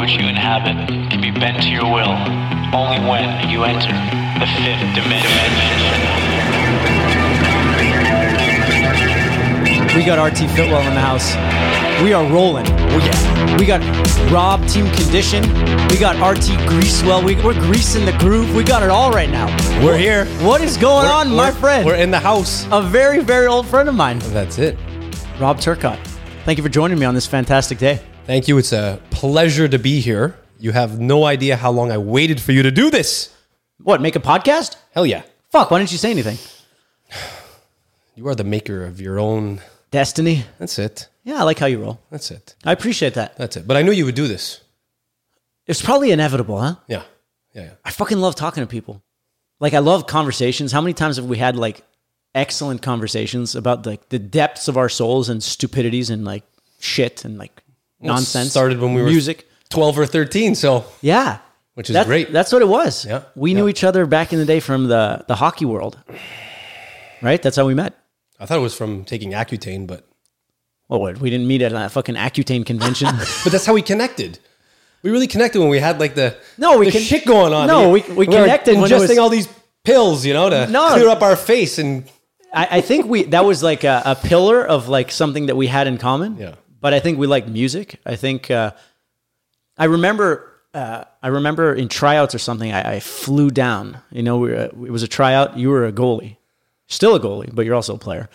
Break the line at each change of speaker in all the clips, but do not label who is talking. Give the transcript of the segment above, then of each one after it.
habit can be bent to your will only when you enter the fifth dimension.
We got RT Fitwell in the house. We are rolling.
Oh, yes.
We got Rob Team Condition. We got RT Greasewell. We, are greasing the groove. We got it all right now.
We're here.
What is going
We're-
on, my
we're-
friend?
We're in the house.
a very, very old friend of mine,
That's it.
Rob Turcott. Thank you for joining me on this fantastic day.
Thank you. It's a pleasure to be here. You have no idea how long I waited for you to do this.
What, make a podcast?
Hell yeah.
Fuck, why didn't you say anything?
You are the maker of your own.
Destiny.
That's it.
Yeah, I like how you roll.
That's it.
I appreciate that.
That's it. But I knew you would do this.
It's probably inevitable, huh?
Yeah. Yeah. yeah.
I fucking love talking to people. Like I love conversations. How many times have we had like excellent conversations about like the depths of our souls and stupidities and like shit and like nonsense?
started when we were-
music.
12 or 13. So,
Yeah.
Which is
That-
great.
That's what it was.
Yeah,
We
yeah.
knew each other back in the day from the, the hockey world. Right? That's how we met.
I thought it was from taking Accutane, but
Well, what, we didn't meet at that fucking Accutane convention.
but that's how we connected. We really connected when we had like the
No, we
the
can-
shit going on.
No, we- we
were
connected when it
ingesting
was-
all these pills, you know, to
No.
clear up our face and
I, I think we that was like a, a pillar of like something that we had in common.
Yeah.
But I think we like music. I think uh, I remember. Uh, I remember in tryouts or something, I, I flew down. You know, we were, uh, it was a tryout. You were a goalie, still a goalie, but you're also a player.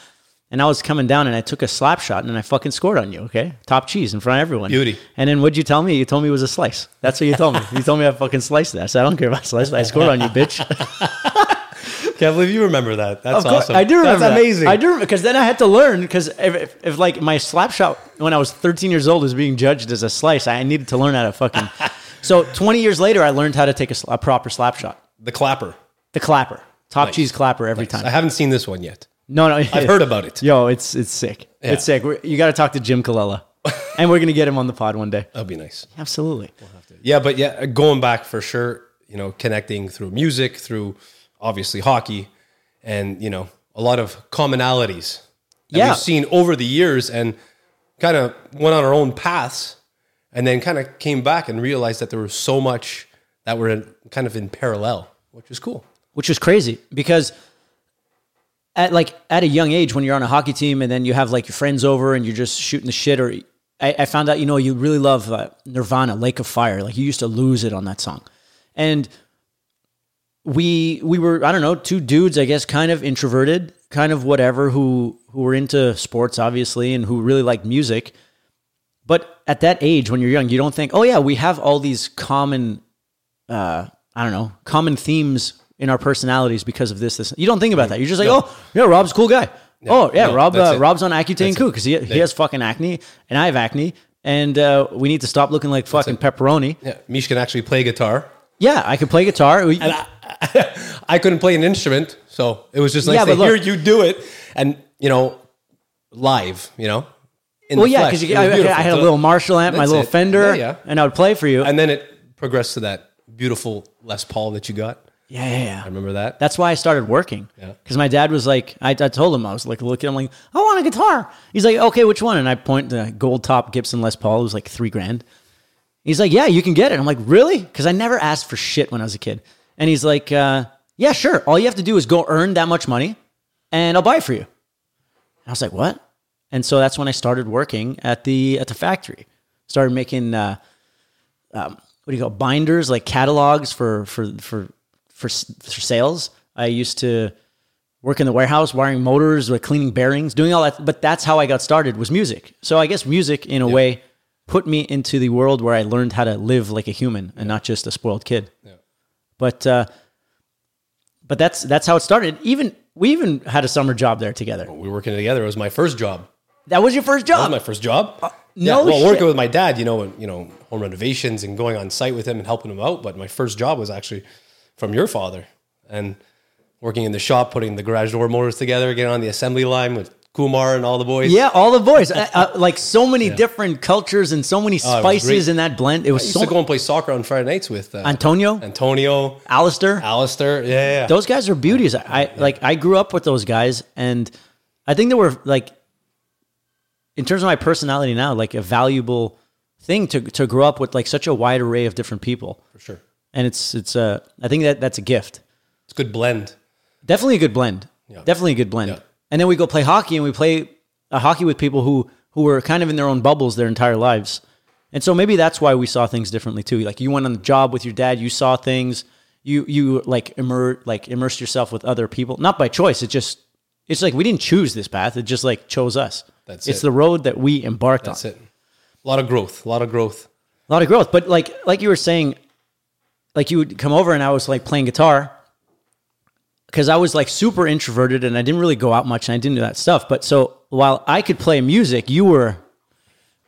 And I was coming down, and I took a slap shot, and I fucking scored on you. Okay, top cheese in front of everyone.
Beauty.
And then what'd you tell me? You told me it was a slice. That's what you told me. you told me I fucking sliced that. I said I don't care about slice. I scored on you, bitch.
Can't believe you remember that.
Of
That's
course-
awesome.
I do remember.
That's
that.
amazing.
I do because then I had to learn because if, if, if like my slap shot when I was 13 years old was being judged as a slice, I needed to learn how to fucking. so 20 years later, I learned how to take a, sl- a proper slap shot,
The clapper.
the clapper, top
Nice.
cheese clapper every
I
time.
haven't seen this one yet.
No, no,
I've heard about it.
Yo, it's it's sick.
Yeah.
It's sick. We're, you got to talk to Jim Colella, and we're gonna get him on the pod one day.
That'd be nice.
Absolutely.
Yeah, but yeah, going back for sure, you know, connecting through music, through obviously hockey, and you know, a lot of commonalities that
Yeah.
we've seen over the years and kind of went on our own paths and then kind of came back and realized that there was so much that were in, kind of in parallel, which is cool.
which was crazy because at like at a young age when you're on a hockey team and then you have like your friends over and you're just shooting the shit or I, I found out you know you really love uh, Nirvana Lake of Fire like you used to lose it on that song and we we were I don't know two dudes I guess kind of introverted kind of whatever who who were into sports obviously and who really liked music but at that age when you're young you don't think oh yeah we have all these common uh, I don't know, common themes in our personalities because of this. This you don't think about that. You're just like, oh yeah, Rob's a cool guy. oh yeah,
no,
Rob.
that's
Uh,
it.
Rob's on Accutane Coup because he, he has fucking acne and I have acne and uh, we need to stop looking like fucking pepperoni.
Yeah, Mish can actually play guitar.
Yeah, I could play guitar. We-
I couldn't play an instrument, so it was just nice
Yeah,
to
but
hear
look-
you do it, and you know, live, you know. In
well,
the
yeah,
flesh.
because
It
I,
was
I
beautiful.
had a
So-
little Marshall amp, my
that's
little
it.
Fender,
Yeah, yeah.
and I would play for you.
and then it progressed to that beautiful Les Paul that you got.
yeah, yeah, yeah.
I remember that.
That's why I started working.
Yeah.
Because my dad was like, I, I told him, I was like, looking, I'm like, I want a guitar. He's like, okay, which one? And I point to gold top Gibson Les Paul. It was like three grand. He's like, yeah, you can get it. I'm like, really? Because I never asked for shit when I was a kid. And he's like, uh, yeah, sure. All you have to do is go earn that much money and I'll buy it for you. And I was like, what? And so that's when I started working at the, at the factory. Started making, uh, what do you call it, binders like catalogs for for for for, s- for sales i used to work in the warehouse wiring motors like cleaning bearings doing all that but that's how i got started was music so i guess music in a way put me into the world where i learned how to live like a human and not just a spoiled kid but uh but that's that's how it started even we even had a summer job there together
we were working together. It was my first job.
that was your first
Oh. That was
job
my first job.
Uh, no
well,
shit.
working with my dad, you know, and you know, home renovations and going on site with him and helping him out. But my first job was actually from your father and working in the shop, putting the garage door motors together, getting on the assembly line with Kumar and all the boys.
yeah, all the boys, uh, uh, like so many different cultures and so many
Oh, it was
spices
great.
in that blend. It was
I used
so
to go and play soccer on Friday nights with uh,
Antonio,
Antonio,
Alistair,
Alistair. Yeah, yeah, yeah.
those guys are beauties. I, I like I grew up with those guys, and I think they were like, in terms of my personality now, like a valuable thing to to grow up with like such a wide array of different people,
for sure.
and it's it's uh I think that that's a gift.
It's a good blend.
Definitely a good blend.
Yeah.
Definitely a good blend.
Yeah.
And then we go play hockey and we play uh, hockey with people who who were kind of in their own bubbles their entire lives. And so maybe that's why we saw things differently too. Like you went on the job with your dad, you saw things, you you like immer like immersed yourself with other people. Not by choice, it just it's like we didn't choose this path, it just like chose us.
That's
it's
it.
the road that we embarked on.
That's it. A lot of growth. A lot of growth.
a lot of growth. But like like you were saying, like you would come over and I was like playing guitar because I was like super introverted and I didn't really go out much and I didn't do that stuff. But so while I could play music, you were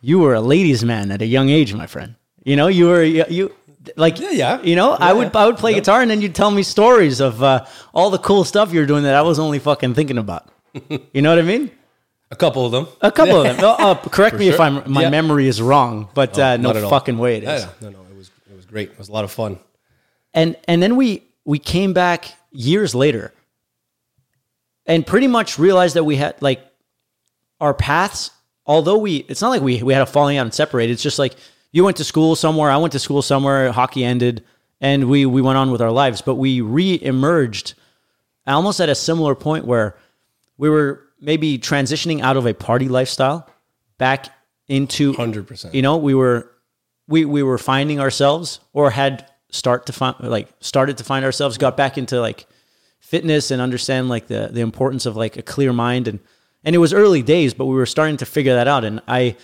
you were a ladies' man at a young age, my friend. You know, you were you. you like
Yeah, yeah.
you know, I
Yeah,
would
yeah.
I would play
Yep.
guitar and then you'd tell me stories of uh, all the cool stuff you were doing that I was only fucking thinking about. you know what I mean?
A couple of them.
A couple of them. No, uh, correct me if
sure.
I'm my
Yeah. Oh,
memory is wrong, but uh, no
Not at all.
fucking way it is.
Yeah, yeah. no, no. It was it was great. It was a lot of fun.
and and then we we came back years later and pretty much realized that we had like our paths although we it's not like we we had a falling out and separated it's just like you went to school somewhere i went to school somewhere hockey ended and we we went on with our lives but we re-emerged almost at a similar point where we were maybe transitioning out of a party lifestyle back into
100%.
you know we were we we were finding ourselves or had start to find like started to find ourselves got back into like fitness and understand like the the importance of like a clear mind and and it was early days but we were starting to figure that out and i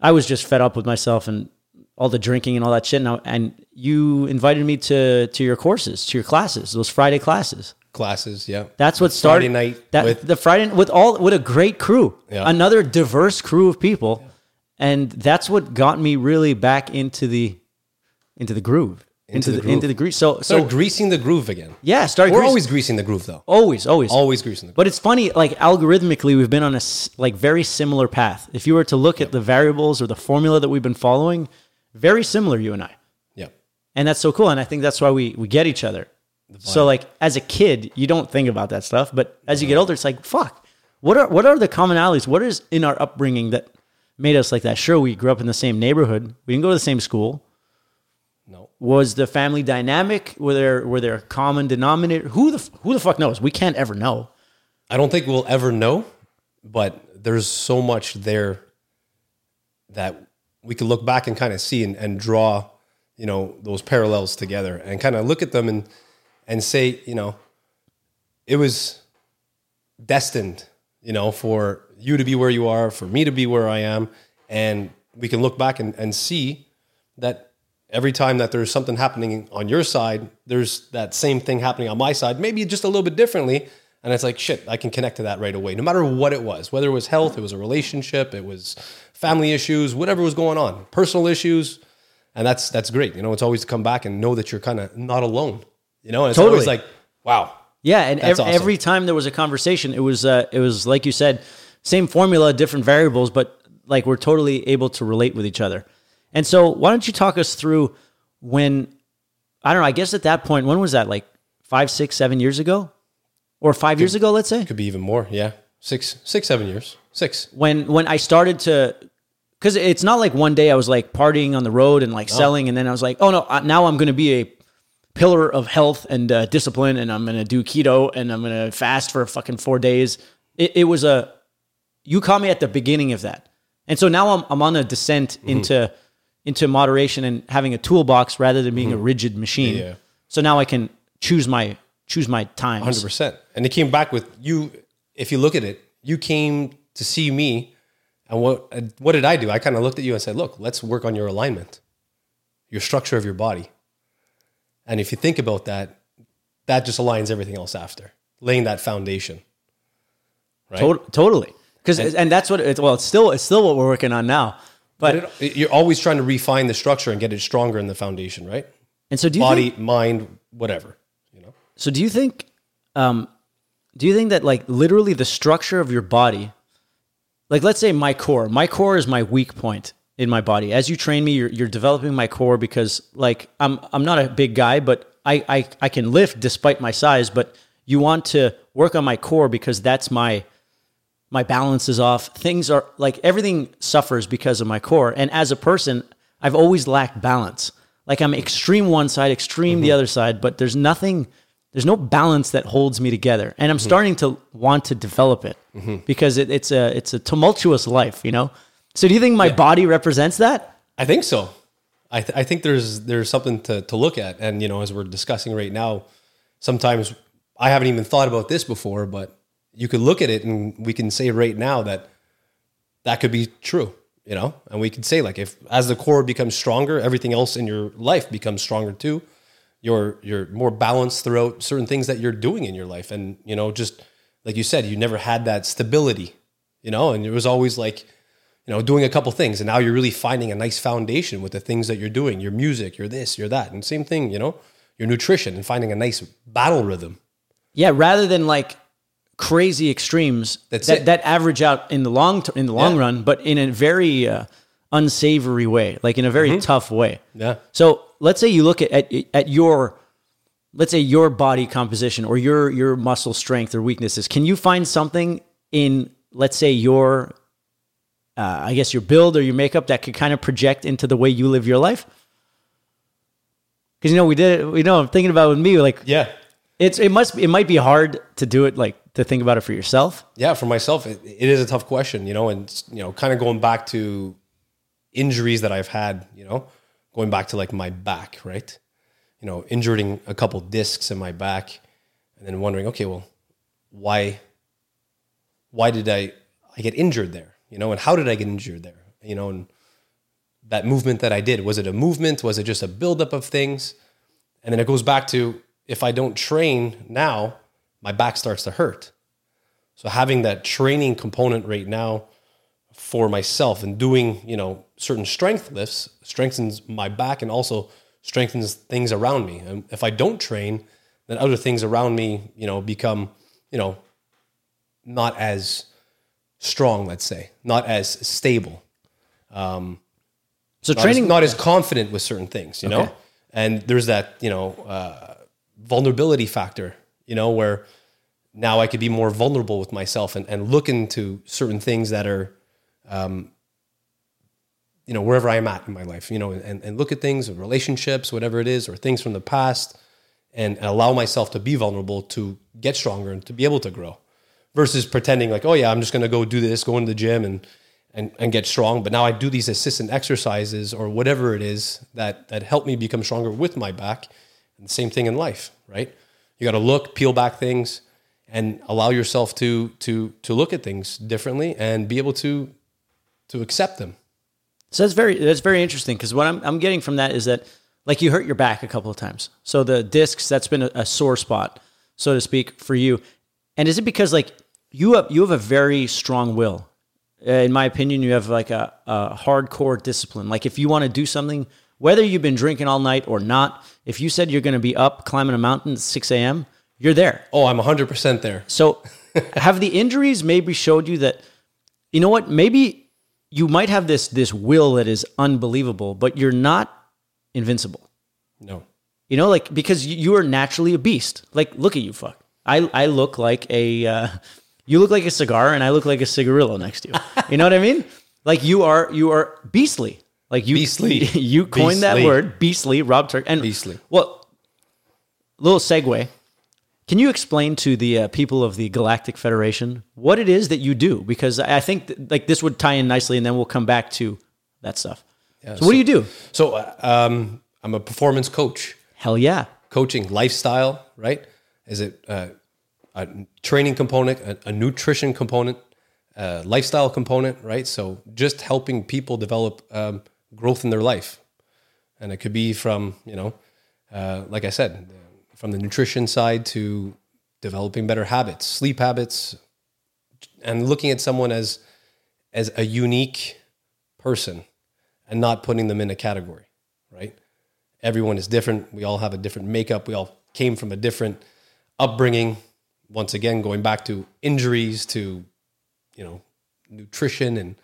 i was just fed up with myself and all the drinking and all that shit and, I, and you invited me to to your courses to your classes those friday classes
Classes. Yeah.
that's what
Friday
started
night
That
with-
the Friday with all with a great crew,
Yeah.
another diverse crew of people, and that's what got me really back into the into the groove, into,
Into
the,
the groove.
into the groove. So
So
so Oh.
greasing the groove again.
yeah, start.
We're
grease-
always greasing the groove though.
always always
Always greasing the groove.
But it's funny, like algorithmically, we've been on a s- like very similar path. If you were to look at the variables or the formula that we've been following, very similar, you and I
Yeah.
and that's so cool and i think that's why we we get each other so like as a kid you don't think about that stuff but as you get older it's like fuck what are what are the commonalities what is in our upbringing that made us like that sure we grew up in the same neighborhood we didn't go to the same school
No.
was the family dynamic were there were there common denominator who the f- who the fuck knows we can't ever know
I don't think we'll ever know, but there's so much there that we can look back and kind of see and, and draw, you know, those parallels together and kind of look at them and and say, you know, it was destined, you know, for you to be where you are, for me to be where I am. And we can look back and, and see that every time that there's something happening on your side, there's that same thing happening on my side, maybe just a little bit differently. And it's like, shit, I can connect to that right away, no matter what it was, whether it was health, it was a relationship, it was family issues, whatever was going on, personal issues. And that's that's great. You know, it's always to come back and know that you're kind of not alone. You know, and it's
Totally.
always like, wow,
Yeah, and ev-
That's awesome.
every time there was a conversation, it was uh, it was like you said, same formula, different variables, but like we're totally able to relate with each other. And so, why don't you talk us through when I don't know? I guess at that point, when was that? Like five, six, seven years ago, or five years ago? Let's say
could be even more. Yeah, six, six, seven years, six.
when when I started to. Because it's not like one day I was like partying on the road and like selling, and then I was like, oh no, I- now I'm going to be a pillar of health and uh, discipline, and I'm gonna do keto and I'm gonna fast for fucking four days. It, it was a you caught me at the beginning of that, and so now I'm I'm on a descent
Mm-hmm.
into into moderation and having a toolbox rather than being a rigid machine.
Mm-hmm. Yeah.
So now I can choose my choose my times.
Hundred percent. And it came back with you. If you look at it, you came to see me, and what and what did I do? I kind of looked at you and said, "Look, let's work on your alignment, your structure of your body." And if you think about that, that just aligns everything else after laying that foundation. Right.
Tot- totally, because and, that's what it's well it's still it's still what we're working on now. But,
But it- you're always trying to refine the structure and get it stronger in the foundation, right?
and so do you think-
Body, mind, whatever. You know.
So do you think um do you think that like literally the structure of your body like let's say my core my core is my weak point in my body as you train me you're, you're developing my core because like i'm i'm not a big guy but I, I i can lift despite my size but you want to work on my core because that's my my balance is off. Things are like everything suffers because of my core. And as a person, I've always lacked balance. Like I'm extreme one side, extreme
Mm-hmm.
the other side, but there's nothing, there's no balance that holds me together. And
Mm-hmm.
I'm starting to want to develop it because it, it's a it's a tumultuous life, you know. So do you think my body represents that?
I think so. I, th- I think there's there's something to, to look at, and you know, as we're discussing right now, sometimes I haven't even thought about this before, but you could look at it, and we can say right now that that could be true, you know, and we could say like if as the core becomes stronger, everything else in your life becomes stronger too. You're you're more balanced throughout certain things that you're doing in your life, and you know, just like you said, you never had that stability, you know, and it was always like you know, doing a couple things, and now you're really finding a nice foundation with the things that you're doing, your music, your this, your that, and same thing, you know, your nutrition and finding a nice battle rhythm.
Yeah, rather than like crazy extremes
That's
that,
it.
that average out in the long ter- in the long
Yeah.
run, but in a very uh, unsavory way, like in a very
Mm-hmm.
tough way.
Yeah.
So let's say you look at, at at your let's say your body composition or your your muscle strength or weaknesses. Can you find something in let's say your uh, I guess your build or your makeup that could kind of project into the way you live your life? Because you know we did it. You know I'm thinking about it with me like
Yeah.
it's it must it might be hard to do it like to think about it for yourself.
Yeah. For myself, it, it is a tough question, you know, and, you know, kind of going back to injuries that I've had, you know, going back to like my back, right? You know, injuring a couple discs in my back and then wondering, okay, well, why why did I I get injured there? You know, and how did I get injured there? You know, and that movement that I did, was it a movement? Was it just a buildup of things? And then it goes back to if I don't train now, my back starts to hurt. So having that training component right now for myself and doing, you know, certain strength lifts strengthens my back and also strengthens things around me. And if I don't train, then other things around me, you know, become, you know, not as strong, let's say, not as stable
So
not
training
as, not as confident with certain things, you know. And there's that you know uh, vulnerability factor, you know, where now I could be more vulnerable with myself and, and look into certain things that are, um, you know, wherever I am at in my life, you know, and, and look at things, relationships, whatever it is, or things from the past, and allow myself to be vulnerable to get stronger and to be able to grow versus pretending like, oh yeah, I'm just gonna go do this, go into the gym and and and get strong. But now I do these assistant exercises or whatever it is that that help me become stronger with my back. And the same thing in life, right? You got to look, peel back things, and allow yourself to to to look at things differently and be able to to accept them.
So that's very that's very interesting because what I'm I'm getting from that is that like you hurt your back a couple of times. So the discs that's been a, a sore spot, so to speak, for you. And is it because like you have you have a very strong will? Uh, In my opinion, you have like a, a hardcore discipline. Like if you want to do something, whether you've been drinking all night or not, if you said you're going to be up climbing a mountain at 6 a.m., you're there.
Oh, I'm 100% there.
So, have the injuries maybe showed you that you know what? Maybe you might have this this will that is unbelievable, but you're not invincible.
No.
You know, like because you, you are naturally a beast. Like, look at you, fuck. I I look like a uh, you look like a cigar, and I look like a cigarillo next to you. You know what I mean? Like you are you are beastly. Like you
Beastly.
You coined that
Beastly.
word, beastly. Rob Turk and
Beastly.
Well, little segue. Can you explain to the uh, people of the Galactic Federation what it is that you do? Because I I think th- like this would tie in nicely, and then we'll come back to that stuff. so, what do you do?
So uh, um, I'm a performance coach.
Hell yeah!
coaching lifestyle right is it uh, a training component a, a nutrition component a lifestyle component right so just helping people develop um, growth in their life and it could be from you know uh, like i said from the nutrition side to developing better habits sleep habits and looking at someone as as a unique person and not putting them in a category right everyone is different. We all have a different makeup. We all came from a different upbringing. Once again, going back to injuries, to you know, nutrition and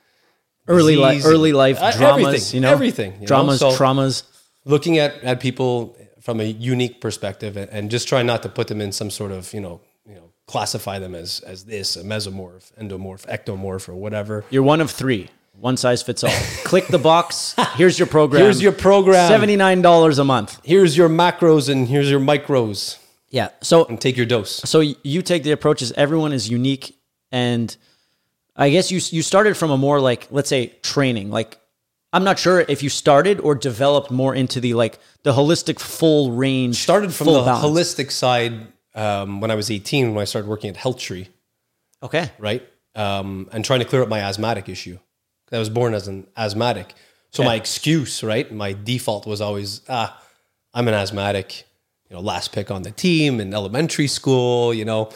Early life,
disease and-
early life
Uh,
dramas.
everything,
you know
everything, you know?
dramas,
So-
traumas.
looking at at people from a unique perspective and- and just try not to put them in some sort of you know you know classify them as as this, a mesomorph, endomorph, ectomorph, or whatever.
You're one of three. One size fits all. Click the box. Here's your program.
Here's your program.
$79 a month.
Here's your macros and here's your micros.
Yeah. So
And take your dose.
so you take the approach is everyone is unique and i guess you you started from a more like let's say training like i'm not sure if you started or developed more into the like the holistic full range
Started from
full
the
balance.
holistic side um, when I was 18, when I started working at Health Tree,
okay
right? Um, and trying to clear up my asthmatic issue. I was born as an asthmatic. So my excuse, right? My default was always, ah, I'm an asthmatic, you know, last pick on the team in elementary school, you know,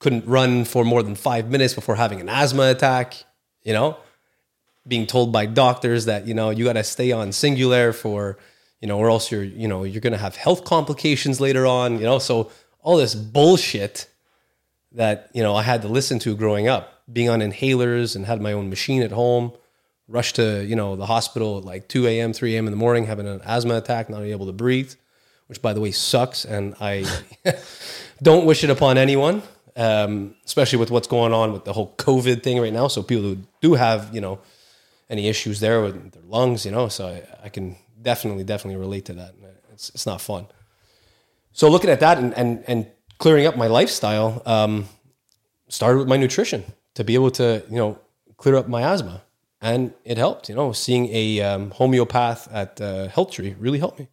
couldn't run for more than five minutes before having an asthma attack, you know, being told by doctors that, you know, you got to stay on Singulair for, you know, or else you're, you know, you're going to have health complications later on, you know, so all this bullshit that, you know, I had to listen to growing up, being on inhalers and had my own machine at home, rushed to, you know, the hospital at like 2 a.m., 3 a.m. in the morning, having an asthma attack, not able to breathe, which by the way sucks. And I, don't wish it upon anyone, um, especially with what's going on with the whole COVID thing right now. So people who do have, you know, any issues there with their lungs, you know, so I, I can definitely, definitely relate to that. It's, it's not fun. So looking at that and, and, and clearing up my lifestyle, um, started with my nutrition to be able to, you know, clear up my asthma. And it helped, you know, seeing a um, homeopath at uh, Health Tree really helped me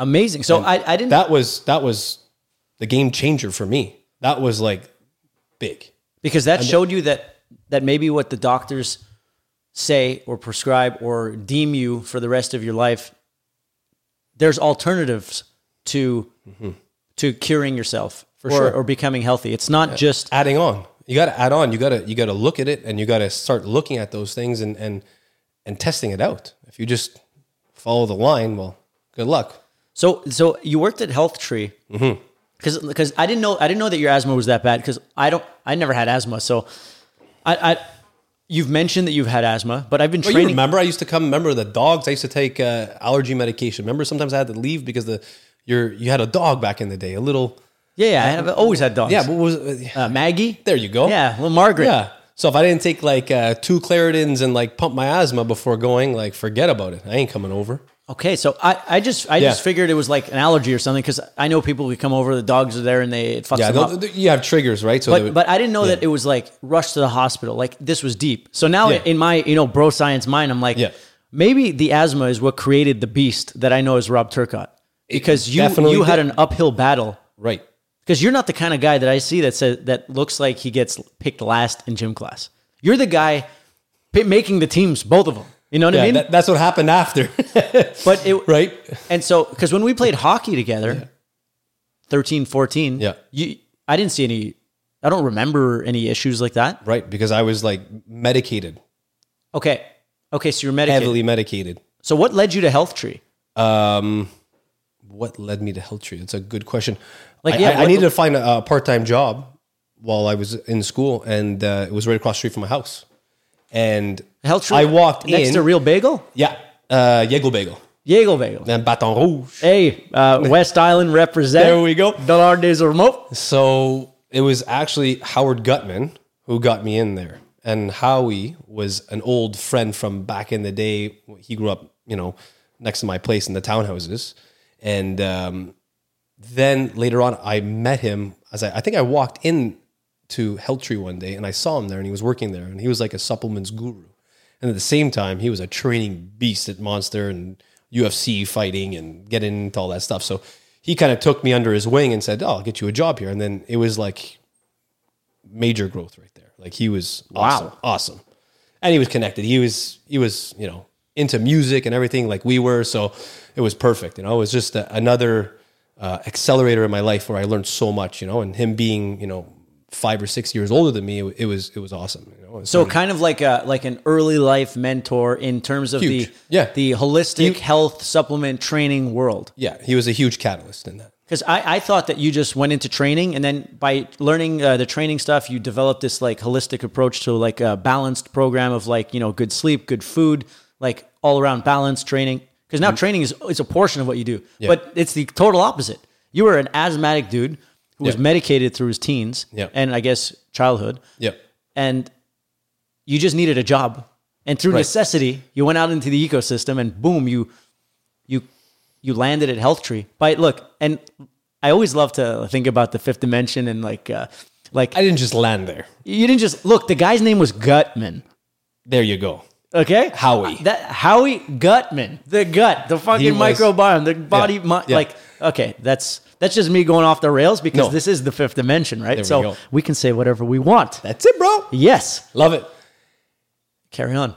amazing so i i didn't
that was that was the game changer for me. That was like big.
because that showed you that that maybe what the doctors say or prescribe or deem you for the rest of your life there's alternatives to to curing yourself or,
Mm-hmm. sure.
or becoming healthy it's not just
Adding on, you got to add on. You got to you got to look at it, and you got to start looking at those things and and and testing it out. If you just follow the line, well, good luck.
So so you worked at Health Tree
Mm-hmm.
because because I didn't know I didn't know that your asthma was that bad because I don't I never had asthma so I I you've mentioned that you've had asthma but I've been
But you
training
remember, I used to come. Remember the dogs? I used to take uh, allergy medication. Remember, sometimes I had to leave because the your you had a dog back in the day, a little
yeah, yeah I have always had dogs
yeah. What was
uh, Maggie
there? You go.
yeah well Margaret
Yeah. So if I didn't take like uh, two Claritins and like pump my asthma before going, like forget about it. I ain't coming over.
okay so I I just I just
Yeah.
figured it was like an allergy or something because I know people who come over the dogs are there and they it fucks
Yeah,
them
they'll-
up.
th- you have triggers, right? So they
But,
would-
but I didn't know that it was like rush to the hospital. Like this was deep. So now
Yeah.
in my you know bro science mind, I'm like,
Yeah.
maybe the asthma is what created the beast that I know as Rob Turcott because you
definitely
you had
did.
an uphill battle
right.
because you're not the kind of guy that I see that says that looks like he gets picked last in gym class. You're the guy pi making the teams, both of them. You know what
Yeah,
I mean?
that- that's what happened after,
but it
right?
and so, because when we played hockey together, thirteen, fourteen, 13, 14,
Yeah.
you, I didn't see any, I don't remember any issues like that.
Right, because I was like medicated,
Okay. Okay, so you're medicated.
heavily medicated.
So what led you to Health Tree?
Um, what led me to Health Tree? That's a good question.
Like,
Like,
yeah,
I, I
what-
needed to find a, a part-time job while I was in school, and uh, it was right across the street from my house. And
Health Tree.
I walked
next
in.
to Real Bagel,
yeah, uh, Yegel Bagel
Yegel Bagel.
and Baton Rouge.
Hey, uh, West Island represent.
There we go.
Dollar des Ormeaux.
So it was actually Howard Gutman who got me in there. And Howie was an old friend from back in the day. He grew up, you know, next to my place in the townhouses. And um, then later on, I met him as I, I think I walked in to Heltry one day and I saw him there and he was working there and he was like a supplements guru. And at the same time, he was a training beast at Monster and UFC fighting and getting into all that stuff. So he kind of took me under his wing and said, Oh, I'll get you a job here. And then it was like major growth right there. Like he was awesome.
Wow.
Awesome. And he was connected. He was, he was, you know, into music and everything like we were. So it was perfect. You know, it was just a, another uh, accelerator in my life where I learned so much, you know, and him being, you know, five or six years older than me, it, it was, it was awesome. You know? And
So kind of like a like an early life mentor in terms of
Huge.
the
Yeah.
the holistic health supplement training world.
Yeah, he was a huge catalyst in that.
Because I, I thought that you just went into training, and then by learning uh, the training stuff, you developed this like holistic approach to like a balanced program of like you know good sleep, good food, like all around balanced training. Because now
Mm-hmm.
training is is a portion of what you do, but it's the total opposite. You were an asthmatic dude who was
Yeah.
medicated through his teens
Yeah.
and I guess childhood.
Yep.
And you just needed a job. And through
Right.
necessity, you went out into the ecosystem and boom, you you you landed at Health Tree. But look, and I always love to think about the fifth dimension and like uh like
I didn't just land there.
you didn't just look, the guy's name was Gutman.
There you go.
Okay, Uh,
Howie.
That Howie Gutman, the gut, the fucking
He was-
microbiome, the body, mi-
yeah.
like okay, that's that's just me going off the rails because
No.
this is the fifth dimension, right?
There
so
we go.
we can say whatever we want.
That's it, bro.
Yes,
Love it.
carry on.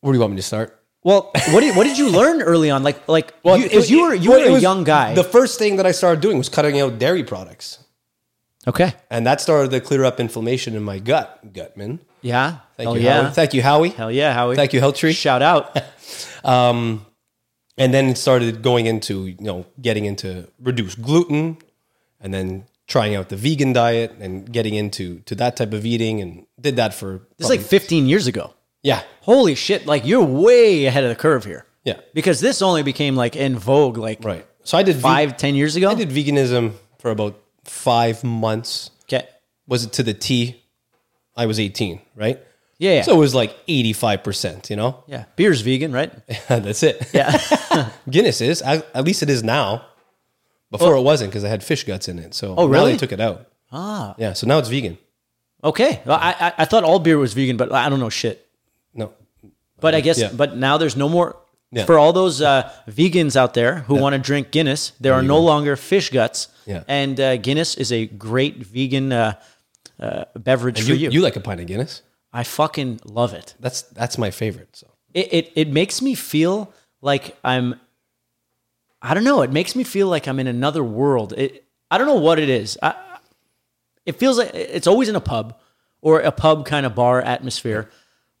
Where do you want me to start?
Well, what did what did you learn early on? Like like well, you, 'cause you were you
well,
were
it
a
was-
young guy.
The first thing that I started doing was cutting out dairy products,
okay,
and that started to clear up inflammation in my gut, Gutman.
yeah,
Thank
Hell
you,
yeah,
Howie. Thank you, Howie.
hell yeah, Howie.
Thank you, Heltree.
Shout out.
and then started going into you know getting into reduced gluten and then trying out the vegan diet and getting into to that type of eating and did that for
This is like 15 years ago.
yeah
Holy shit! Like you're way ahead of the curve here.
Yeah.
because this only became like in vogue like
right so i did ve-
five, ten years ago.
i did veganism for about five months
okay.
was it to the t i was 18 right
Yeah, yeah.
so it was like 85% you know
Yeah, beer's vegan, right?
that's it
Yeah,
guinness is at at least it is now before it wasn't because i had fish guts in it so oh
really?
they took it out ah yeah so now it's vegan
okay. Well, I, I I thought all beer was vegan, but I don't know shit.
no
But I guess,
Yeah.
but now there's no more.
Yeah.
For all those uh, vegans out there who want to drink Guinness, there are no longer fish guts.
Yeah.
And uh, Guinness is a great vegan uh, uh, beverage for
you,
you.
you like a pint of Guinness?
I fucking love it.
That's that's my favorite. So
It, it. it makes me feel like I'm, I don't know, it makes me feel like I'm in another world. It, I don't know what it is. I, it feels like it's always in a pub or a pub kind of bar atmosphere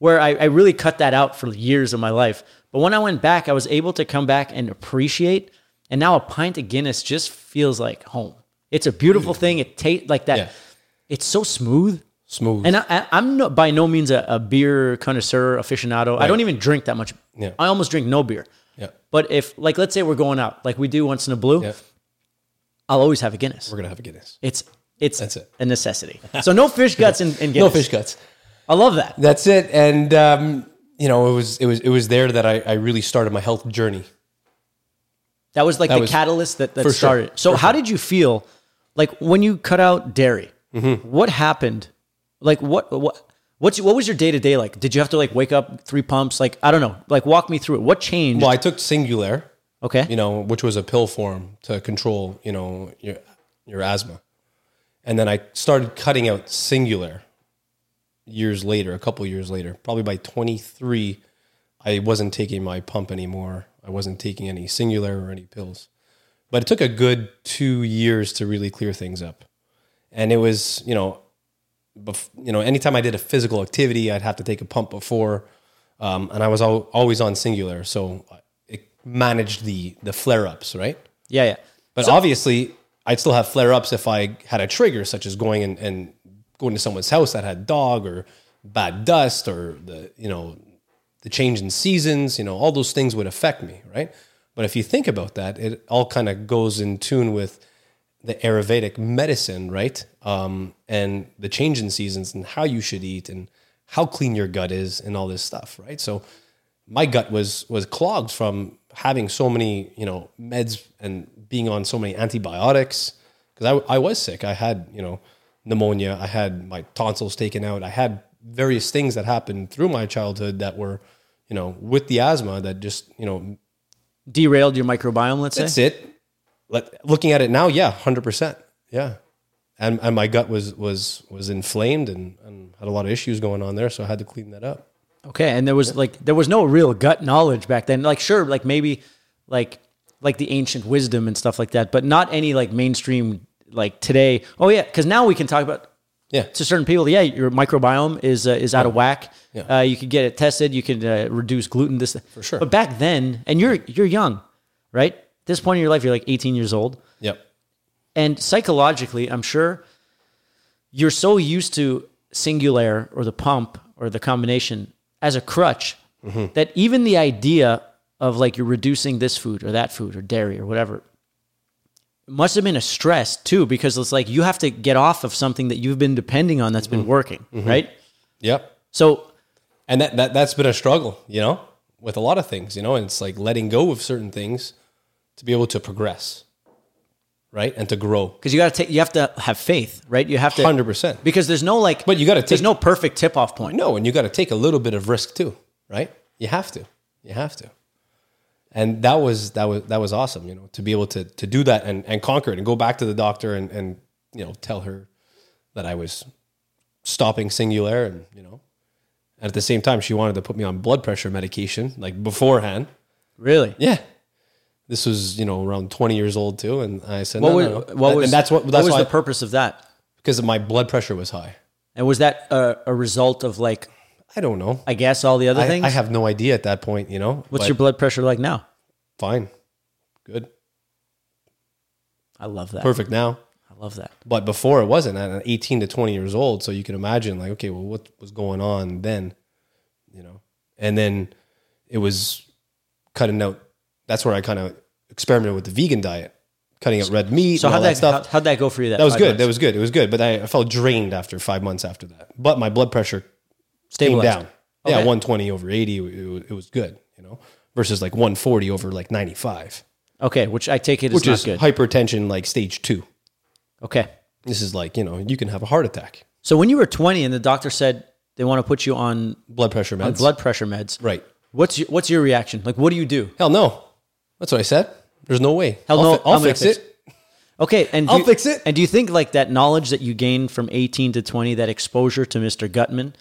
where I, I really cut that out for years of my life. But when I went back, I was able to come back and appreciate. And now a pint of Guinness just feels like home. It's a beautiful thing. It tastes like that.
Yeah.
It's so smooth.
smooth.
And I, I, I'm no, by no means a, a beer connoisseur, aficionado. I don't even drink that much.
Yeah.
I almost drink no beer.
yeah,
But if, like, let's say we're going out, like we do once in a blue,
yeah,
I'll always have a Guinness.
we're gonna have a Guinness.
It's it's
That's it.
a necessity. So no fish guts in, in Guinness.
No fish guts.
I love that.
That's it. And um, you know, it was it was it was there that I, I really started my health journey.
That was like the
was-
catalyst that, that
for sure,
started. it. So how did you feel like when you cut out dairy?
Mm-hmm.
What happened? Like what what what's what was your day to day like? Did you have to like wake up three pumps? Like I don't know. Like walk me through it. What changed?
Well, I took Singulair,
okay.
you know, which was a pill form to control, you know, your your asthma. And then I started cutting out Singulair years later, a couple years later, probably by 23, I wasn't taking my pump anymore. I wasn't taking any Singulair or any pills. But it took a good two years to really clear things up. And it was, you know, bef- you know, anytime I did a physical activity, I'd have to take a pump before, um, and I was al- always on singular, so it managed the the flare ups, right?
yeah, yeah.
But obviously, I'd still have flare ups if I had a trigger, such as going and, and going to someone's house that had dog or bad dust or the you know the change in seasons. You know, all those things would affect me, right? But if you think about that, it all kind of goes in tune with the Ayurvedic medicine, right? Um, and the change in seasons and how you should eat and how clean your gut is and all this stuff, right? So my gut was was clogged from having so many, you know, meds and being on so many antibiotics because I, I was sick. I had, you know, pneumonia. I had my tonsils taken out. I had various things that happened through my childhood that were, you know, with the asthma that just, you know,
Derailed your microbiome, let's
that's
say.
it. Let, looking at it now, yeah, hundred percent, yeah. And and my gut was was was inflamed and, and had a lot of issues going on there, so I had to clean that up.
Okay. And there was like there was no real gut knowledge back then. Like sure, like maybe like like the ancient wisdom and stuff like that, but not any like mainstream like today. Oh yeah, because now we can talk about
Yeah,
to certain people, yeah, your microbiome is uh, is out of whack.
Yeah.
Uh, you could get it tested. You could uh, reduce gluten. This for
sure.
But back then, and you're you're young, right? At this point in your life, you're like 18 years old,
yep,
and psychologically, I'm sure you're so used to Singulair or the pump or the combination as a crutch
Mm-hmm.
that even the idea of like you're reducing this food or that food or dairy or whatever must have been a stress too, because it's like you have to get off of something that you've been depending on that's
Mm-hmm.
been working, right?
Yep.
So
And that, that that's been a struggle, you know, with a lot of things, you know, and it's like letting go of certain things to be able to progress, right, and to grow.
because you got to take, you have to have faith, right? You have to
100%.
because there's no like,
But you gotta
there's
take-
no perfect tip off point.
No, and you got to take a little bit of risk too, right? You have to. You have to. And that was that was that was awesome, you know, to be able to to do that and and conquer it and go back to the doctor and and you know tell her that I was stopping singulair and you know, and at the same time she wanted to put me on blood pressure medication like beforehand.
Really?
Yeah. This was, you know, around 20 years old too. And I said,
What
no,
was,
no, no.
what
And-
was
and that's what, that's
was
why,
the purpose of that?
because my blood pressure was high.
And was that a, a result of like,
I don't know.
I guess all the other
I,
things?
I have no idea at that point, you know,
What's
but
your blood pressure like now?
fine. Good.
I love that.
Perfect now.
I love that.
But before it wasn't at 18 to 20 years old. So you can imagine like, okay, well, what was going on then, you know? And then it was cutting out. That's where I kind of experimented with the vegan diet, cutting out red meat.
So
and all
how'd
that
that,
stuff.
how, would that go for you? That,
That was
five
good.
months?
That was good. It was good. But I, I felt drained after five months after that. But my blood pressure came
Stabilized.
down. Yeah,
Okay.
120 over 80. It, wa- it was good, you know, versus like 140 over like 95,
Okay, which I take it is
which
not
is
good.
hypertension like stage two.
Okay.
This is like, you know, you can have a heart attack,
So when you were 20 and the doctor said they want to put you on
blood pressure meds.
blood pressure meds,
Right.
What's your, what's your reaction? Like, what do you do?
Hell no. That's what I said. There's no way.
Hell
I'll
no,
fi- I'll
I'm gonna
fix,
fix
it.
Okay, and do
I'll
you-
fix it.
And do you think like that knowledge that you gained from 18 to 20, that exposure to Mr. Gutman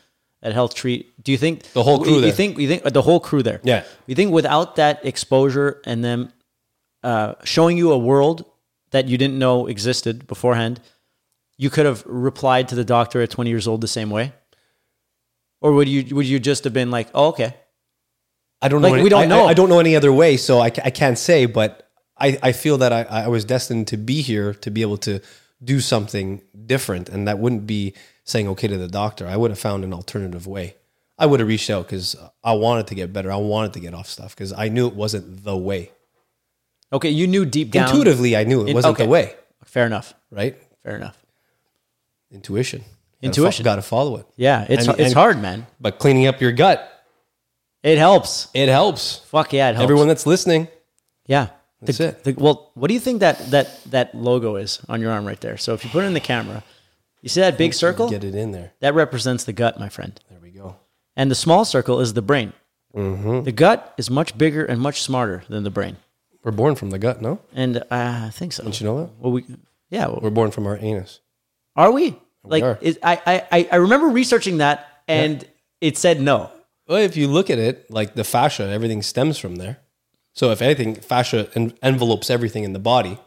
at Health Treat, do you think
The whole crew
You,
there.
you think you think the whole crew there?
Yeah.
You think without that exposure and them uh, showing you a world that you didn't know existed beforehand, you could have replied to the doctor at 20 years old the same way, or would you would you just have been like, oh, okay,
I don't
Like,
know. any-
we don't
I- I-
know.
I, don't know any other way, so I, ca- I can't say. But I, I feel that I, I was destined to be here to be able to do something different, and that wouldn't be saying okay to the doctor. I would have found an alternative way. I would have reached out because I wanted to get better. I wanted to get off stuff because I knew it wasn't the way.
okay, you knew deep down
Intuitively, I knew it
In-
wasn't
okay.
the way.
Fair enough.
Right?
Fair enough.
Intuition.
Intuition.
Got to follow it.
Yeah, it's
And-
it's
and-
hard, man.
But cleaning up your gut,
It helps.
it helps.
Fuck yeah, it helps.
Everyone that's listening,
yeah. The-
That's it.
the- well, what do you think that that that logo is on your arm right there? So if you put it in the camera, you see that big circle?
get it in there.
That represents the gut, my friend.
There we go.
And the small circle is the brain.
Mm-hmm.
The gut is much bigger and much smarter than the brain.
We're born from the gut, no?
And uh, I think so.
Did you know that?
Well, we, yeah. well,
We're born from our anus.
are we? Like,
are.
Is, I, I- I, I remember researching that and it said no.
Well, if you look at it, like the fascia, everything stems from there. So if anything, fascia en- envelopes everything in the body.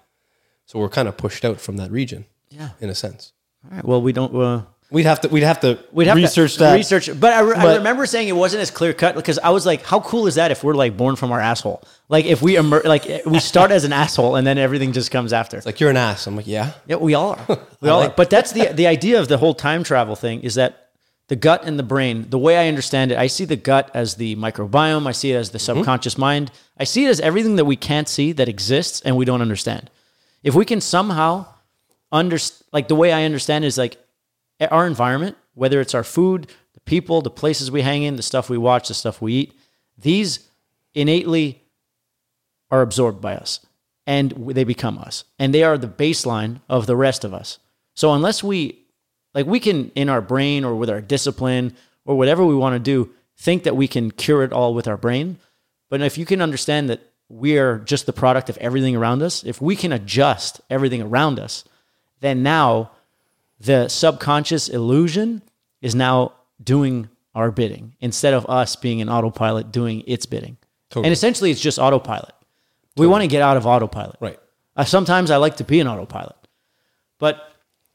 So we're kind of pushed out from that region.
Yeah.
In a sense,
All right. Well, we don't. Uh,
we'd have to we'd have to
We'd have to
research that.
Research, but I, re- I
But-
remember saying it wasn't as clear cut because I was like, "How cool is that if we're like born from our asshole? Like if we emer- like eh, we start as an asshole and then everything just comes after."
Like you're an ass. I'm like, yeah.
yeah, we all are. We all
like-
are. But that's the the idea of the whole time travel thing is that the gut and the brain. The way I understand it, I see the gut as the microbiome. I see it as the subconscious mind. I see it as everything that we can't see that exists and we don't understand. If we can somehow under like the way I understand is like e, our environment, whether it's our food, the people, the places we hang in, the stuff we watch, the stuff we eat, these innately are absorbed by us and they become us. And they are the baseline of the rest of us. So unless we like we can in our brain or with our discipline or whatever we want to do think that we can cure it all with our brain, but if you can understand that we are just the product of everything around us, if we can adjust everything around us, then now the subconscious illusion is now doing our bidding instead of us being an autopilot doing its bidding.
Totally.
And essentially, it's just autopilot. We want to get out of autopilot.
Right.
Uh, sometimes I like to be an autopilot, but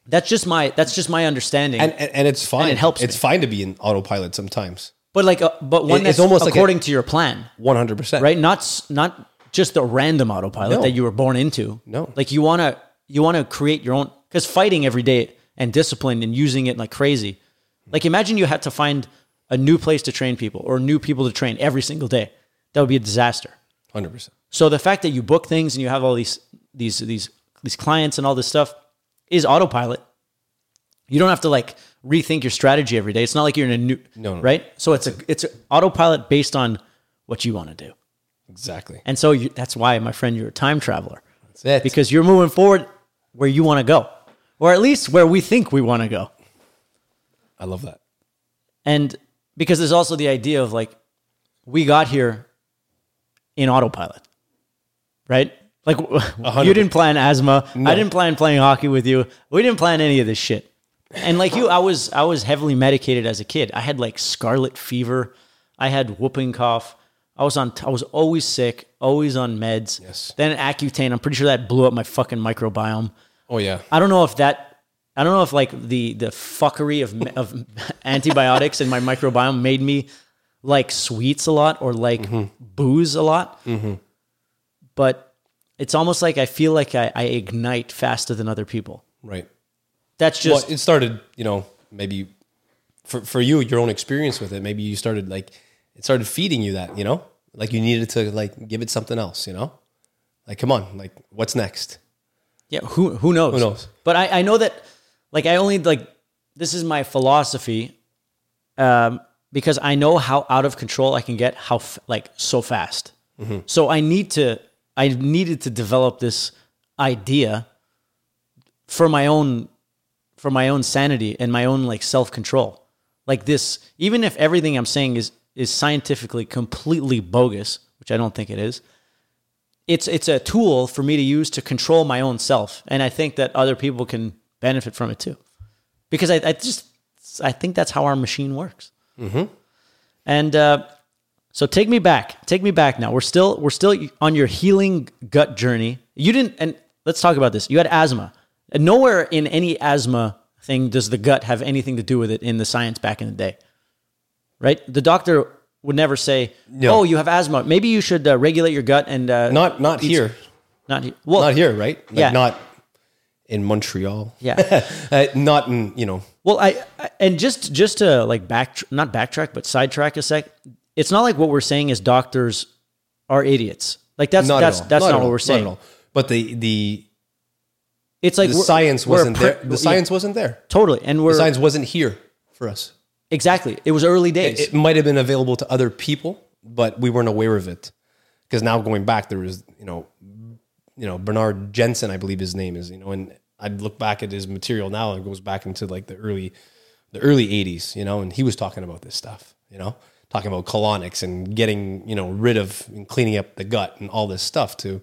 that's just my that's just my understanding.
And, and and it's fine.
it helps
It's
me.
fine to be in autopilot sometimes.
but like, uh, but one
It- it's
that's
almost
almost
like a-
according to your plan,
One hundred percent.
right? Not s- not just the random autopilot
No.
that you were born into.
No.
like you want to you want to create your own because fighting every day and discipline and using it like crazy. Like imagine you had to find a new place to train people or new people to train every single day. That would be a disaster.
Hundred percent.
So the fact that you book things and you have all these these these these clients and all this stuff is autopilot. You don't have to like rethink your strategy every day. It's not like you're in a new
No, no.
right. So it's a it's a autopilot based on what you want to do,
Exactly.
and so you, that's why my friend, you're a time traveler
That's it.
because you're moving forward where you want to go, or at least where we think we want to go.
I love that.
And because there's also the idea of like, we got here in autopilot, right? Like, you didn't plan asthma. I didn't plan playing hockey with you. We didn't plan any of this shit. And like you, I was I was heavily medicated as a kid. I had like scarlet fever. I had whooping cough. I was on. I was always sick. Always on meds.
Yes.
Then Accutane. I'm pretty sure that blew up my fucking microbiome.
Oh yeah.
I don't know if that. I don't know if like the the fuckery of of antibiotics and my microbiome made me like sweets a lot or like booze a lot. But it's almost like I feel like I, I ignite faster than other people.
Right.
That's just
well, it started, you know, maybe for for you, your own experience with it. Maybe you started like it started feeding you that, you know, like you needed to like give it something else, you know, like come on, like what's next?
Yeah, who who knows?
Who knows?
But I, I know that like I only like this is my philosophy um because I know how out of control I can get how f- like so fast.
Mm-hmm.
So I need to I needed to develop this idea for my own for my own sanity and my own like self-control. Like this even if everything I'm saying is is scientifically completely bogus, which I don't think it is it's it's a tool for me to use to control my own self, and I think that other people can benefit from it too, because I, I just I think that's how our machine works. Mm-hmm. And uh, so take me back, take me back. Now we're still we're still on your healing gut journey. You didn't, and let's talk about this. You had asthma. And nowhere in any asthma thing does the gut have anything to do with it in the science back in the day, right? The doctor would never say, "Oh, you have asthma. Maybe you should uh, regulate your gut and uh,
Not not here,
not he- well,
not here, right? Like,
yeah.
Not in Montreal.
Yeah.
uh, not in you know.
well, I, I and just just to like back not backtrack but sidetrack a sec. It's not like what we're saying is doctors are idiots. Like that's
Not
that's
at all.
that's not,
at
what
all.
we're
at
saying.
all. But the the,
It's like
the
we're-
science
we're a
wasn't
pre-
there.
yeah,
The science wasn't there.
totally, and we're
The science wasn't here for us.
exactly. It was early days.
it might have been available to other people, but we weren't aware of it. Because now going back, there was you know, you know Bernard Jensen, I believe his name is you know, and I'd look back at his material now and it goes back into like the early, the early '80s, you know, and he was talking about this stuff, you know, talking about colonics and getting you know rid of and cleaning up the gut and all this stuff to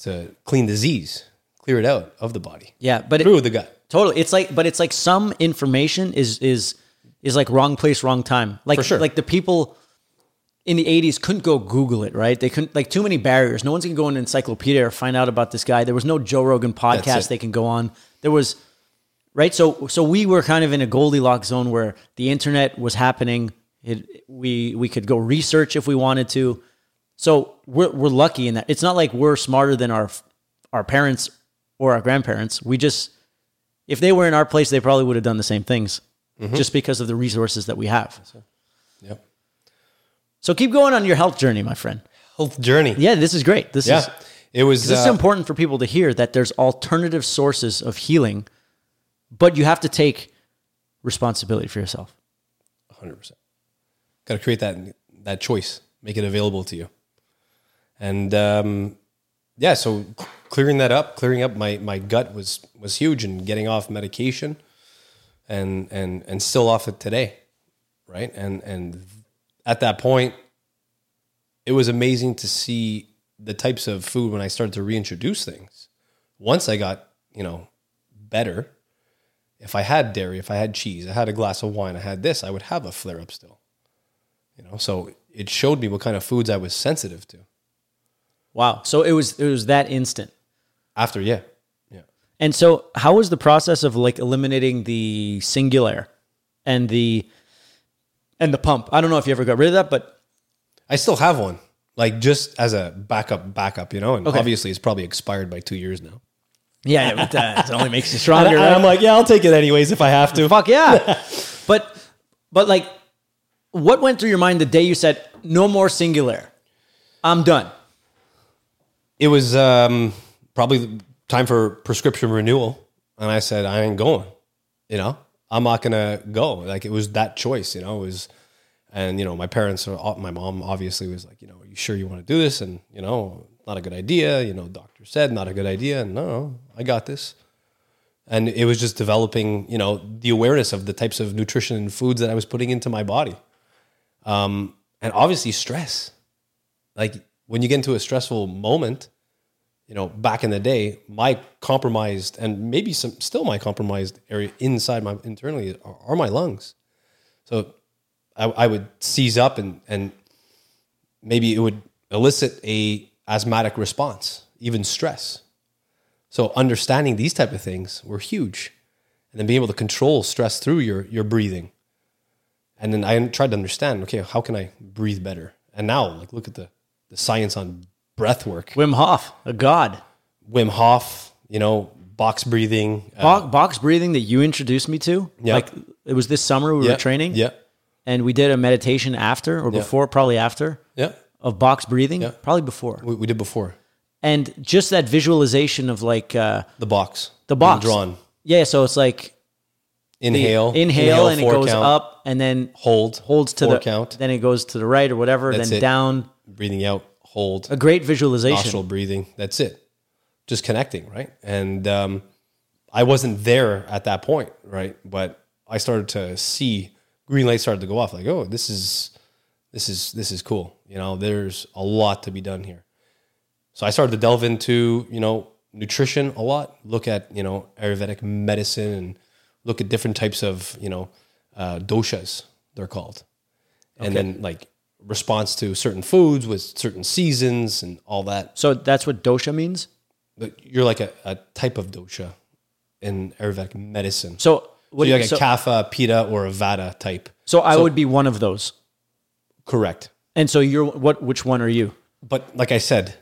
to clean disease, clear it out of the body
yeah, but it,
through the gut.
totally, it's like but it's like some information is is is like wrong place, wrong time. Like
For sure.
like the people in the 80s couldn't go google it right they couldn't like too many barriers no one's gonna go in an encyclopedia or find out about this guy there was no joe rogan podcast
it.
they can go on there was right so so we were kind of in a goldilocks zone where the internet was happening it, we we could go research if we wanted to so we're, we're lucky in that it's not like we're smarter than our our parents or our grandparents we just if they were in our place they probably would have done the same things just because of the resources that we have
Yep.
so keep going on your health journey my friend
Health journey.
yeah, this is great. This
Yeah.
is
It was
this is
uh,
important for people to hear that there's alternative sources of healing, but you have to take responsibility for yourself.
hundred percent. Got to create that that choice, make it available to you, and um, yeah. So c- clearing that up, clearing up my my gut was was huge, and getting off medication, and and and still off it today, right? And and at that point, it was amazing to see the types of food when I started to reintroduce things. Once I got you know better if I had dairy, if I had cheese, I had a glass of wine, I had this, I would have a flare up still. You know, so it showed me what kind of foods I was sensitive to.
Wow. So it was it was that instant.
After, yeah, yeah,
And so how was the process of like eliminating the singulaire and the and the pump? I don't know if you ever got rid of that, but
I still have one, like just as a backup, backup. You know, and
Okay.
obviously it's probably expired by two years now.
yeah, it, uh, it only makes you
And,
stronger.
I,
right?
am like, yeah, I'll take it anyways if I have to.
Fuck yeah. but but like what went through your mind the day you said no more singulaire? I'm done.
It was um, probably time for prescription renewal. And I said, I ain't going, you know, I'm not going to go. Like it was that choice, you know, it was, and you know, my parents or my mom obviously was like, you know, are you sure you want to do this? And you know, not a good idea. You know, doctor said not a good idea. And no, I got this. And it was just developing, you know, the awareness of the types of nutrition and foods that I was putting into my body. Um, and obviously stress. Like when you get into a stressful moment, you know, back in the day, my compromised and maybe some still my compromised area inside my internally are, are my lungs. So I, I would seize up and and maybe it would elicit a asthmatic response, even stress. So understanding these type of things were huge, and then being able to control stress through your your breathing. And then I tried to understand, okay, how can I breathe better? And now, like, look at the the science on breath work.
Wim Hof, a god.
Wim Hof, you know, box breathing. Uh,
Bo- box breathing that you introduced me to.
Yeah.
Like it was this summer we
yeah,
were training.
Yeah.
And we did a meditation after or before, probably after,
Yeah.
of box breathing. Probably before.
We, we did before.
And just that visualization of like uh,
The box.
the box.
Drawn.
Yeah. So it's like
Inhale.
inhale, and it
four
goes
count,
up and then
Hold.
holds to
four
the
count.
Then it goes to the right or whatever.
That's
then
it.
down.
Breathing out. Hold.
A great visualization.
nostril breathing. That's it. Just connecting, right? And um, I wasn't there at that point, right? But I started to see green lights started to go off. Like, oh, this is this is this is cool. You know, there's a lot to be done here. So I started to delve into you know nutrition a lot. Look at you know Ayurvedic medicine and look at different types of you know uh, doshas. They're called and then like response to certain foods with certain seasons and all that.
So that's what dosha means.
But you're like a, a type of dosha in Ayurvedic medicine. So,
So what do
you're
you,
like
so,
a kapha, a pita, or a vata type.
so I would be one of those.
Correct.
And so you're what? Which one are you?
But like I said,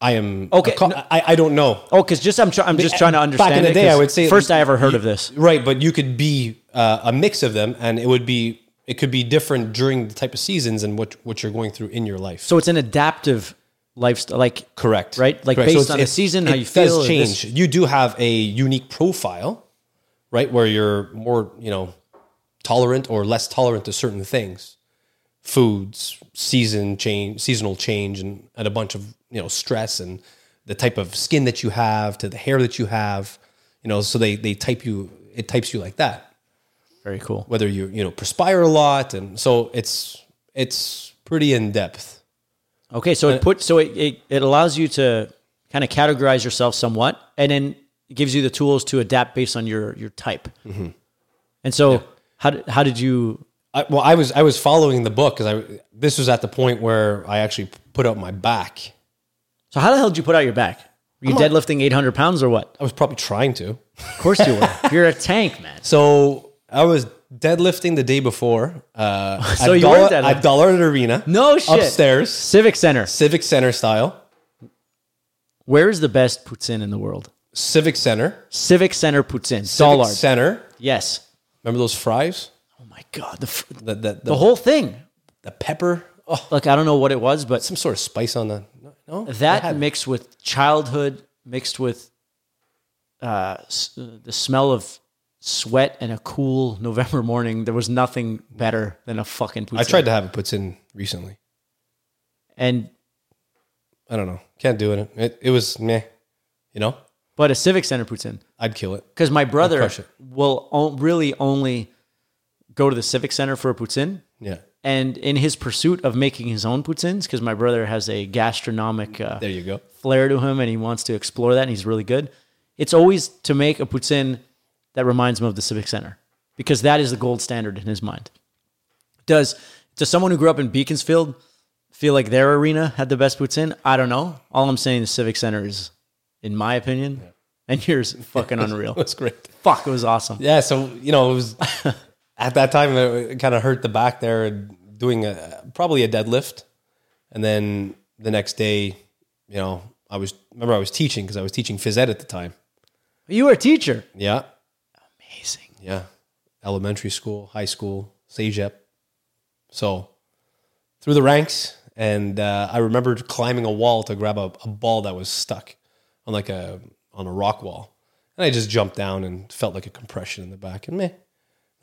I am
Okay,
a co- I, I don't know.
Oh, because just I'm, try- I'm just trying to
Back
understand.
in the
it,
day,
'cause
I would say-
first I ever heard of this.
Right, but you could be uh, a mix of them, and it would be it could be different during the type of seasons and what what you're going through in your life.
So it's an adaptive lifestyle, like
Correct.
right? Like
Correct.
based
it's-
on the
it's-
season, how
it
you feel.
Does
or this-
change. You do have a unique profile, right? Where you're more, you know, tolerant or less tolerant to certain things, foods, season change, seasonal change, and, and a bunch of you know stress and the type of skin that you have to the hair that you have, you know. So they they type you. It types you like that.
Very cool.
Whether you you know perspire a lot, and so it's it's pretty in depth.
Okay, so it put so it, it, it allows you to kind of categorize yourself somewhat, and then it gives you the tools to adapt based on your your type. And so how did, how did you?
I, well, I was I was following the book because I this was at the point where I actually put out my back.
So how the hell did you put out your back? Were you
I'm not-
deadlifting 800 pounds or what?
I was probably trying to.
Of course you were. You're a tank, man.
So I was deadlifting the day before. Uh,
So
at
you were
dollar,
deadlifting.
at Dollar Arena.
No shit.
Upstairs,
Civic Center.
Civic Center style.
Where is the best poutine in the world?
Civic Center.
Civic Center poutine.
Civic
Dollard.
Center.
yes.
Remember those fries?
Oh my god, the f-
The the the,
the whole thing.
the pepper. Oh,
Like I don't know what it was, but
some sort of spice on that. No,
that
It had-
mixed with childhood, mixed with uh, s- the smell of sweat and a cool November morning, there was nothing better than a fucking poutine.
I tried to have it puts in recently.
and
I don't know. Can't do it. It it was meh. You know,
but a civic center poutine
I'd kill it.
because my brother
crush it.
will o- really only go to the civic center for a poutine.
Yeah.
And in his pursuit of making his own poutines, because my brother has a gastronomic uh,
There you go.
flair to him and he wants to explore that and he's really good. It's always to make a poutine that reminds him of the Civic Center because that is the gold standard in his mind. Does does someone who grew up in Beaconsfield feel like their arena had the best poutine? I don't know. All I'm saying is Civic Center is, in my opinion, and yours fucking unreal.
That's great.
Fuck, it was awesome.
Yeah, so you know, it was at that time it, kind of hurt the back there, and doing a, probably a deadlift, and then the next day, you know, I was remember I was teaching because I was teaching phys ed at the time.
You were a teacher.
Yeah,
Amazing.
yeah, elementary school, high school, SAGEP. So through the ranks, and uh, I remembered climbing a wall to grab a, a ball that was stuck on like a on a rock wall. And I just jumped down and felt like a compression in the back. And meh,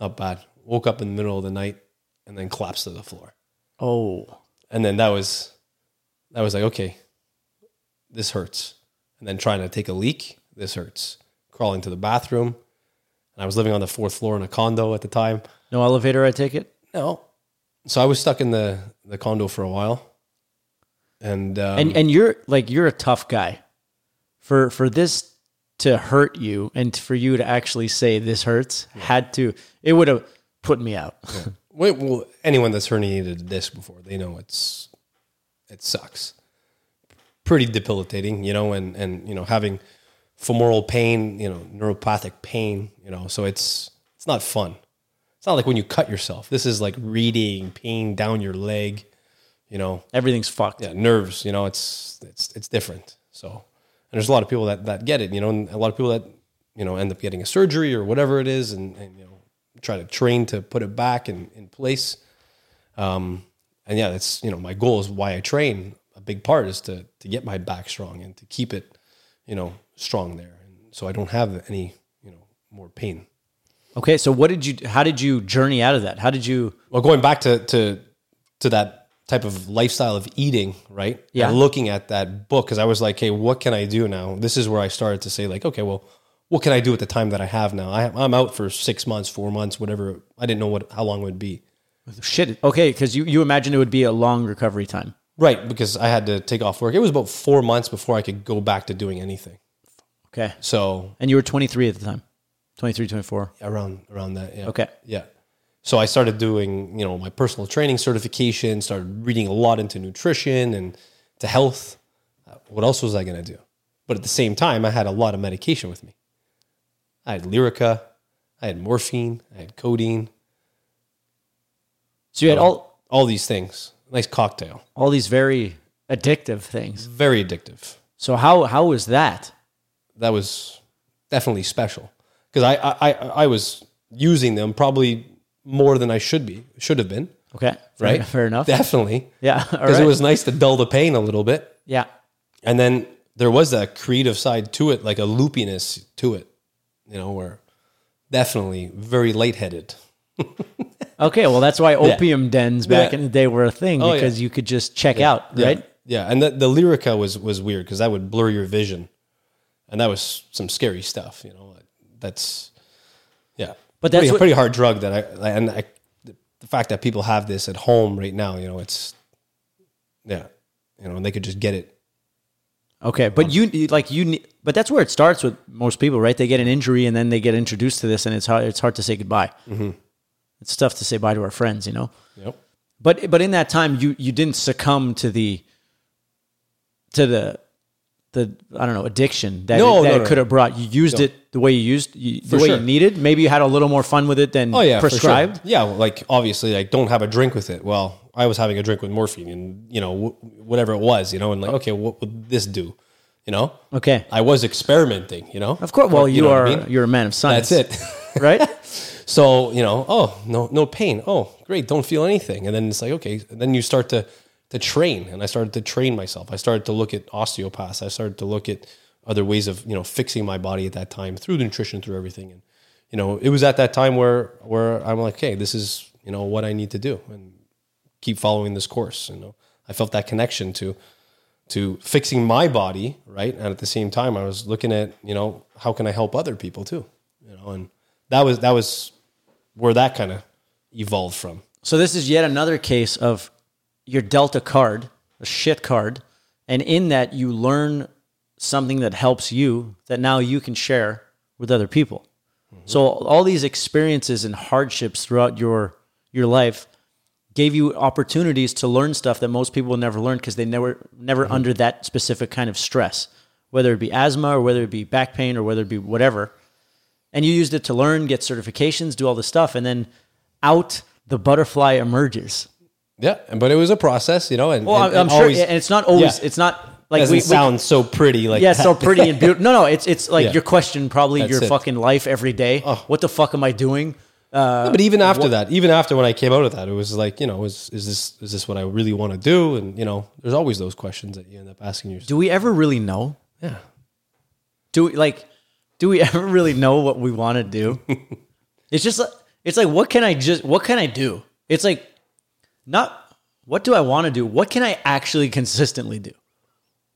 not bad. Woke up in the middle of the night and then collapsed to the floor.
Oh,
And then that was, that was like, okay, this hurts. And then trying to take a leak, this hurts. Crawling to the bathroom. And I was living on the fourth floor in a condo at the time.
no elevator. I take it.
No. So I was stuck in the, the condo for a while. And, um,
and and you're like you're a tough guy for for this to hurt you and for you to actually say this hurts had to it would have put me out
Wait, well, anyone that's herniated disc before, they know it's it sucks. Pretty debilitating, you know, and and you know having femoral pain, you know, neuropathic pain, you know, so it's it's not fun. It's not like when you cut yourself. This is like radiating pain down your leg, you know,
everything's fucked
yeah, nerves. You know, it's it's it's different. So, and there's a lot of people that that get it. You know, and a lot of people that you know end up getting a surgery or whatever it is, and, and you know try to train to put it back in in place. Um, and yeah, that's you know my goal is why I train. A big part is to to get my back strong and to keep it, you know, strong there, and so I don't have any you know more pain.
okay so what did you how did you journey out of that how did you
well going back to to to that type of lifestyle of eating right
Yeah.
and looking at that book because i was like hey what can i do now this is where i started to say like okay well what can i do at the time that i have now I, i'm out for six months four months whatever i didn't know what how long it would be
shit okay because you you imagined it would be a long recovery time
right because i had to take off work it was about four months before i could go back to doing anything
okay
so
and you were 23 at the time 23 24
around around that. Yeah.
Okay.
Yeah. So I started doing, you know, my personal training certification, started reading a lot into nutrition and to health. Uh, What else was I going to do? But at the same time, I had a lot of medication with me. I had Lyrica, I had morphine, I had codeine,
so you had all
all all these things. Nice cocktail.
all these very addictive things
Very addictive.
so how how was that
that was definitely special because I, I I I was using them probably more than I should be should have been
okay fair,
right
fair enough
definitely
yeah all
because
right.
it was nice to dull the pain a little bit
yeah
and then there was a creative side to it like a loopiness to it you know where definitely very lightheaded
Okay, well, that's why opium dens back
Yeah.
in the day were a thing
Oh, yeah.
because you could just check out,
Yeah.
right?
yeah and the, the lyrica was was weird because that would blur your vision and that was some scary stuff you know that's yeah
But that's
pretty,
what-
pretty hard drug that i and i the fact that people have this at home right now you know it's yeah you know and they could just get it
Okay, but you you- like you, ne- but that's where it starts with most people, right? They get an injury and then they get introduced to this, and it's hard. It's hard to say goodbye.
Mm-hmm.
It's tough to say bye to our friends, you know.
yep
But but in that time, you you didn't succumb to the to the the I don't know addiction that
No,
it, that
no,
it
no,
could
no.
have brought. You used
No.
it the way you used you, the way
sure.
you needed. Maybe you had a little more fun with it than
Oh yeah, for sure.
prescribed.
Yeah, well, like obviously, like don't have a drink with it. Well, I was having a drink with morphine, and you know w- whatever it was, you know, and like okay, what would this do? You know,
Okay,
I was experimenting. You know,
of course. Well, you,
know what
are
I mean?
you're a man of science.
That's it.
right?
so you know, oh no, no pain. Oh great, don't feel anything. And then it's like okay, and then you start to to train, and I started to train myself. I started to look at osteopaths. I started to look at other ways of you know fixing my body at that time through nutrition, through everything, and you know it was at that time where where I'm like, hey, this is you know what I need to do, and keep following this course. You know, I felt that connection to to fixing my body, right? And at the same time, I was looking at you know how can I help other people too, you know, and that was that was where that kind of evolved from.
So this is yet another case of your Delta card, a shit card, and in that you learn something that helps you that now you can share with other people.
Mm-hmm.
So all these experiences and hardships throughout your your life gave you opportunities to learn stuff that most people will never learn because they never never
Mm-hmm.
under that specific kind of stress, whether it be asthma or whether it be back pain or whether it be whatever and you used it to learn, get certifications, do all this stuff, and then out the butterfly emerges.
Yeah, and- but it was a process, you know, and
Well,
and-
I'm, I'm
and
sure,
always-
and it's not always,
Yeah.
it's not like
doesn't
we, we-
sound so pretty, like
yeah,
that.
it's so pretty and beautiful. No, no, it's it's like
Yeah.
your question probably
That's
your
it.
fucking life every day. What the fuck am I doing?
Yeah, but even after that, even after when I came out of that, it was like, you know, is is this is this what I really want to do? And you know, there's always those questions that you end up asking yourself.
Do we ever really know?
Yeah,
do we like do we ever really know what we want to do? it's just like- it's like what can I just what can I do? It's like not what do I want to do? What can I actually consistently do?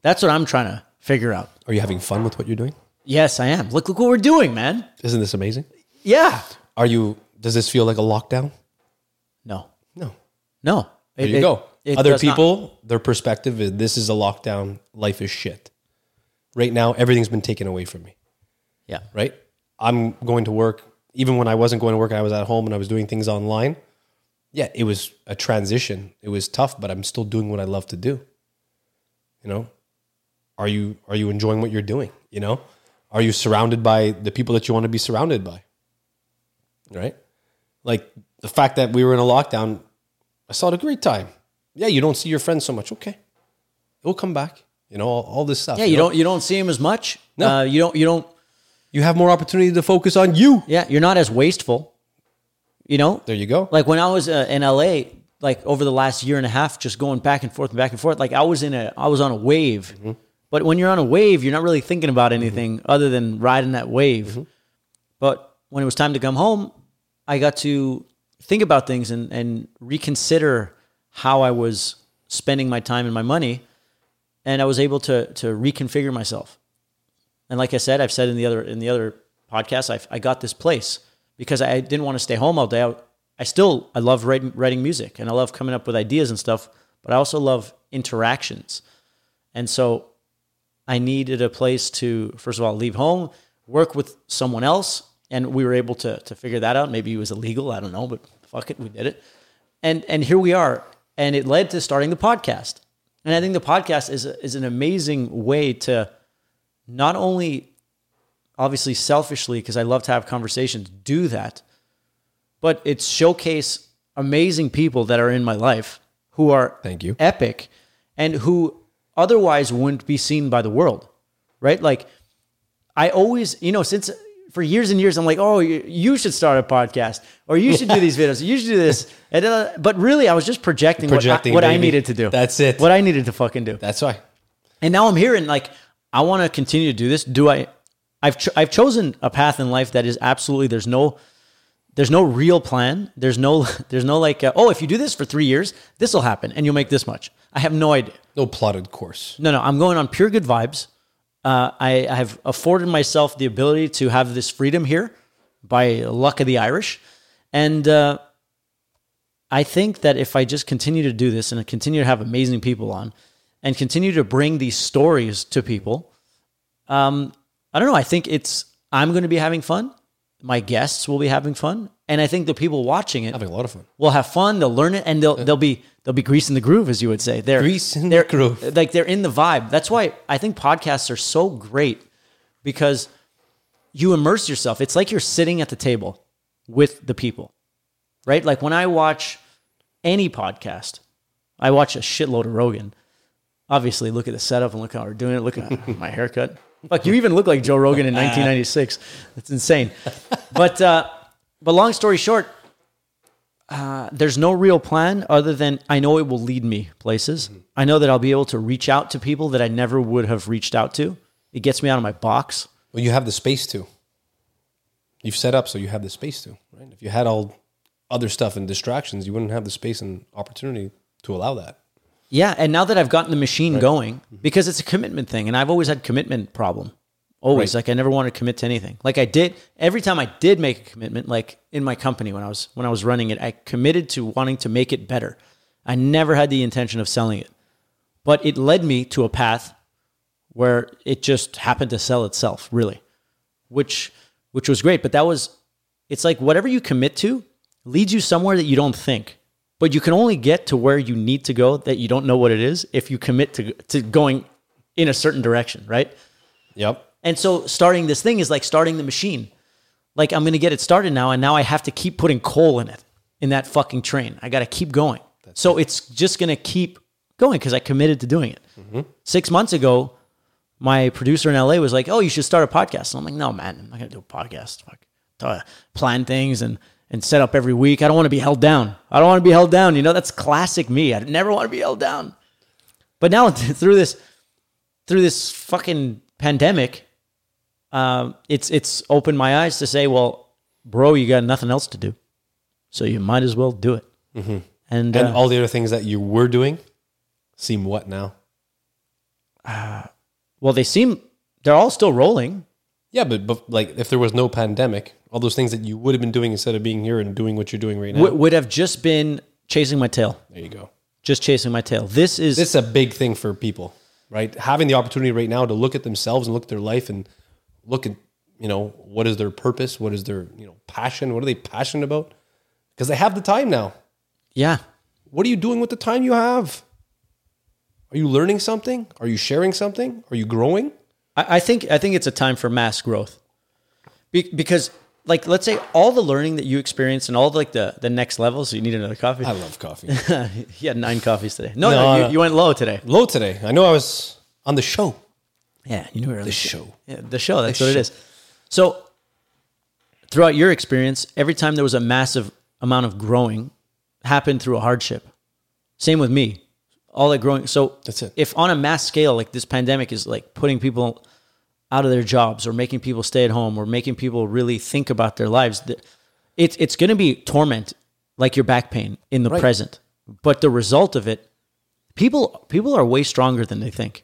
That's what I'm trying to figure out.
Are you having fun with what you're doing?
Yes, I am. Look, look what we're doing, man.
Isn't this amazing?
Yeah.
Are you? Does this feel like a lockdown?
No.
No.
No.
There you go. Other people, their perspective is this is a lockdown. Life is shit. Right now, everything's been taken away from me.
Yeah.
Right? I'm going to work. Even when I wasn't going to work, I was at home and I was doing things online. Yeah, it was a transition. It was tough, but I'm still doing what I love to do. You know, are you are you enjoying what you're doing? You know, are you surrounded by the people that you want to be surrounded by? Right? Like the fact that we were in a lockdown I still had a great time. Yeah, you don't see your friends so much. Okay, it'll come back. You know, all, all this stuff.
Yeah, you
know?
don't you don't see him as much.
No.
Uh, you don't you don't
You have more opportunity to focus on you.
yeah, you're not as wasteful. You know?
There you go.
Like when I was uh, in LA, like over the last year and a half, just going back and forth and back and forth. Like I was in a, I was on a wave. But when you're on a wave, you're not really thinking about anything other than riding that wave. But when it was time to come home, I got to think about things and and reconsider how I was spending my time and my money, and I was able to to reconfigure myself. And like I said, I've said in the other in the other podcast, I I got this place because I didn't want to stay home all day. I, I still I love writing, writing music and I love coming up with ideas and stuff, but I also love interactions. And so I needed a place to first of all leave home, work with someone else, and we were able to to figure that out. Maybe it was illegal, I don't know, but fuck it, we did it. And and here we are. And it led to starting the podcast. And I think the podcast is a, is an amazing way to not only obviously selfishly because I love to have conversations do that but it's showcase amazing people that are in my life who are
Thank you.
epic and who otherwise wouldn't be seen by the world right like I always, you know, since for years and years, I'm like, oh, you, you should start a podcast or you should do these videos, you should do this. And, uh, but really, I was just projecting,
Projecting,
what, I, what I
baby.
needed to do.
That's it.
What I needed to fucking do.
That's why.
And now I'm here and like, I want to continue to do this. Do I? I've cho- I've chosen a path in life that is absolutely there's no there's no real plan. There's no there's no like uh, oh if you do this for three years this will happen and you'll make this much. I have no idea.
No plotted course.
No, no, I'm going on pure good vibes. Uh, I, I have afforded myself the ability to have this freedom here by luck of the Irish. And uh, I think that if I just continue to do this and continue to have amazing people on and continue to bring these stories to people, um, I don't know. I think it's, I'm going to be having fun. My guests will be having fun. And I think the people watching it
Having a lot of fun.
will have fun. They'll learn it, and they'll they'll be they'll be greasing the groove, as you would say. They're
Greasing the
they're,
groove.
Like they're in the vibe. That's why I think podcasts are so great because you immerse yourself. It's like you're sitting at the table with the people, right? Like when I watch any podcast, I watch a shitload of Rogan. Obviously, look at the setup and look how we're doing it. Look at my haircut. Fuck, you even look like Joe Rogan in 1996. That's insane. But uh, but long story short, there's no real plan other than I know it will lead me places. I know that I'll be able to reach out to people that I never would have reached out to. It gets me out of my box.
Well, you have the space to. You've set up so you have the space to, right? If you had all other stuff and distractions, you wouldn't have the space and opportunity to allow that.
Yeah, and now that I've gotten the machine going, because it's a commitment thing, and I've always had commitment problem. Always,
Right.
like I never wanted to commit to anything. Like I did every time I did make a commitment, like in my company when I was when I was running it, I committed to wanting to make it better. I never had the intention of selling it, but it led me to a path where it just happened to sell itself, really, which which was great. But that was, it's like whatever you commit to leads you somewhere that you don't think, but you can only get to where you need to go that you don't know what it is if you commit to to going in a certain direction, right?
Yep.
And so starting this thing is like starting the machine. Like I'm going to get it started now, and now I have to keep putting coal in it in that fucking train. I got to keep going. so it's just going to keep going because I committed to doing it. Six months ago, my producer in LA was like, "Oh, you should start a podcast." And I'm like, "No, man, I'm not going to do a podcast. Fuck, Uh, plan things and and set up every week. I don't want to be held down. I don't want to be held down. You know, that's classic me. I never want to be held down. But now through this through this fucking pandemic, um, it's it's opened my eyes to say, well, bro, you got nothing else to do, so you might as well do it. And,
And
uh,
all the other things that you were doing seem what now?
well, they seem they're all still rolling.
Yeah, but, but like if there was no pandemic, all those things that you would have been doing instead of being here and doing what you're doing right now.
Would would have just been chasing my tail,
there you go.
just chasing my tail. This is
This is a big thing for people, right? Having the opportunity right now to look at themselves and look at their life and look at, you know, what is their purpose? What is their, you know, passion? What are they passionate about? Because they have the time now.
yeah.
What are you doing with the time you have? Are you learning something? Are you sharing something? Are you growing?
I, I think I think it's a time for mass growth, Be- because like let's say all the learning that you experience and all like the the next levels. you need another coffee.
I love coffee.
he had nine coffees today. No,
No,
no,
no.
you, you went low today.
Low today. I know I was on the show.
Yeah, you knew earlier. The
show.
Yeah, the show. That's what it is. So, throughout your experience, every time there was a massive amount of growing, happened through a hardship. Same with me. All that growing. So
That's it.
If on a mass scale, like this pandemic is like putting people out of their jobs or making people stay at home or making people really think about their lives, th- it's it's going to be torment, like your back pain in the
Right.
present. But the result of it, people people are way stronger than they think.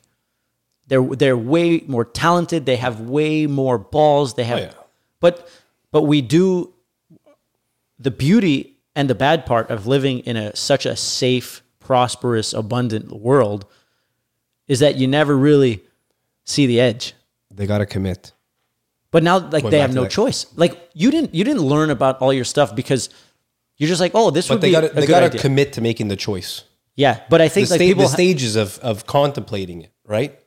They're they're way more talented. They have way more balls. They have,
Oh, yeah.
but but we do the beauty and the bad part of living in a such a safe, prosperous, abundant world is that you never really see the edge.
They got to commit.
But now, like
Going
they
back
have
to
no
that-
choice. Like you didn't you didn't learn about all your stuff because you're just like, oh, this
But
would
they
be
got
a
to they
good
got to
idea.
commit to making the choice.
yeah, but I think
The,
like
sta-
people,
the
ha-
stages of of contemplating it, right?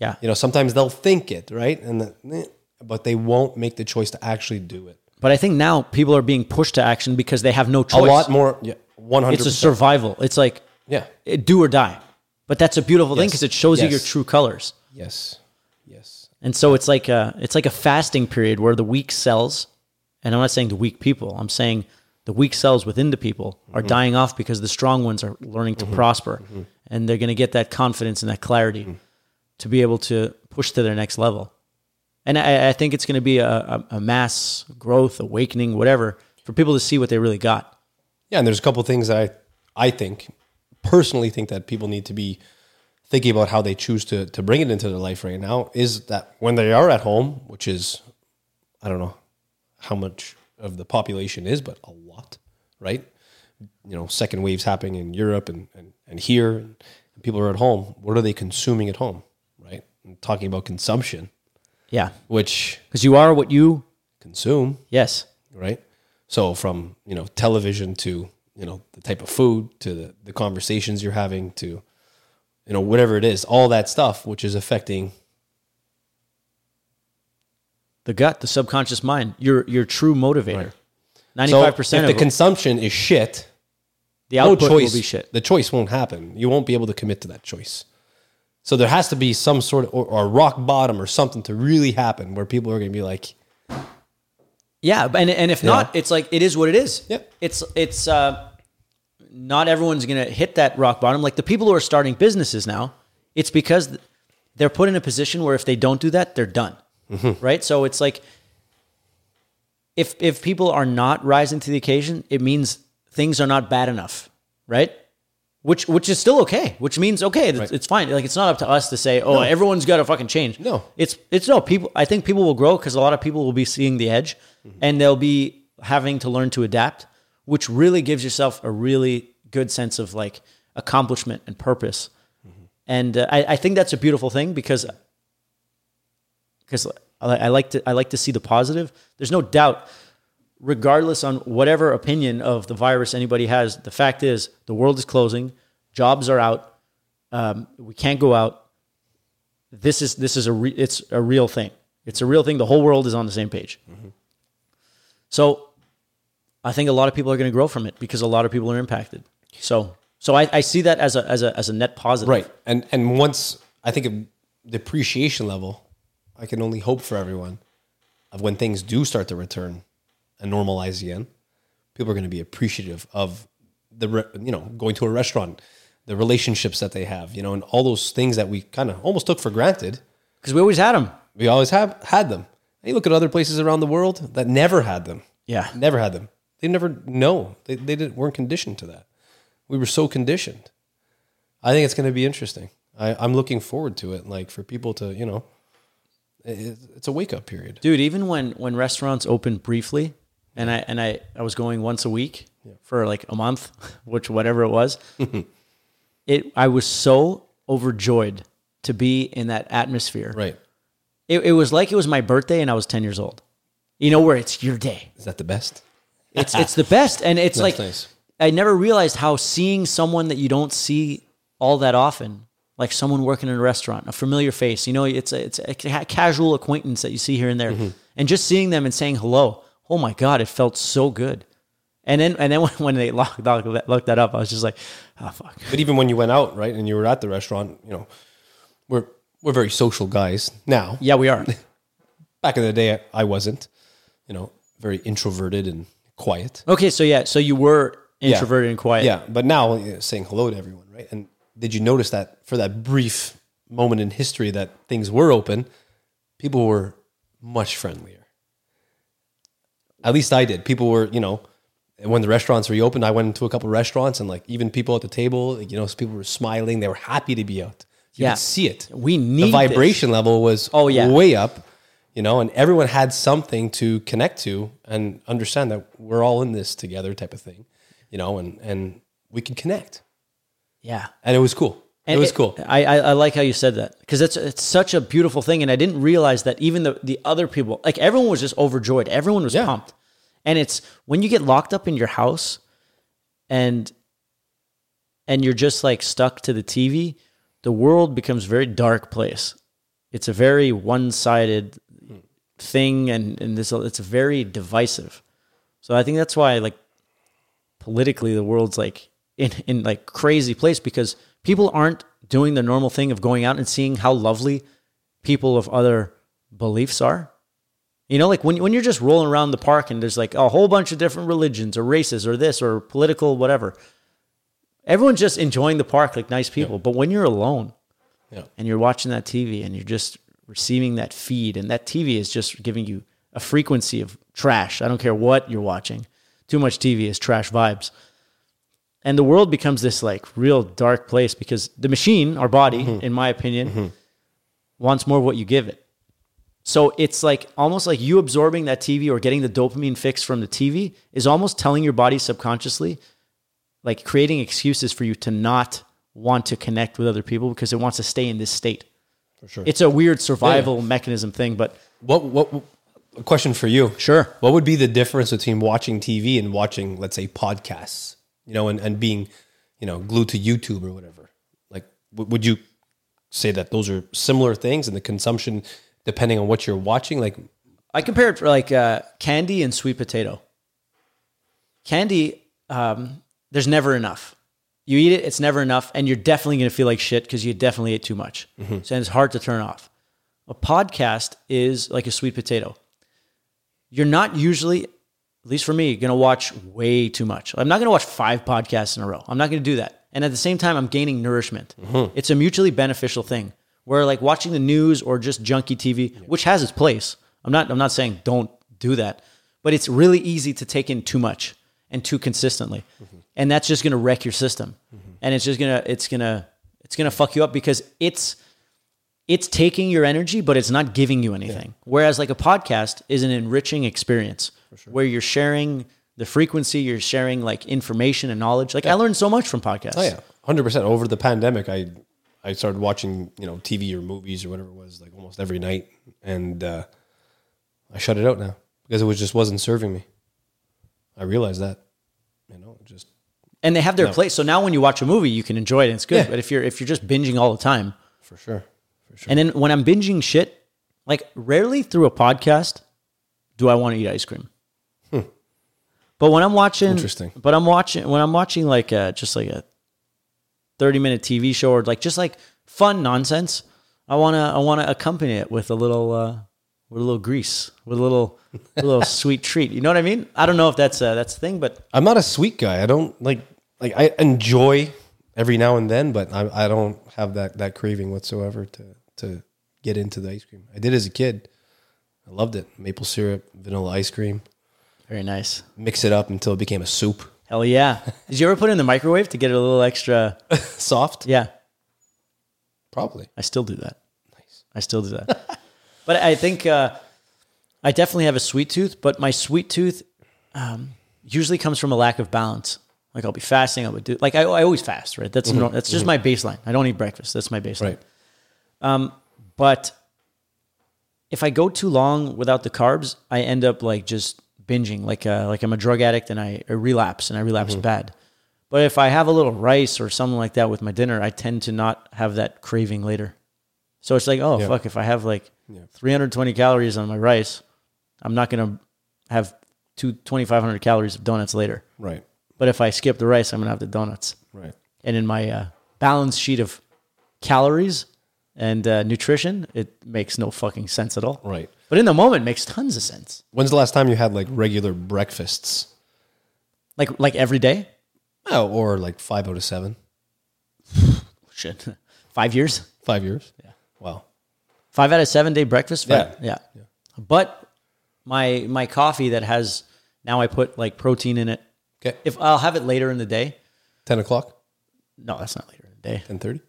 yeah,
You know, sometimes they'll think it, right? And the, eh, but they won't make the choice to actually do it.
But I think now people are being pushed to action because they have no
A
choice.
lot more, yeah, one
It's
hundred.
a survival. It's like
Yeah.
eh, do or die. But that's a beautiful thing
Yes.
because it shows you your
Yes.
true colors.
Yes. Yes.
And so it's like a, it's like a fasting period where the weak cells, and I'm not saying the weak people, I'm saying the weak cells within the people are
Mm-hmm.
dying off because the strong ones are learning to prosper and they're going to get that confidence and that clarity
Mm-hmm.
to be able to push to their next level. And I, I think it's going to be a, a, a mass growth, awakening, whatever, for people to see what they really got.
Yeah, and there's a couple things I I think personally think that people need to be thinking about how they choose to to bring it into their life right now is that when they are at home, which is I don't know how much of the population is, but a lot, right? You know, second waves happening in Europe and and, and here, and people are at home. What are they consuming at home, right? I'm talking about consumption,
Yeah.
which
Because you are what you,
consume
yes.
right? So from you know television to you know the type of food to the, the conversations you're having to you know whatever it is, all that stuff which is affecting
The gut, the subconscious mind, your, your true motivator. 95%
So
of
if the
it-
consumption is shit,
the
no
output
choice.
will be shit.
The choice won't happen. You won't be able to commit to that choice. So there has to be some sort of or, or rock bottom or something to really happen where people are going to be like,
Yeah, but- and and if not, it's like it is what it is.
Yeah.
It's it's uh, not everyone's gonna hit that rock bottom. Like the people who are starting businesses now, it's because they're put in a position where if they don't do that, they're done. Right. So it's like if if people are not rising to the occasion, it means things are not bad enough. Right. Which which is still okay. Which means okay, it's, it's fine. Like it's not up to us to say, oh, everyone's got to fucking change.
No.
it's it's no people. I think people will grow because a lot of people will be seeing the edge, and they'll be having to learn to adapt, which really gives yourself a really good sense of like accomplishment and purpose. And uh, I, I think that's a beautiful thing because because I, I like to I like to see the positive. There's no doubt, regardless on whatever opinion of the virus anybody has, the fact is the world is closing, jobs are out, um, we can't go out. This is this is a re- it's a real thing. It's a real thing. The whole world is on the same page. So, I think a lot of people are going to grow from it because a lot of people are impacted. So, so I, I see that as a as a as a net positive.
Right. And and once I think of the appreciation level, I can only hope for everyone of when things do start to return and normalize again, people are going to be appreciative of the re- you know going to a restaurant, the relationships that they have, you know, and all those things that we kind of almost took for granted.
Because we always had them.
We always have had them. And you look at other places around the world that never had them.
Yeah.
Never had them. They never know. They, they didn't, weren't conditioned to that. We were so conditioned. I think it's going to be interesting. I, I'm looking forward to it. Like for people to, you know, it, it's a wake up period.
dude even when when restaurants opened briefly and i and i i was going once a week for like a month which whatever it was it i was so overjoyed to be in that atmosphere
Right.
it, it was like it was my birthday and i was 10 years old you know where it's your day
Is that the best?
it's it's the best and it's like
nice.
i never realized how seeing someone that you don't see all that often like someone working in a restaurant a familiar face you know it's a, it's a ca- casual acquaintance that you see here and there and just seeing them and saying hello oh my god it felt so good and then and then when, when they locked, locked, that- looked that up i was just like oh fuck
But even when you went out, right, and you were at the restaurant, you know, we're we're very social guys now.
yeah we are
Back in the day, I wasn't. You know, very introverted and quiet.
okay so yeah so you were introverted and quiet
Yeah, but now you know, saying hello to everyone, right? And did you notice that for that brief moment in history that things were open, people were much friendlier. At least I did. People were, you know, and when the restaurants reopened, I went into a couple restaurants and like even people at the table, you know, people were smiling. They were happy to be out. You
Yeah.
could see it.
we need
the
this.
vibration level was
Oh, yeah.
way up, you know, and everyone had something to connect to and understand that we're all in this together type of thing, you know, and and we can connect.
yeah
And it was cool. it
And
was cool.
I, I I like how you said that because it's it's such a beautiful thing, and I didn't realize that even the the other people, like everyone, was just overjoyed. Everyone was
Yeah.
pumped, and it's when you get locked up in your house, and and you're just like stuck to the TV, the world becomes a very dark place. It's a very one sided thing, and and this it's very divisive. So I think that's why like politically the world's like in in like crazy place because people aren't doing the normal thing of going out and seeing how lovely people of other beliefs are. You know, like when when you're just rolling around the park and there's like a whole bunch of different religions or races or this or political whatever. Everyone's just enjoying the park like nice people, but when you're alone
Yeah.
and you're watching that TV and you're just receiving that feed and that TV is just giving you a frequency of trash. I don't care what you're watching. Too much TV is trash vibes. And the world becomes this like real dark place because the machine, our body, in my opinion, wants more of what you give it. So it's like almost like you absorbing that TV or getting the dopamine fix from the TV is almost telling your body subconsciously, like creating excuses for you to not want to connect with other people because it wants to stay in this state. For
sure.
It's a weird survival mechanism thing, but
What what a question for you.
Sure.
What would be the difference between watching TV and watching, let's say, podcasts, you know, and, and being, you know, glued to YouTube or whatever? Like, w- would you say that those are similar things and the consumption, depending on what you're watching? Like,
I compare it for like uh, candy and sweet potato. Candy, um, there's never enough. You eat it, it's never enough, and you're definitely going to feel like shit because you definitely ate too much. So it's hard to turn off. A podcast is like a sweet potato. You're not usually, at least for me, going to watch way too much. I'm not going to watch five podcasts in a row. I'm not going to do that. And at the same time, I'm gaining nourishment. It's a mutually beneficial thing. Where like watching the news or just junky TV, which has its place. I'm not. I'm not saying don't do that, but it's really easy to take in too much and too consistently, and that's just going to wreck your system, and it's just gonna. It's gonna. It's gonna fuck you up because it's it's taking your energy, but it's not giving you anything. Whereas like a podcast is an enriching experience where you're sharing the frequency, you're sharing like information and knowledge. Like I learned so much from podcasts.
oh yeah, hundred percent. Over the pandemic, I I started watching you know TV or movies or whatever it was like almost every night, and uh, I shut it out now because it was just wasn't serving me. I realized that, you know, it just
And they have their place. So now when you watch a movie, you can enjoy it and it's good.
Yeah.
But if you're if you're just binging all the time,
for sure, for sure.
and then when I'm binging shit, like rarely through a podcast do I want to eat ice cream. Hmm. But when I'm watching,
Interesting.
But I'm watching when I'm watching like a, just like a thirty minute TV show or like just like fun nonsense. I wanna I wanna accompany it with a little uh, with a little grease with a little a little sweet treat. You know what I mean? I don't know if that's uh, that's the thing, but
I'm not a sweet guy. I don't like like I enjoy every now and then, but I, I don't have that that craving whatsoever to to get into the ice cream. I did as a kid. I loved it. Maple syrup, vanilla ice cream.
Very nice.
Mix it up until it became a soup.
Hell yeah. Did you ever put it in the microwave to get it a little extra?
Soft?
Yeah.
Probably.
I still do that. Nice. I still do that. but I think uh, I definitely have a sweet tooth, but my sweet tooth um, usually comes from a lack of balance. Like I'll be fasting, I would do like I, I always fast, right? That's nor- that's just my baseline. I don't eat breakfast. That's my baseline.
Right.
But if I go too long without the carbs, I end up like just binging, like uh, like I'm a drug addict and I relapse and I relapse bad. But if I have a little rice or something like that with my dinner, I tend to not have that craving later. So it's like, oh
Yeah.
fuck, if I have like 320 calories on my rice, I'm not gonna have two 2,500 calories of donuts later.
Right.
But if I skip the rice, I'm gonna have the donuts
Right.
and in my uh, balance sheet of calories and uh, nutrition, it makes no fucking sense at all.
Right.
But in the moment, it makes tons of sense.
When's the last time you had like regular breakfasts?
Like like every day.
Oh, or like five out of seven.
Oh, Shit, five years,
Five years. Yeah. Wow.
five out of seven day breakfast. Five-
Yeah.
yeah, But my my coffee that has now I put like protein in it.
Okay.
If I'll have it later in the day.
Ten o'clock.
No, that's not later in the day.
Ten thirty.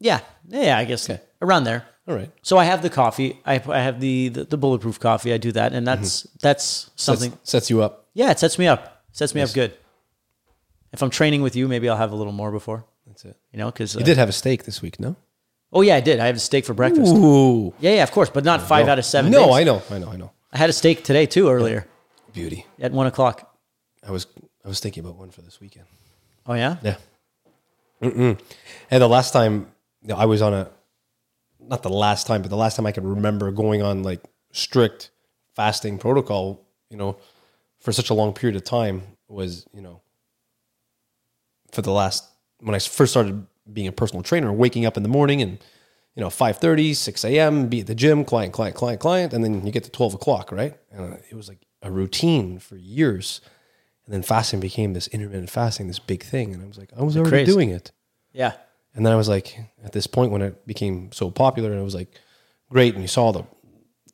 Yeah, yeah, I guess around there.
All right.
So I have the coffee. I, I have the, the the bulletproof coffee. I do that, and that's
Mm-hmm.
that's something.
Sets, sets you up.
Yeah, it sets me up. Sets me up good. If I'm training with you, maybe I'll have a little more before.
That's it.
You know, because
You did have a steak this week, no?
Oh yeah, I did. I had a steak for breakfast.
Ooh.
Yeah, yeah, of course, but not five out of seven.
No,
days.
I know. I know. I know.
I had a steak today too earlier
Beauty.
at one o'clock.
I was I was thinking about one for this weekend.
Oh yeah,
Yeah. Mm-mm. And the last time you know, I was on a, not the last time, but the last time I could remember going on like strict fasting protocol, you know, for such a long period of time was, you know, for the last, when I first started being a personal trainer, waking up in the morning and, you know, 5.30, 6 a.m., be at the gym, client, client, client, client. And then you get to 12 o'clock, right? And uh, it was like a routine for years. And then fasting became this intermittent fasting, this big thing. And I was like, I was already
crazy.
doing it.
yeah,
And then I was like, at this point when it became so popular, and it was like, great, and you saw the,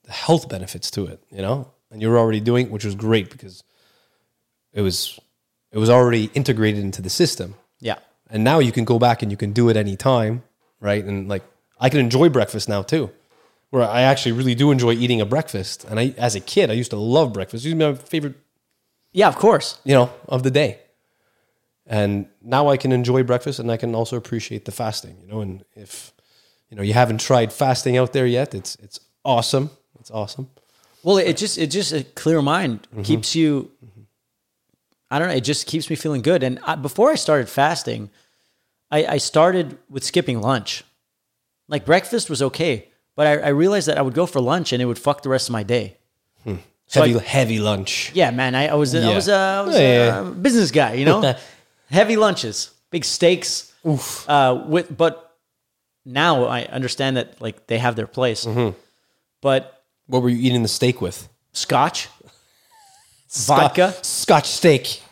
the health benefits to it, you know, and you were already doing, it, which was great because it was it was already integrated into the system,
yeah,
and now you can go back and you can do it any time, right? And like, I can enjoy breakfast now too, where I actually really do enjoy eating a breakfast. And I, as a kid, I used to love breakfast; it was my favorite
yeah. Of course.
you know, of the day. And now I can enjoy breakfast and I can also appreciate the fasting, you know, and if you know you haven't tried fasting out there yet, it's it's awesome. It's awesome.
Well, it just it just a clear mind
Mm-hmm.
keeps you. I don't know. It just keeps me feeling good. And I, before I started fasting, I, I started with skipping lunch. Like breakfast was okay, but I, I realized that I would go for lunch and it would fuck the rest of my day.
heavy heavy lunch.
Yeah, man. I, I was I
Yeah.
was, uh, I was
Yeah, yeah,
uh, business guy, you know. Heavy lunches, big steaks. Oof. Uh, with but now I understand that like they have their place.
Mm-hmm.
But
What were you eating the steak with?
scotch, vodka,
Scotch, Scotch steak.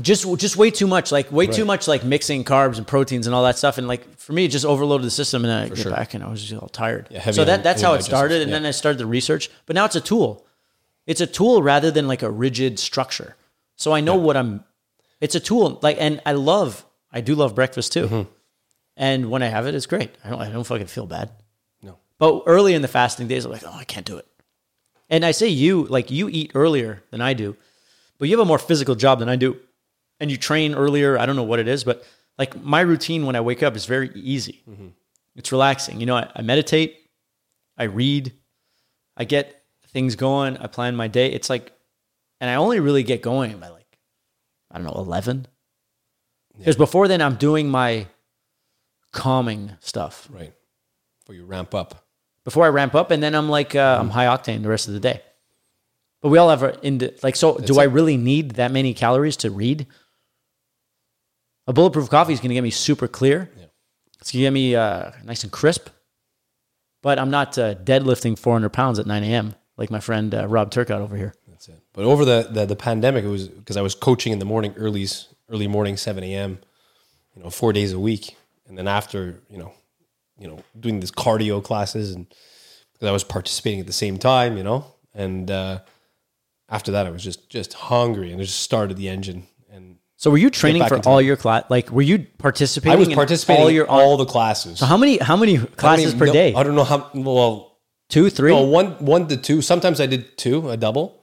just just way too much. Like way too much like mixing carbs and proteins and all that stuff. And like for me, it just overloaded the system. And then I get
sure.
back and I was just all tired.
heavy
so
on-
that that's
heavy
how
on
it started. And
digestion,
then I started the research. But now it's a tool. It's a tool rather than like a rigid structure. So I know what I'm. It's a tool. Like and I love. I do love breakfast too.
Mm-hmm.
And when I have it, it's great. I don't. I don't fucking feel bad.
No.
But early in the fasting days, I'm like, oh, I can't do it. And I say you, like you eat earlier than I do, but you have a more physical job than I do. And you train earlier. I don't know what it is, but like my routine when I wake up is very easy. It's relaxing. You know, I, I meditate, I read, I get things going, I plan my day. It's like, and I only really get going by like, I don't know, 11. Because before then, I'm doing my calming stuff
Right. Before you ramp up.
before I ramp up, and then I'm like uh, I'm high octane the rest of the day. But we all have our in the, like so. do I really need that many calories to read? A bulletproof coffee is going to get me super clear. It's going to get me uh, nice and crisp. But I'm not uh, deadlifting 400 pounds at 9 a.m. like my friend uh, Rob Turcotte over here.
That's it. But over the the, the pandemic, it was because I was coaching in the morning, early early morning, seven a.m. You know, four days a week, and then after, you know, you know, doing these cardio classes and because I was participating at the same time, you know. And uh, after that, I was just just hungry, and I just started the engine. And
So were you training
back
for
into
all your class? Like, were you participating?
I was
in
participating
all
in
your
all the classes.
how many how many
I don't
classes
even
per
know-
day?
I don't know how. Well,
Two, three.
no, one one to two. Sometimes I did two, a double.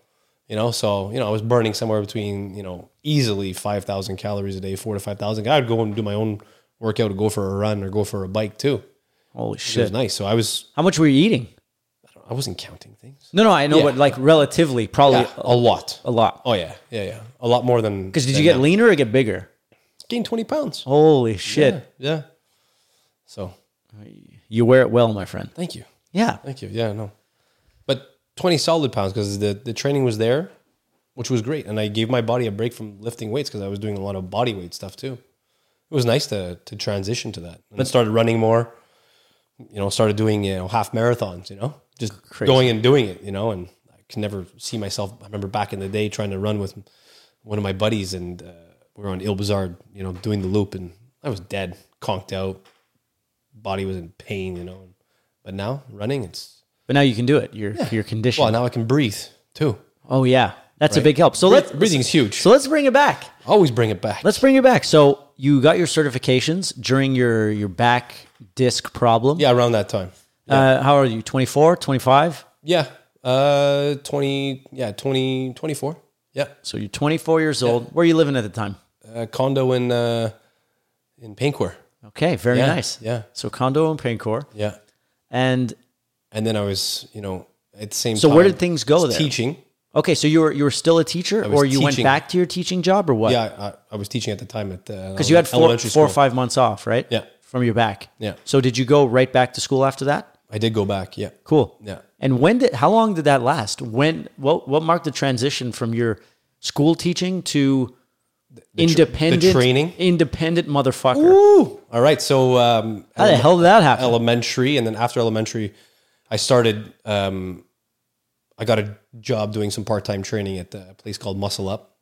You know, so you know, I was burning somewhere between you know easily five thousand calories a day, four to five thousand. I would go and do my own workout, or go for a run, or go for a bike too.
Holy
It was
shit!
nice. So I was
How much were you eating?
I wasn't counting things.
No, no, I know,
Yeah.
but like relatively, probably
Yeah, a lot.
a lot.
Oh yeah, yeah, yeah. A lot more than
Because did you get
than
Oh,
now.
leaner or get bigger?
Gained twenty pounds.
Holy shit!
Yeah, yeah. So
You wear it well, my friend.
thank you,
Yeah,
thank you. Yeah, no, but twenty solid pounds because the the training was there, which was great, and I gave my body a break from lifting weights because I was doing a lot of body weight stuff too. It was nice to to transition to that. And started running more. You know, started doing you know half marathons. You know, just
Crazy.
going and doing it. You know, and I can never see myself. I remember back in the day trying to run with one of my buddies, and uh, we were on Il Bazaar. You know, doing the loop, and I was dead, conked out. Body was in pain. You know, but now running, it's
but now you can do it. You're you're conditioned.
well. Now I can breathe too.
oh yeah, that's a
Right.
big help. So
Breath-
let's
breathing's huge.
So let's bring it back.
Always bring it back.
Let's bring it back. So you got your certifications during your your back disc problem.
yeah, around that time.
Uh, how are you? 24, 25?
Yeah. Uh, 20, yeah, 20, 24. Yeah.
So you're 24 years old. Where are you living at the time?
Uh, condo in, uh, in Paincourt.
Okay, very
Yeah,
nice.
yeah.
So condo in Pancor.
Yeah.
And
And then I was, you know, at the same
So
time.
where did things go
I was
there?
Teaching.
okay, so you were you were still a teacher
was
or you went
teaching.
back to your teaching job or what?
Yeah. I, I was teaching at the time at the,
Because you had four,
elementary
four or
school.
five months off, right?
Yeah.
From your back.
Yeah.
So did you go right back to school after that?
I did go back. Yeah.
Cool.
Yeah.
And when did how long did that last? When what what marked the transition from your school teaching to independent
the training?
independent motherfucker?
Woo! All right. So, um,
How the hell did that happen?
elementary. And then after elementary, I started, um, I got a job doing some part time training at a place called Muscle Up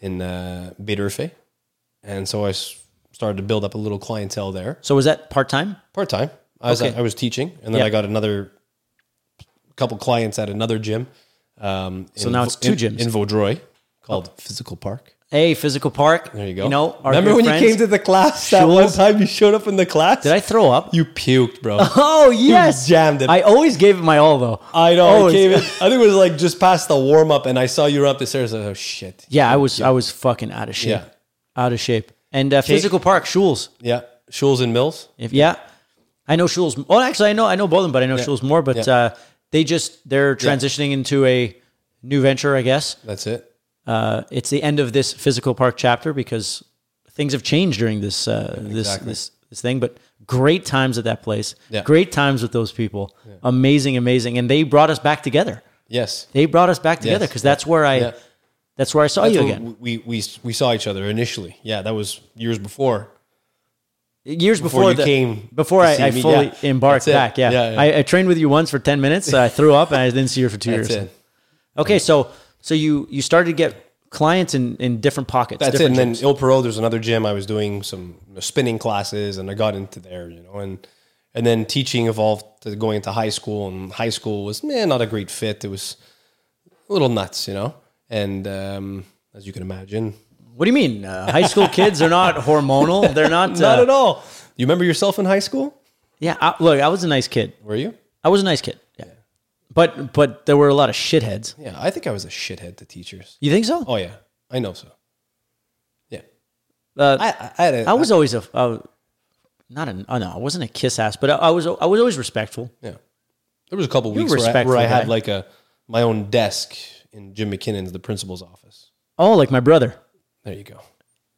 in uh, Baie And so I s- started to build up a little clientele there
so was that part time?
part time. I was
Okay.
I was teaching, and then
Yeah.
I got another couple clients at another gym. Um, so
now it's two gyms.
in Vaudreuil called Physical Park.
Hey, physical park.
There you go.
You know, our
remember
good
when
friends-
you came to the class that
Shules?
one time you showed up in the class?
Did I throw up?
You puked, bro.
oh yes,
jammed it.
I always gave it my all though.
I know. I
Always.
came in. I think it was like just past the warm up, and I saw you run up the stairs. I was like, oh shit.
Yeah, I was I was fucking out of shape.
Yeah.
Out of shape. And uh, physical park, Shules.
Yeah. Shules and Mills.
If yeah, I know Shules. Well, actually, I know I know both of them, but I know Shules more. But
Yeah.
uh, they just they're transitioning into a new venture, I guess.
That's it.
Uh, it's the end of this physical park chapter because things have changed during this uh, this
Exactly.
this this thing. But great times at that place.
Yeah.
Great times with those people. Amazing, amazing, and they brought us back together.
Yes.
They brought us back together because that's where I.
Yeah.
That's where I saw
That's
you
when
again.
We, we we saw each other initially. Yeah, that was years before.
years before,
Before you
the,
came
before
to
I,
see
I
me,
fully
yeah.
embarked
That's it.
back. Yeah,
Yeah, yeah.
I, I trained with you once for ten minutes. I threw up and I didn't see you for two
That's
years.
it.
Okay, so so you you started to get clients in in different pockets.
That's it.
different
And then
gyms.
Il Perot, there's another gym. I was doing some spinning classes, and I got into there, you know, and and then teaching evolved to going into high school, and high school was man not a great fit. It was a little nuts, you know, and um, as you can imagine,
what do you mean? Uh, high school kids are not hormonal. They're not.
not
uh,
at all. You remember yourself in high school?
Yeah, I, look, I was a nice kid.
Were you?
I was a nice kid. Yeah, but but there were a lot of shitheads.
Yeah, I think I was a shithead to teachers.
You think so?
Oh yeah, I know so. Yeah,
Uh,
Oh, I I, I, had a-
I was always a. a not an, oh no, I wasn't a kiss ass, but I, I was I was always respectful.
Yeah. There was a couple
a
weeks where I, where
respectful
I
guy.
had like a my own desk in Jim McKinnon's the principal's office.
Oh, like my brother.
There you go.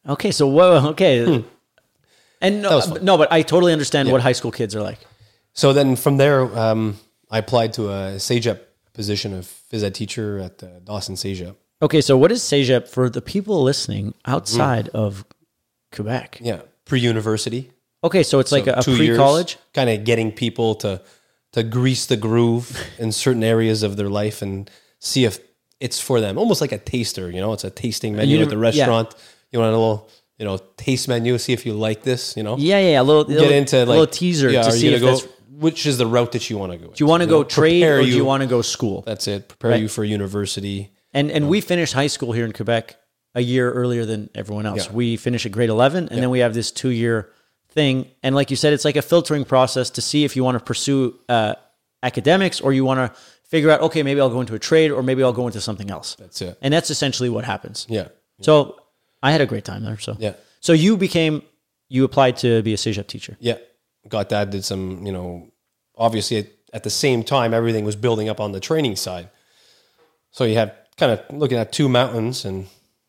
Okay, so whoa, okay, and no,
Hmm.
uh,
was fun.
no, but I totally understand what high school kids are like.
So then from there, um, I applied to a SAGEP position of phys ed teacher at uh, Dawson SAGEP.
Okay, so what is Sejep for the people listening outside of Quebec?
Hmm. Yeah, pre-university.
Okay, so it's like a, a pre-college.
Kind of getting people to to grease the groove in certain areas of their life and see if it's for them. Almost like a taster, you know, it's a tasting menu at
never-
the
yeah.
restaurant. You want a little, you know, taste menu, see if you like this, you know?
Yeah, yeah, yeah, a little,
get into like
a little teaser
yeah,
to
are you
see if
gonna
that's
which is the route that you want to go?
Do you want to go trade or do you want to go school?
That's it. Prepare you for university.
And and we finished high school here in Quebec a year earlier than everyone else.
Yeah.
We finish at grade eleven, and then we have this two year thing. And like you said, it's like a filtering process to see if you want to pursue uh, academics or you want to figure out okay, maybe I'll go into a trade or maybe I'll go into something else.
That's it.
And that's essentially what happens.
Yeah.
So I had a great time there. So
Yeah.
So you became you applied to be a CJEP teacher.
Yeah. Got that. Did some, you know, obviously at, at the same time, everything was building up on the training side. So you have kind of looking at two mountains and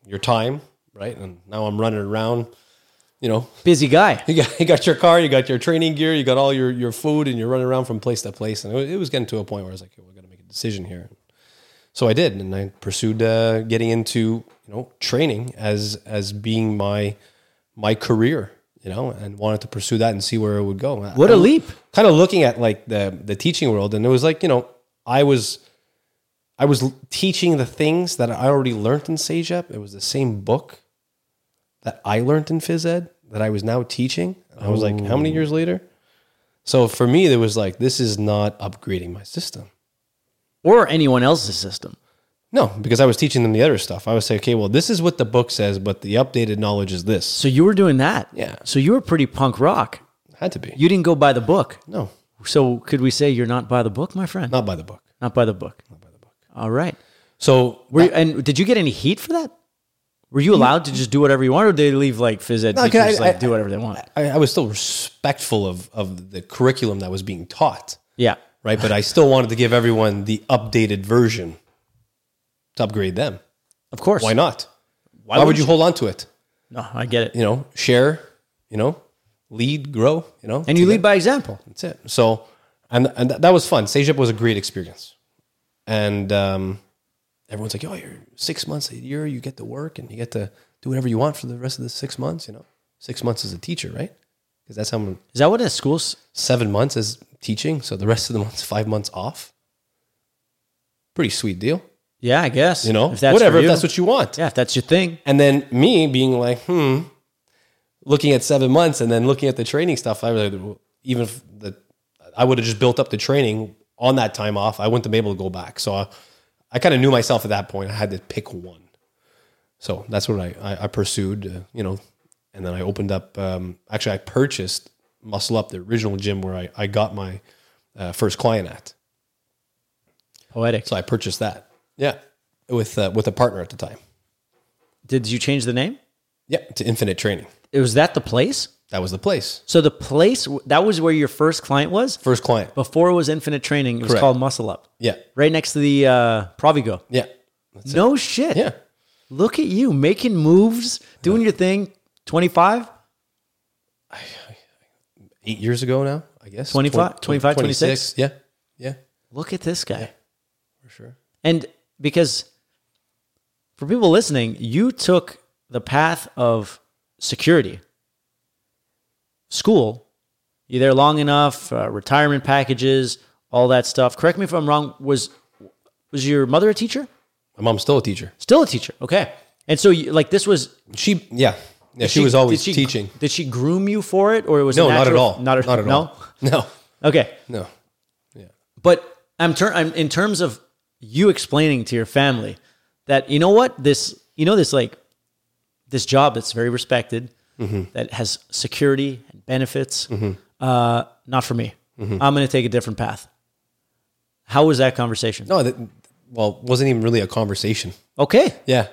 your time, right? And now I'm running around, you know,
Busy guy.
you got, you got your car, you got your training gear, you got all your, your food, and you're running around from place to place. And it was, it was getting to a point where I was like, okay, we're going to make a decision here. So I did, and I pursued uh, getting into you know training as as being my my career, you know, and wanted to pursue that and see where it would go.
What a leap.
Kind of looking at like the the teaching world, and it was like you know I was I was l- teaching the things that I already learned in SageUp. It was the same book that I learned in phys ed that I was now teaching. I was like, how many years later? So for me, there was like, this is not upgrading my system.
Or anyone else's system.
No, because I was teaching them the other stuff. I would say, okay, well, this is what the book says, but the updated knowledge is this.
So you were doing that.
Yeah.
So you were pretty punk rock.
Had to be.
You didn't go by the book.
no,
So could we say you're not by the book, my friend?
not by the book.
Not by the book. Not by the book. All right.
So
Were you, and did you get any heat for that? Were you allowed to just do whatever you wanted, or did they leave like phys ed
No, 'cause
teachers
I-
like
I-
do whatever they want?
I, I was still respectful of, of the curriculum that was being taught.
Yeah.
right? But I still wanted to give everyone the updated version to upgrade them.
Of course.
Why not? Why, would
wouldn't
you hold on to it?
No, I get it.
You know, share, you know, lead, grow, you know.
And you lead by example.
That's it. So, and, and that was fun. Sage Up was a great experience. And um, everyone's like, oh, you're six months a year, you get to work and you get to do whatever you want for the rest of the six months, you know. Six months as a teacher, right? Because that's how many-
Is that what a school's?
seven months as teaching. So the rest of the month's five months off. Pretty sweet deal.
Yeah, I guess.
you know,
if that's
whatever,
for
if
you.
that's what you want.
Yeah, if that's your thing.
And then me being like, hmm, looking at seven months and then looking at the training stuff, I really, even if the, I would have just built up the training on that time off. I wouldn't have been able to go back. So I, I kind of knew myself at that point. I had to pick one. So that's what I, I, I pursued, uh, you know, and then I opened up, um, actually I purchased Muscle Up, the original gym where I, I got my uh, first client at.
Poetic.
So I purchased that. Yeah. With, uh, with a partner at the time.
Did you change the name?
Yeah, to Infinite Training.
It was that the place?
That was the place.
So the place that was where your first client was
First client.
before it was Infinite Training. It was
Correct.
called Muscle Up.
Yeah,
right next to the uh, Provigo.
yeah,
No shit.
yeah.
Look at you making moves, doing your thing. 25,
Eight years ago now, I guess.
25, 25, 26?
Yeah, yeah,
look at this guy.
for sure.
And because for people listening, you took the path of security, school, you're there long enough, uh, retirement packages, all that stuff. Correct me if I'm wrong. Was was your mother a teacher?
My mom's still a teacher.
Still a teacher. Okay. And so, you, like, this was
She, yeah, yeah. She, was
did
always
she-
teaching.
Did she groom you for it, or it was
No,
a
not at
natural-
all.
Not at,
not at
no?
all. No,
Okay,
no.
but I'm, ter- I'm in terms of you explaining to your family that you know what this you know this like this job that's very respected
Mm-hmm.
that has security and benefits. Uh, not for me.
Mm-hmm.
I'm going to take a different path. How was that conversation?
No, that, well, wasn't even really a conversation.
Okay.
Yeah,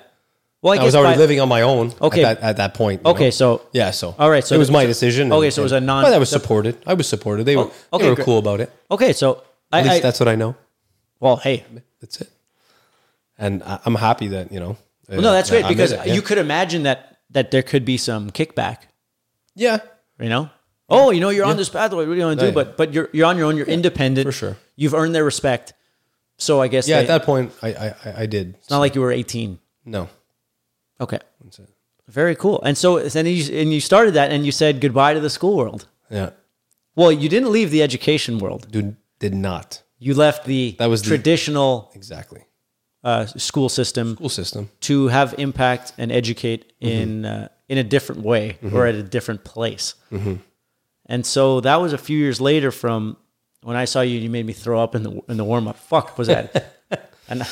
Well, I,
I,
guess
was already
by-
living on my own.
Okay.
at that, at that point. you
Okay,
know?
so
yeah, so
All right, so
it was
the-
my
so-
decision.
okay, so it was a non-
But I was
the-
supported. I was supported. They were
Oh, okay,
they were
great.
cool about it.
okay, so I,
At least
I
that's what I know.
well, hey,
That's it. And I, I'm happy that you know.
Well, no, that's great because
you
you could imagine that that there could be some kickback.
Yeah,
You know, oh, you know, you're on this pathway. What do you want to do?
Yeah, yeah.
But but you're you're on your own. You're independent
for sure.
You've earned their respect. So I guess
Yeah,
yeah,
at that point, I I, I- I did.
it's not like you were 18.
No,
Okay,
that's it.
very cool. And so and then you and you started that and you said goodbye to the school world.
Yeah,
Well, you didn't leave the education world.
dude, did not
You left the
That was the-
traditional
exactly
uh, school system
cool system.
to have impact and educate in uh, in a different way or at a different place. And so that was a few years later from When I saw you, you made me throw up in the in the warm up. Fuck was that? and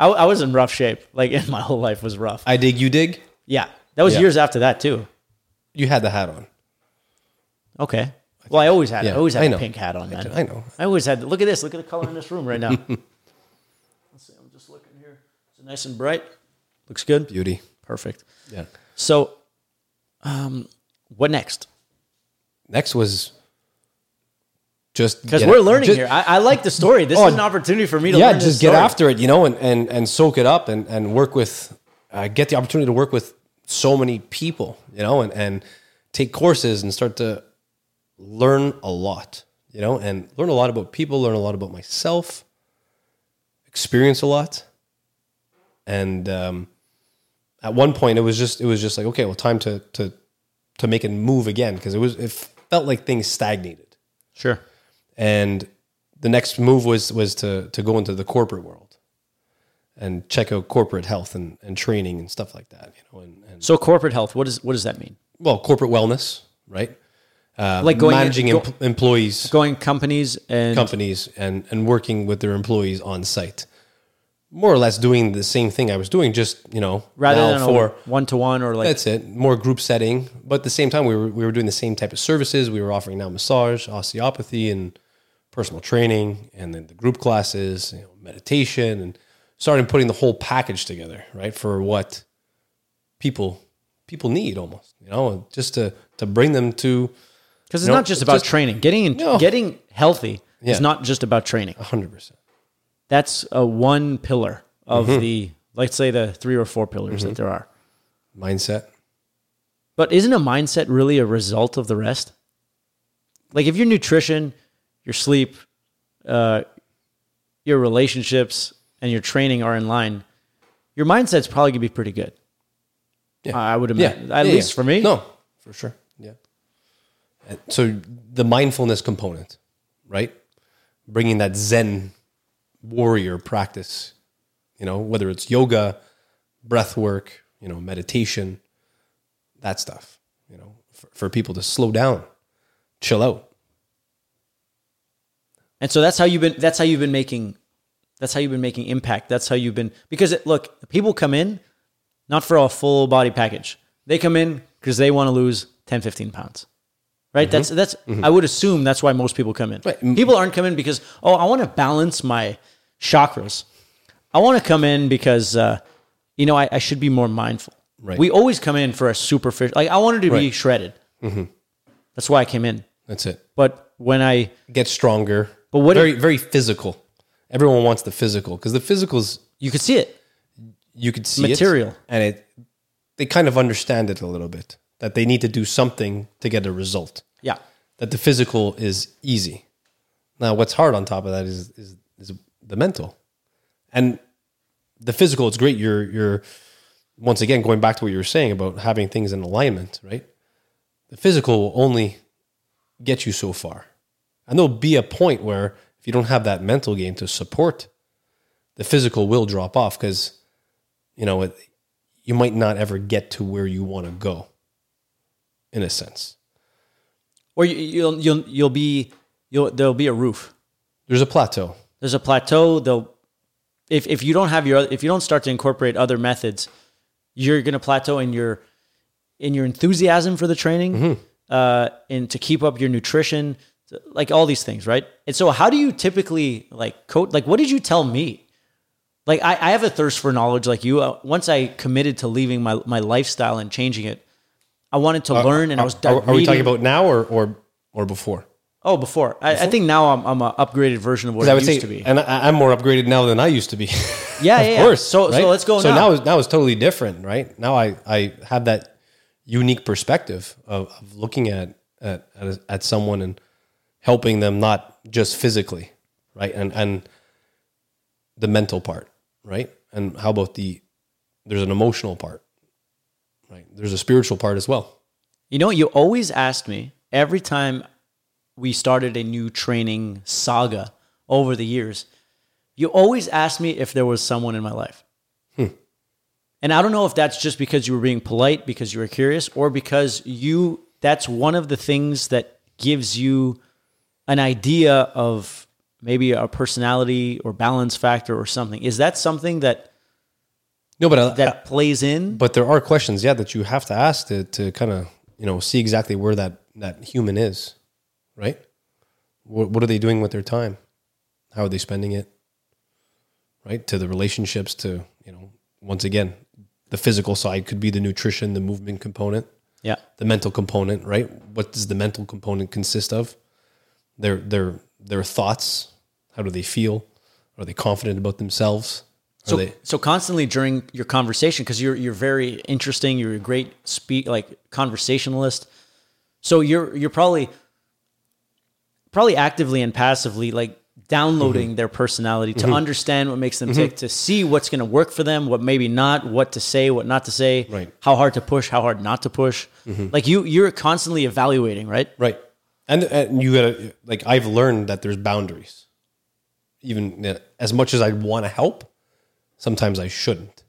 I, I was in rough shape. Like my whole life was rough.
I dig, you dig.
yeah, that was
Yeah.
years after that too.
You had the hat on.
Okay. Well, I always had
Yeah,
I always
I
had
know.
a pink hat on, man.
I know.
I always had. Look at this. Look at the color in this room right now. Let's see. I'm just looking here. Is it nice and bright? Looks good.
Beauty.
Perfect.
Yeah.
So, um, what next?
Next was just
Because
get
we're
it-
learning
just-
here. I, I like the story. This
Oh,
is an opportunity for me to
yeah,
learn this
just get
story.
after it, you know, and and and soak it up and and work with, uh, get the opportunity to work with so many people, you know, and and take courses and start to learn a lot, you know, and learn a lot about people, learn a lot about myself, experience a lot, and um, at one point it was just it was just like okay, well, time to to to make it move again because it was it felt like things stagnated
Sure.
and the next move was was to to go into the corporate world and check out corporate health and, and training and stuff like that you know and, and
So, corporate health. What does what does that mean?
well corporate wellness right
like going
Uh, managing
go-
em- employees
going companies and
companies and and working with their employees on site more or less doing the same thing i was doing just you know now
rather than
for
one to one or like
that's it more group setting but at the same time we were we were doing the same type of services we were offering now massage osteopathy and personal training and then the group classes you know, meditation and starting putting the whole package together right for what people people need almost you know just to to bring them to
because it's
No,
not just about
just-
training. Getting in,
No.
getting healthy
Yeah.
is not just about training.
100%
That's a one pillar of
Mm-hmm.
the let's say the three or four pillars that there are.
mindset
But isn't a mindset really a result of the rest? Like if your nutrition, your sleep, uh, your relationships, and your training are in line, your mindset's probably gonna be pretty good.
Yeah.
I would
yeah
imagine, at
Yeah,
least
yeah.
for me.
no for sure yeah And so the mindfulness component right bringing that zen warrior practice you know whether it's yoga breath work you know meditation that stuff you know for, for people to slow down chill out
And so that's how you've been. That's how you've been making. That's how you've been making impact. That's how you've been because it, look, people come in not for a full body package. They come in because they want to lose 10, 15 pounds. Right? That's that's I would assume that's why most people come in.
Mm-hmm. Right. Mm.
People aren't coming because oh, I want to balance my chakras. I want to come in because uh, you know I, I should be more mindful.
Right.
We always come in for a superficial. Like I wanted to be
Right. Mm-hmm.
shredded. That's why I came in.
that's it
But when I
get stronger but
what if-
very very physical everyone wants the physical because the physical's
you could see it.
you could see it,
Material.
and it they kind of understand it a little bit that they need to do something to get a result
Yeah.
that the physical is easy now what's hard on top of that is is, is the mental and the physical it's great you're you're once again going back to what you were saying about having things in alignment right the physical will only get you so far and there'll be a point where if you don't have that mental game to support the physical will drop off because you know, it, you might not ever get to where you want to go in a sense.
or you, you'll you'll you'll be you'll there'll be a roof.
There's a plateau.
There's a plateau. They'll if if you don't have your if you don't start to incorporate other methods, you're gonna plateau in your in your enthusiasm for the training,
Mm-hmm.
uh, and to keep up your nutrition, to- like all these things, right? And so, how do you typically like coach? Like, what did you tell me? Like, I, I have a thirst for knowledge, like you. Uh, once I committed to leaving my my lifestyle and changing it, I wanted to learn, and I was.
Uh, Are, are we talking
reading-
about now or or or before?
Oh, before. I, I think now I'm I'm an upgraded version of what I,
I would
used
say,
to be.
and I, I'm more upgraded now than I used to be.
Yeah,
of
yeah, yeah.
course.
So- so
right?
let's go
So
now.
now is now is totally different, right? Now I I have that unique perspective of, of looking at at at, at someone and helping them not just physically, right, and and the mental part, right, and how about the there's an emotional part, right? There's a spiritual part as well.
You know, you always asked me every time we started a new training saga over the years. You always asked me if there was someone in my life. Hmm. And I don't know if that's just because you were being polite, because you were curious, or because you that's one of the things that gives you an idea of maybe a personality or balance factor or something. Is that something that
No, but I,
that plays in?
but there are questions, yeah, that you have to ask to to kind of you know see exactly where that that human is, right? What, what are they doing with their time? How are they spending it? Right to the relationships, to you know, once again, the physical side could be the nutrition, the movement component,
yeah.
the mental component, right? What does the mental component consist of? Their their their thoughts. How do they feel? Are they confident about themselves? Are
So,
they
so constantly during your conversation, because you're you're very interesting, you're a great speak like conversationalist. So you're you're probably probably actively and passively like
Mm-hmm.
downloading their personality to understand what makes them tick, to see what's going to work for them, what maybe not, what to say, what not to say,
Right. Mm-hmm.
how hard to push, how hard not to push. Like you you're constantly evaluating, right?
Right. And, and you gotta, like, I've learned that there's boundaries. Even uh, as much as I want to help, sometimes I shouldn't.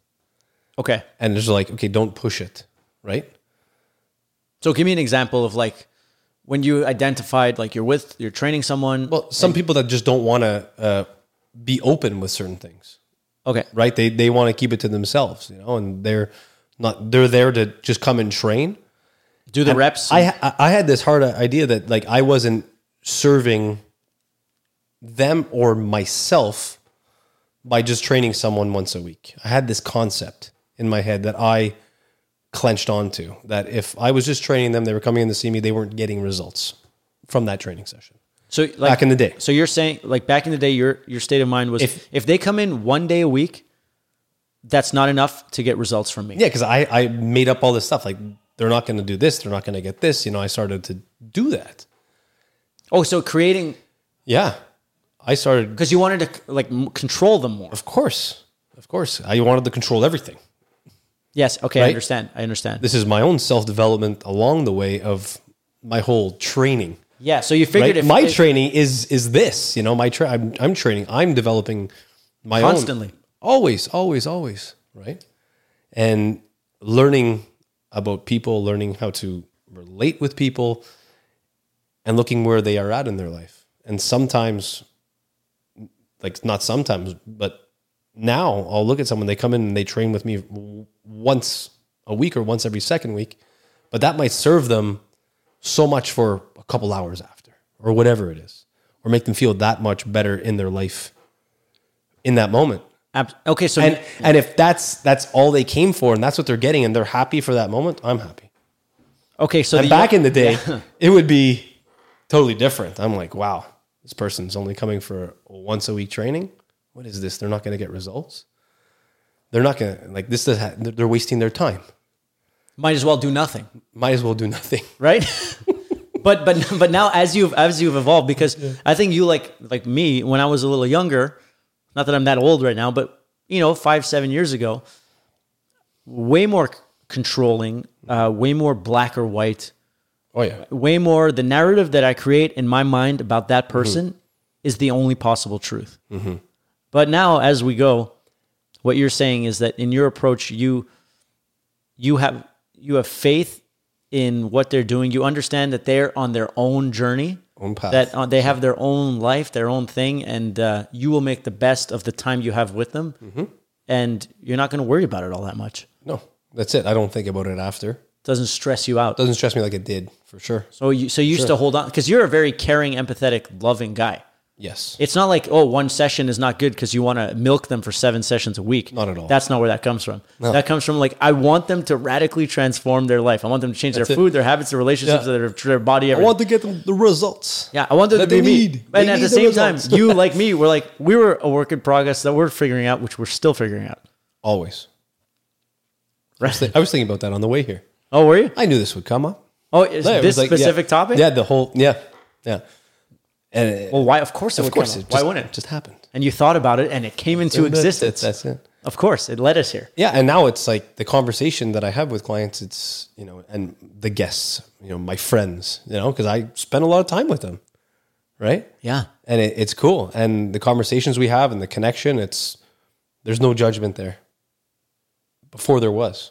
Okay.
And it's like, okay, don't push it. Right.
So give me an example of like when you identified like you're with you're training someone.
Well, some people that just don't want to uh, be open with certain things.
okay.
right? They they want to keep it to themselves, you know, and they're not they're there to just come and train.
Do the reps.
I I- I had this hard idea that like I wasn't serving them or myself by just training someone once a week. I had this concept in my head that I clenched onto that if I was just training them, they were coming in to see me, they weren't getting results from that training session.
So like,
Back in the day.
So you're saying like back in the day, your your state of mind was if,
If-
they come in one day a week, that's not enough to get results from me.
Yeah, because I, I made up all this stuff. Like, they're not going to do this. They're not going to get this. You know, I started to do that.
Oh, so creating
Yeah. I started,
because you wanted to like m- control them more.
of course, of course. I wanted to control everything.
Yes. Okay, I
Right.
understand. I understand.
This is my own self development along the way of my whole training.
yeah. So you figured
Right?
if
my
if-
training is is this. You know, my tra- I'm, I'm training. I'm developing my own-
Constantly.
always, always, always. Right, and learning about people, learning how to relate with people, and looking where they are at in their life. And sometimes, like not sometimes, but now I'll look at someone, they come in and they train with me w- once a week or once every second week, but that might serve them so much for a couple hours after or whatever it is, or make them feel that much better in their life in that moment.
ab- okay, so
And, and if that's that's all they came for and that's what they're getting and they're happy for that moment, I'm happy.
okay, so
And
the-
back in the day, it would be totally different. I'm like, wow, this person's only coming for once a week training. What is this? They're not going to get results. They're not going to like this. Is, they're wasting their time.
might as well do nothing.
Might as well do nothing.
right? but but but now as you've as you've evolved, because I think you like like me when I was a little younger, not that I'm that old right now, but you know, five seven years ago, way more c- controlling, uh, way more black or white,
Oh yeah,
way more the narrative that I create in my mind about that
Mm-hmm.
person is the only possible truth. But now, as we go, what you're saying is that in your approach, you you have you have faith in what they're doing. You understand that they're on their own journey,
Own path.
that uh, they have their own life, their own thing, and uh, you will make the best of the time you have with them.
Mm-hmm.
And you're not going to worry about it all that much.
no, that's it. I don't think about it after.
doesn't stress you out.
Doesn't stress me like it did for sure.
So Oh, you so you used to hold on because you're a very caring, empathetic, loving guy.
Yes,
It's not like oh, one session is not good because you want to milk them for seven sessions a week.
Not at all.
That's not where that comes from. That comes from like I want them to radically transform their life. I want them to change their
it.
food, their habits, their relationships,
Yeah.
their, their body.
I
Everything.
want to get them the results.
yeah, I want them to
that
be
they
me.
need.
And at
They need
the
the
same time,
results.
you like me, were like we were a work in progress that we're figuring out, which we're still figuring out.
Always.
Right?
I was thinking about that on the way here.
Oh, were you?
I knew this would come up.
Oh, is
Yeah, it
this
was like- yeah.
specific topic?
Yeah, the whole yeah, yeah. And it-
Well, why? Of course, it
of
would
course,
come
it
up.
just,
why wouldn't it?
just happened
and you thought about it, and it came into
That's it,
existence.
That's it.
Of course, it led us here.
Yeah, and now it's like the conversation that I have with clients. It's you know, and the guests, you know, my friends, you know, because I spend a lot of time with them, right?
Yeah.
and it, it's cool. And the conversations we have and the connection, it's there's no judgment there. Before there was,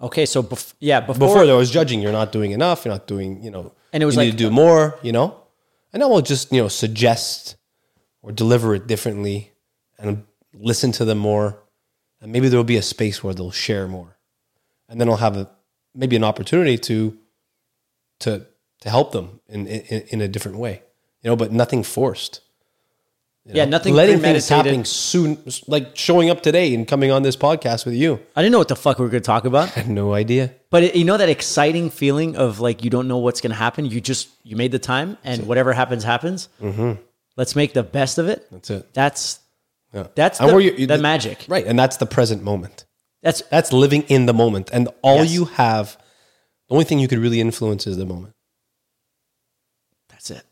Okay, so bef- yeah, before,
before there was judging. You're not doing enough. You're not doing, you know,
And it was
you
like-
need to do more. You know, and I will just you know suggest or deliver it differently and listen to them more, and maybe there will be a space where they'll share more, and then I'll have a maybe an opportunity to to to help them in in, in a different way, you know, but nothing forced. you
Yeah,
know?
nothing
Letting things
premeditated.
happening soon, like showing up today and coming on this podcast with you.
I didn't know what the fuck we were going to talk about.
I have no idea.
But it, you know that exciting feeling of like you don't know what's going to happen. You just you made the time, and whatever happens, happens.
Mm-hmm.
Let's make the best of it.
That's it.
That's
Yeah.
That's
And
the-
where you- you-
the magic.
right? And that's the present moment.
that's
That's living in the moment, and all
Yes.
you have, the only thing you could really influence is the moment.
that's it.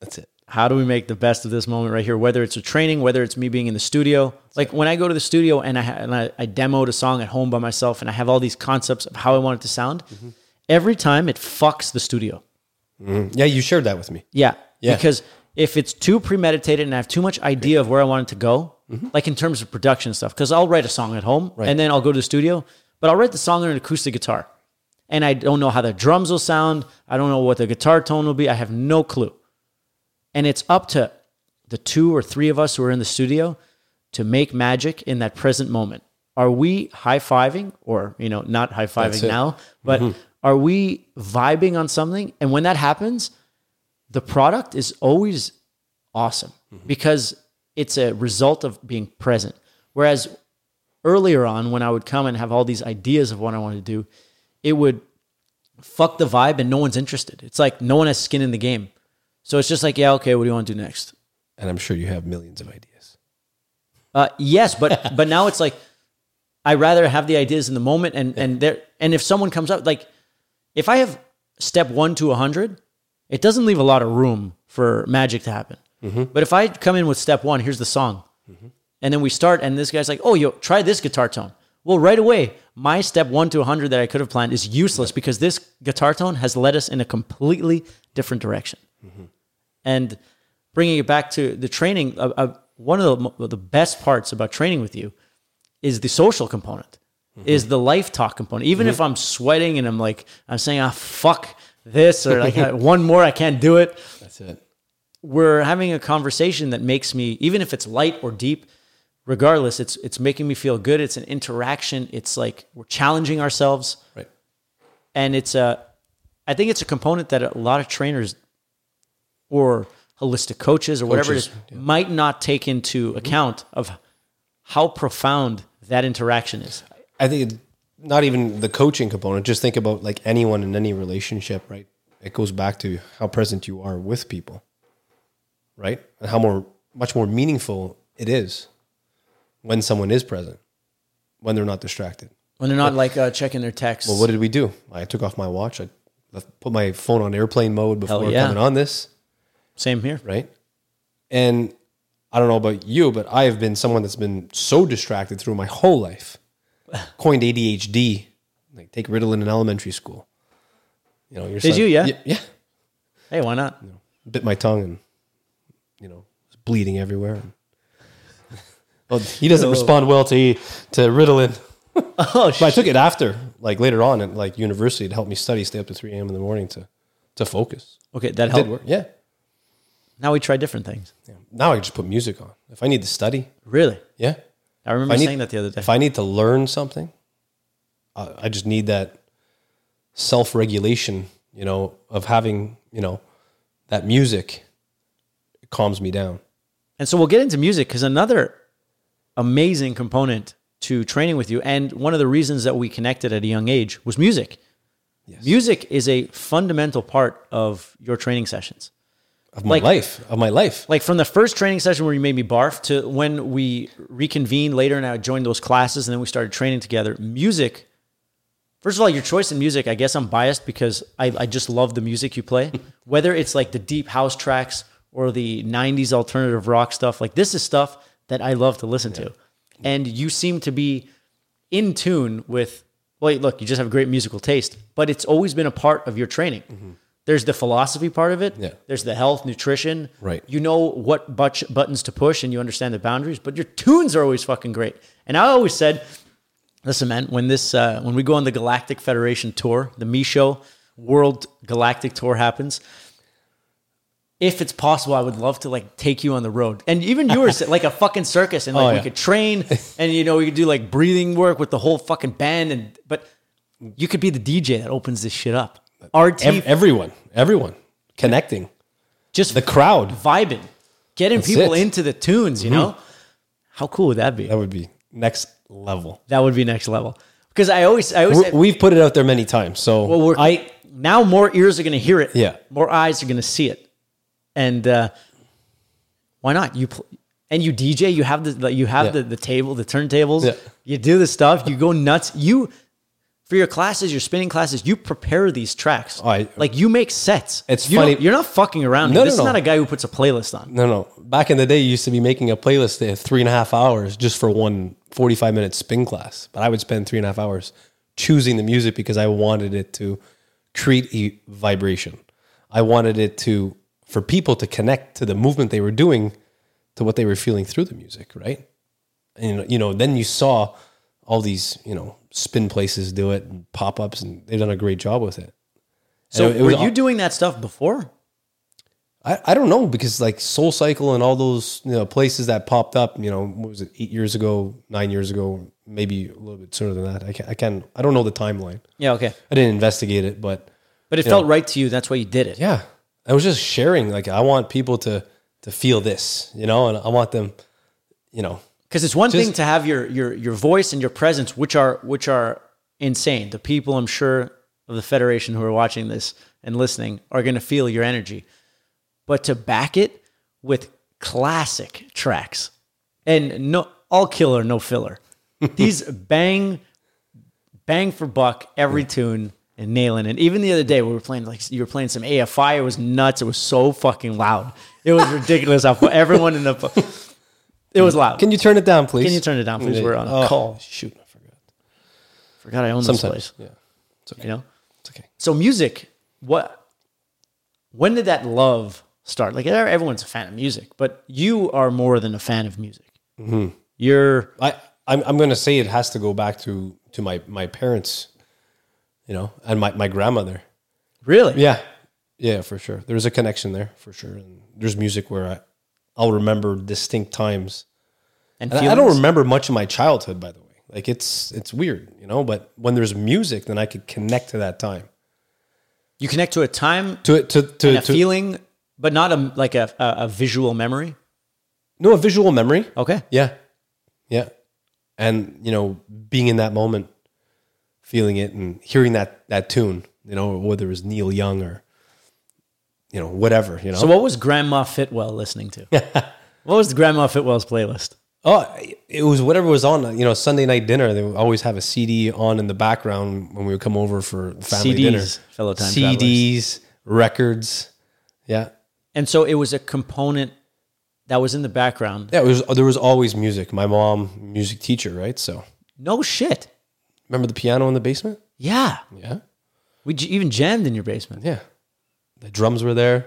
That's it.
How do we make the best of this moment right here? Whether it's a training, whether it's me being in the studio. Like when I go to the studio and I ha- and I, I demoed a song at home by myself, and I have all these concepts of how I want it to sound.
Mm-hmm.
Every time it fucks the studio.
Yeah, you shared that with me.
Yeah.
Yeah.
Because if it's too premeditated and I have too much idea of where I want it to go,
Mm-hmm.
like in terms of production stuff, because I'll write a song at home and then I'll go to the studio, but I'll write the song on an acoustic guitar. And I don't know how the drums will sound. I don't know what the guitar tone will be. I have no clue. And it's up to the two or three of us who are in the studio to make magic in that present moment. Are we high fiving or, you know, not high
That's
fiving
it. Mm-hmm.
now, but are we vibing on something? And when that happens, the product is always awesome because it's a result of being present. Whereas earlier on, when I would come and have all these ideas of what I wanted to do, it would fuck the vibe and no one's interested. It's like no one has skin in the game. So it's just like, yeah, okay, what do you want to do next?
And I'm sure you have millions of ideas.
Uh, yes, but but now it's like I rather have the ideas in the moment and and there and if someone comes up like if I have step one to hundred, it doesn't leave a lot of room for magic to happen. But if I come in with step one, here's the song, and then we start, and this guy's like, "Oh, yo, try this guitar tone." Well, right away, my step one to hundred that I could have planned is useless because this guitar tone has led us in a completely different direction and bringing it back to the training uh, uh, one of the, mo- the best parts about training with you is the social component is the life talk component even if i'm sweating and i'm like i'm saying ah fuck this or like one more i can't do it
That's it.
we're having a conversation that makes me even if it's light or deep regardless it's it's making me feel good it's an interaction it's like we're challenging ourselves
Right.
and it's a i think it's a component that a lot of trainers or holistic coaches or whatever it is
Coaches, Mm-hmm.
might not take into account of how profound that interaction is
I think it, not even the coaching component. Just think about like anyone in any relationship, right? It goes back to how present you are with people, right? And how more much more meaningful it is when someone is present, when they're not distracted.
when they're not like uh, checking their texts
Well, what did we do? I took off my watch. I left- put my phone on airplane mode before
yeah.
coming on this,
same here
right? And I don't know about you, but I have been someone that's been so distracted through my whole life. Coined ADHD, like take Ritalin in elementary school. You know, you're
Did you? Yeah?
yeah, yeah.
hey why not
Bit my tongue and you know was bleeding everywhere. well, he doesn't respond well to to Ritalin.
oh
But I
shit.
took it after, like later on at like university to help me study, stay up to 3 a.m. in the morning to to focus.
okay that
It did
helped
work. Yeah.
now we try different things
yeah. Now I just put music on. If I need to study,
really
yeah.
i
If
remember
I need,
saying that the other day
If I need to learn something, I, I just need that self regulation, you know, of having, you know, that music It calms me down.
And so we'll get into music because another amazing component to training with you, and one of the reasons that we connected at a young age was music. Music is a fundamental part of your training sessions.
Of my
Like-
life. Of my life.
Like from the first training session where you made me barf to when we reconvened later and I joined those classes and then we started training together, music. First of all, your choice in music, I guess I'm biased because I, I just love the music you play, whether it's like the deep house tracks or the 90s alternative rock stuff. Like this is stuff that I love to listen to. And you seem to be in tune with, well, look, you just have great musical taste, but it's always been a part of your training. There's the philosophy part of it.
Yeah.
There's the health, nutrition.
Right.
You know what butch- buttons to push and you understand the boundaries, but your tunes are always fucking great. And I always said, listen, man, when this uh, when we go on the Galactic Federation tour, the Me Show World Galactic Tour happens, if it's possible, I would love to like take you on the road. And even you were like a fucking circus, and like
Oh,
we
yeah.
could train, and you know we could do like breathing work with the whole fucking band. And but you could be the DJ that opens this shit up. RT,
Ev- everyone, everyone connecting
just
the crowd.
vibing, getting
That's
people
it. Mm-hmm.
into the tunes. You know, how cool would that be?
That would be next level.
That would be next level. Because I always, I always,
We're, we've put it out there many times, so
Well, we're,
I
I now more ears are going to hear it.
Yeah.
more eyes are going to see it, and uh, why not? You pl- and you DJ. You have the- the you have
Yeah.
the, the table, the turntables.
Yeah.
You do the stuff. You go nuts. You for your classes, your spinning classes. You prepare these tracks.
I-
like you make sets.
It's
You don't-
funny-
You're not fucking around.
No,
here. this
no,
is
no.
not a guy who puts a playlist on.
no no. Back in the day, you used to be making a playlist in three and a half hours just for one 45 minute spin class, but I would spend three and a half hours choosing the music because I wanted it to create a vibration. I wanted it to for people to connect to the movement they were doing, to what they were feeling through the music, right? and you know then you saw all these you know spin places do it and pop-ups and they've done a great job with it
So
it
were
was
you
aw-
doing that stuff before?
I, I don't know because like soul cycle and all those you know places that popped up you know what was it eight years ago nine years ago maybe a little bit sooner than that i can i, can, I don't know the timeline
Yeah, okay.
i didn't investigate it but
But it felt right to you. That's why you did it.
yeah i was just sharing like i want people to to feel this you know and i want them you know
Because it's one thing
Just-
to have your your your voice and your presence, which are which are insane. The people I'm sure of the Federation who are watching this and listening are going to feel your energy, but to back it with classic tracks and no all killer no filler. These bang bang for buck every tune and nailing it. Even the other day we were playing like you were playing some AFI. It was nuts. It was so fucking loud. It was ridiculous. How everyone in the it was loud.
can you turn it down please
Can you turn it down, please? We're on a
Oh,
call.
shoot i forgot
Forgot I own this place.
sometimes yeah it's okay
You know.
it's okay
So music. What? When did that love start? Like everyone's a fan of music, but you are more than a fan of music.
Mm-hmm.
You're
I I'm I'm gonna say it has to go back to to my my parents, you know, and my my grandmother.
really.
Yeah, yeah, for sure. There's a connection there for sure. And there's music where I I'll remember distinct times.
And,
And I- I don't
feelings?
remember much of my childhood, by the way. Like it's it's weird, you know. But when there's music, then I could connect to that time.
You connect to a time,
To to to,
and a
to
feeling, but not a like a, a a visual memory.
no a visual memory.
Okay.
Yeah. Yeah. And, you know, being in that moment, feeling it and hearing that that tune, you know, whether it was Neil Young or you know, whatever, you know.
So what was Grandma Fitwell listening to? what was Grandma Fitwell's playlist?
oh, it was whatever was on, you know, Sunday night dinner, they would always have a CD on in the background when we would come over for family
CDs,
dinner.
fellow time travelers.
CDs, records. Yeah.
And so it was a component that was in the background.
Yeah, it was there was always music. My mom, music teacher, right? So,
No shit.
remember the piano in the basement?
Yeah.
Yeah.
We j- even jammed in your basement.
Yeah. The drums were there.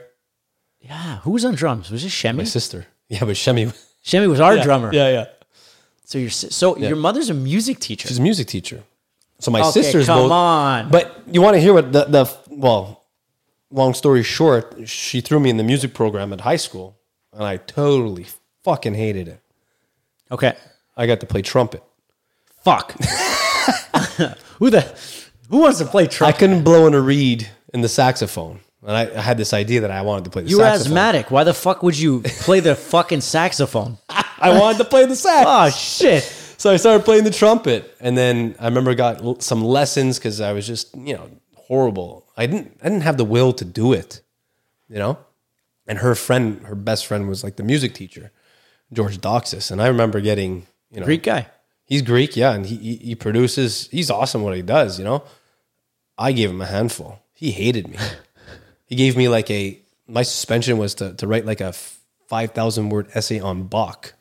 Yeah, who was on drums? Was this
My
Shemmy?
sister. Yeah, but Shemi
Shemmy was our drummer.
Yeah, yeah.
So your si- so your mother's a music teacher.
She's a music teacher. So my
Okay,
sister's
come
both.
on.
But you want to hear what the, the well, long story short, she threw me in the music program at high school, and I totally fucking hated it.
okay,
I got to play trumpet.
fuck. who the who wants to play
I
trumpet?
couldn't blow in a reed in the saxophone, and I, I had this idea that I wanted to play the
You were
saxophone.
asthmatic. Why the fuck would you play the fucking saxophone?
I wanted to play the sax.
Oh shit!
So I started playing the trumpet, and then I remember I got l- some lessons because I was just you know horrible. I didn't I didn't have the will to do it, you know. And her friend, her best friend, was like the music teacher, George Doxis, and I remember getting you know
Greek guy.
He's Greek, yeah, and he he he produces. He's awesome what he does, you know. I gave him a handful. He hated me. he gave me like a my suspension was to to write like a five thousand word essay on Bach.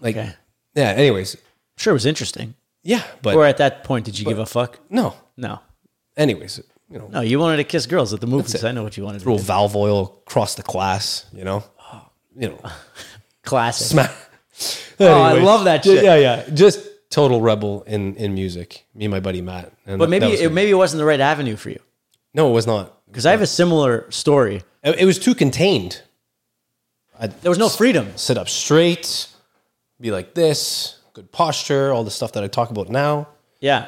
Like,
Okay.
yeah. Anyways,
Sure, it was interesting.
yeah, but
Or at that point, did you give a fuck?
no.
No,
Anyways, you know,
no. You wanted to kiss girls at the movies. I know what you wanted.
throw
to do.
valve oil across the class. You know,
Oh.
you know,
Classic.
smack.
Oh, I love that shit.
Yeah, yeah. Just total rebel in in music. Me and my buddy Matt. And
but maybe
that was
it,
me.
maybe it wasn't the right avenue for you.
no, it was not. It
Because I have a similar story.
It, it was too contained. I'd
There was no freedom.
sit up straight, be like this, good posture, all the stuff that I talk about now.
Yeah.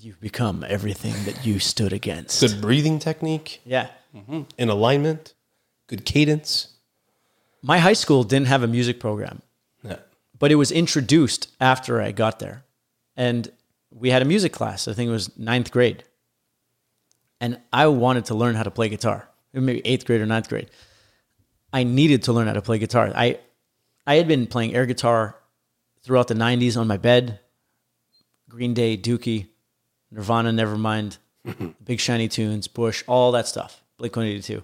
You've become everything that you stood against.
Good breathing technique,
Yeah.
in alignment, good cadence.
My high school didn't have a music program,
Yeah.
but it was introduced after I got there. And we had a music class. I think it was ninth grade. And I wanted to learn how to play guitar, maybe eighth grade or ninth grade. I needed to learn how to play guitar. I, I had been playing air guitar throughout the 90s on my bed. Green Day, Dookie, Nirvana, Nevermind, Big Shiny Tunes, Bush, all that stuff. Blink 182.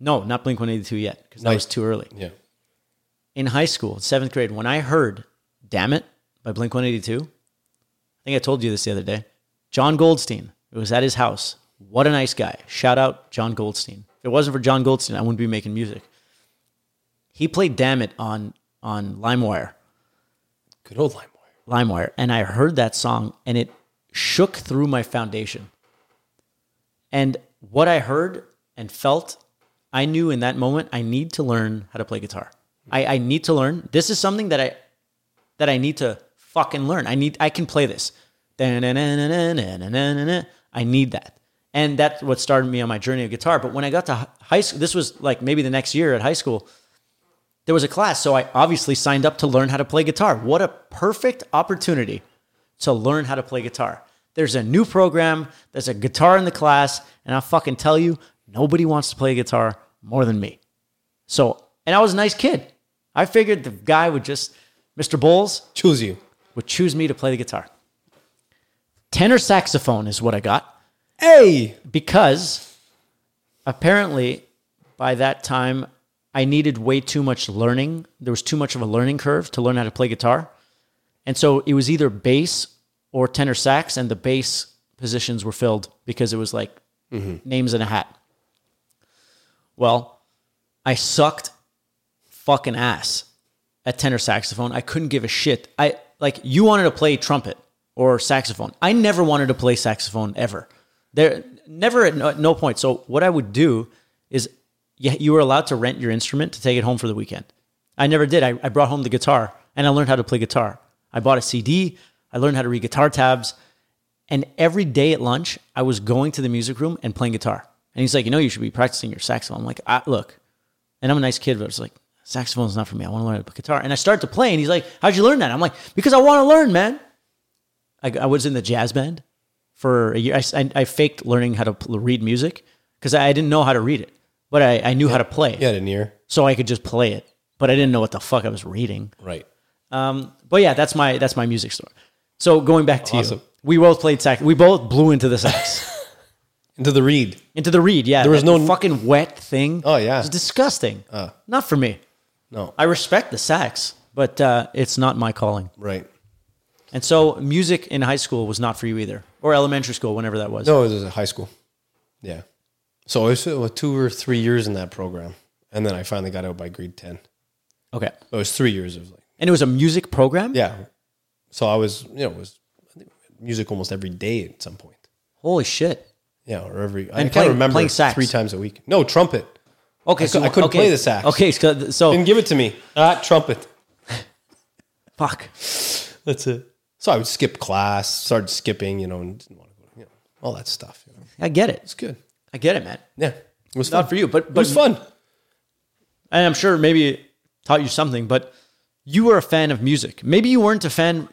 No, not Blink 182 yet, because that
Nice.
was too early
Yeah.
in high school, seventh grade, when I heard Damn It by Blink 182, I think I told you this the other day. John Goldstein, it was at his house. What a nice guy. Shout out John Goldstein. If it wasn't for John Goldstein, I wouldn't be making music. He played Damn It on, on LimeWire.
Good old LimeWire.
LimeWire, and I heard that song, and it shook through my foundation. And what I heard and felt, I knew in that moment I need to learn how to play guitar. I, I need to learn. This is something that I that I need to fucking learn. I need I can play this. I need that. And that's what started me on my journey of guitar. But when I got to hi- high school, this was like maybe the next year at high school, there was a class. So I obviously signed up to learn how to play guitar. What a perfect opportunity to learn how to play guitar. There's a new program, there's a guitar in the class, and I fucking tell you, nobody wants to play guitar more than me. So, and I was a nice kid. I figured the guy would just, Mr. Bowles,
Choose you.
would choose me to play the guitar. Tenor saxophone is what I got
Hey.
because apparently by that time I needed way too much learning. There was too much of a learning curve to learn how to play guitar. And so it was either bass or tenor sax, and the bass positions were filled because it was like names in a hat. Well, I sucked fucking ass at tenor saxophone. I couldn't give a shit. I like you wanted to play trumpet or saxophone. I never wanted to play saxophone ever. There never at no, at no point. So what I would do is you, you were allowed to rent your instrument to take it home for the weekend. I never did. I, I brought home the guitar and I learned how to play guitar. I bought a CD. I learned how to read guitar tabs. And every day at lunch, I was going to the music room and playing guitar. And he's like, you know, you should be practicing your saxophone. I'm like, I, look, and I'm a nice kid, but it's like saxophone's not for me. I want to learn how to play guitar. And I start to play, and he's like, "How'd you learn that?" I'm like, "Because I want to learn, man." I, I was in the jazz band for a year. I, s- I- I faked learning how to pl- read music because I, I didn't know how to read it, but I, I knew how to play,
You had an ear.
so I could just play it. But I didn't know what the fuck I was reading.
Right.
Um, but yeah, that's my that's my music story. So going back to
Awesome.
you, we both played sax. We both blew into the sax,
Into the reed.
into the reed. Yeah, there
was no-
fucking wet thing.
Oh, yeah. Uh.
it's disgusting. Not for me.
No.
I respect the sax, but uh, it's not my calling.
right.
And so music in high school was not for you either, or elementary school, whenever that was.
No, it was in high school. Yeah. So it was uh, two or three years in that program. And then I finally got out by grade 10.
Okay.
It was three years of like,
And it was a music program?
yeah. So I was, you know, it was I think music almost every day at some point.
Holy shit.
Yeah, or every I
And
can't
playing-
remember
playing sax.
three times a week. No trumpet.
Okay,
I cou- I couldn't
okay.
play the sax.
Okay, so, so-
Didn't give it to me. Ah, trumpet.
fuck.
That's it. So I would skip class, started skipping, you know, and didn't want to go, you know, all that stuff. You know.
I get it.
It's good.
I get it, man.
Yeah, it was
Not
fun.
for you, but
It
but
was fun.
and I'm sure maybe it taught you something, but you were a fan of music. Maybe you weren't a fan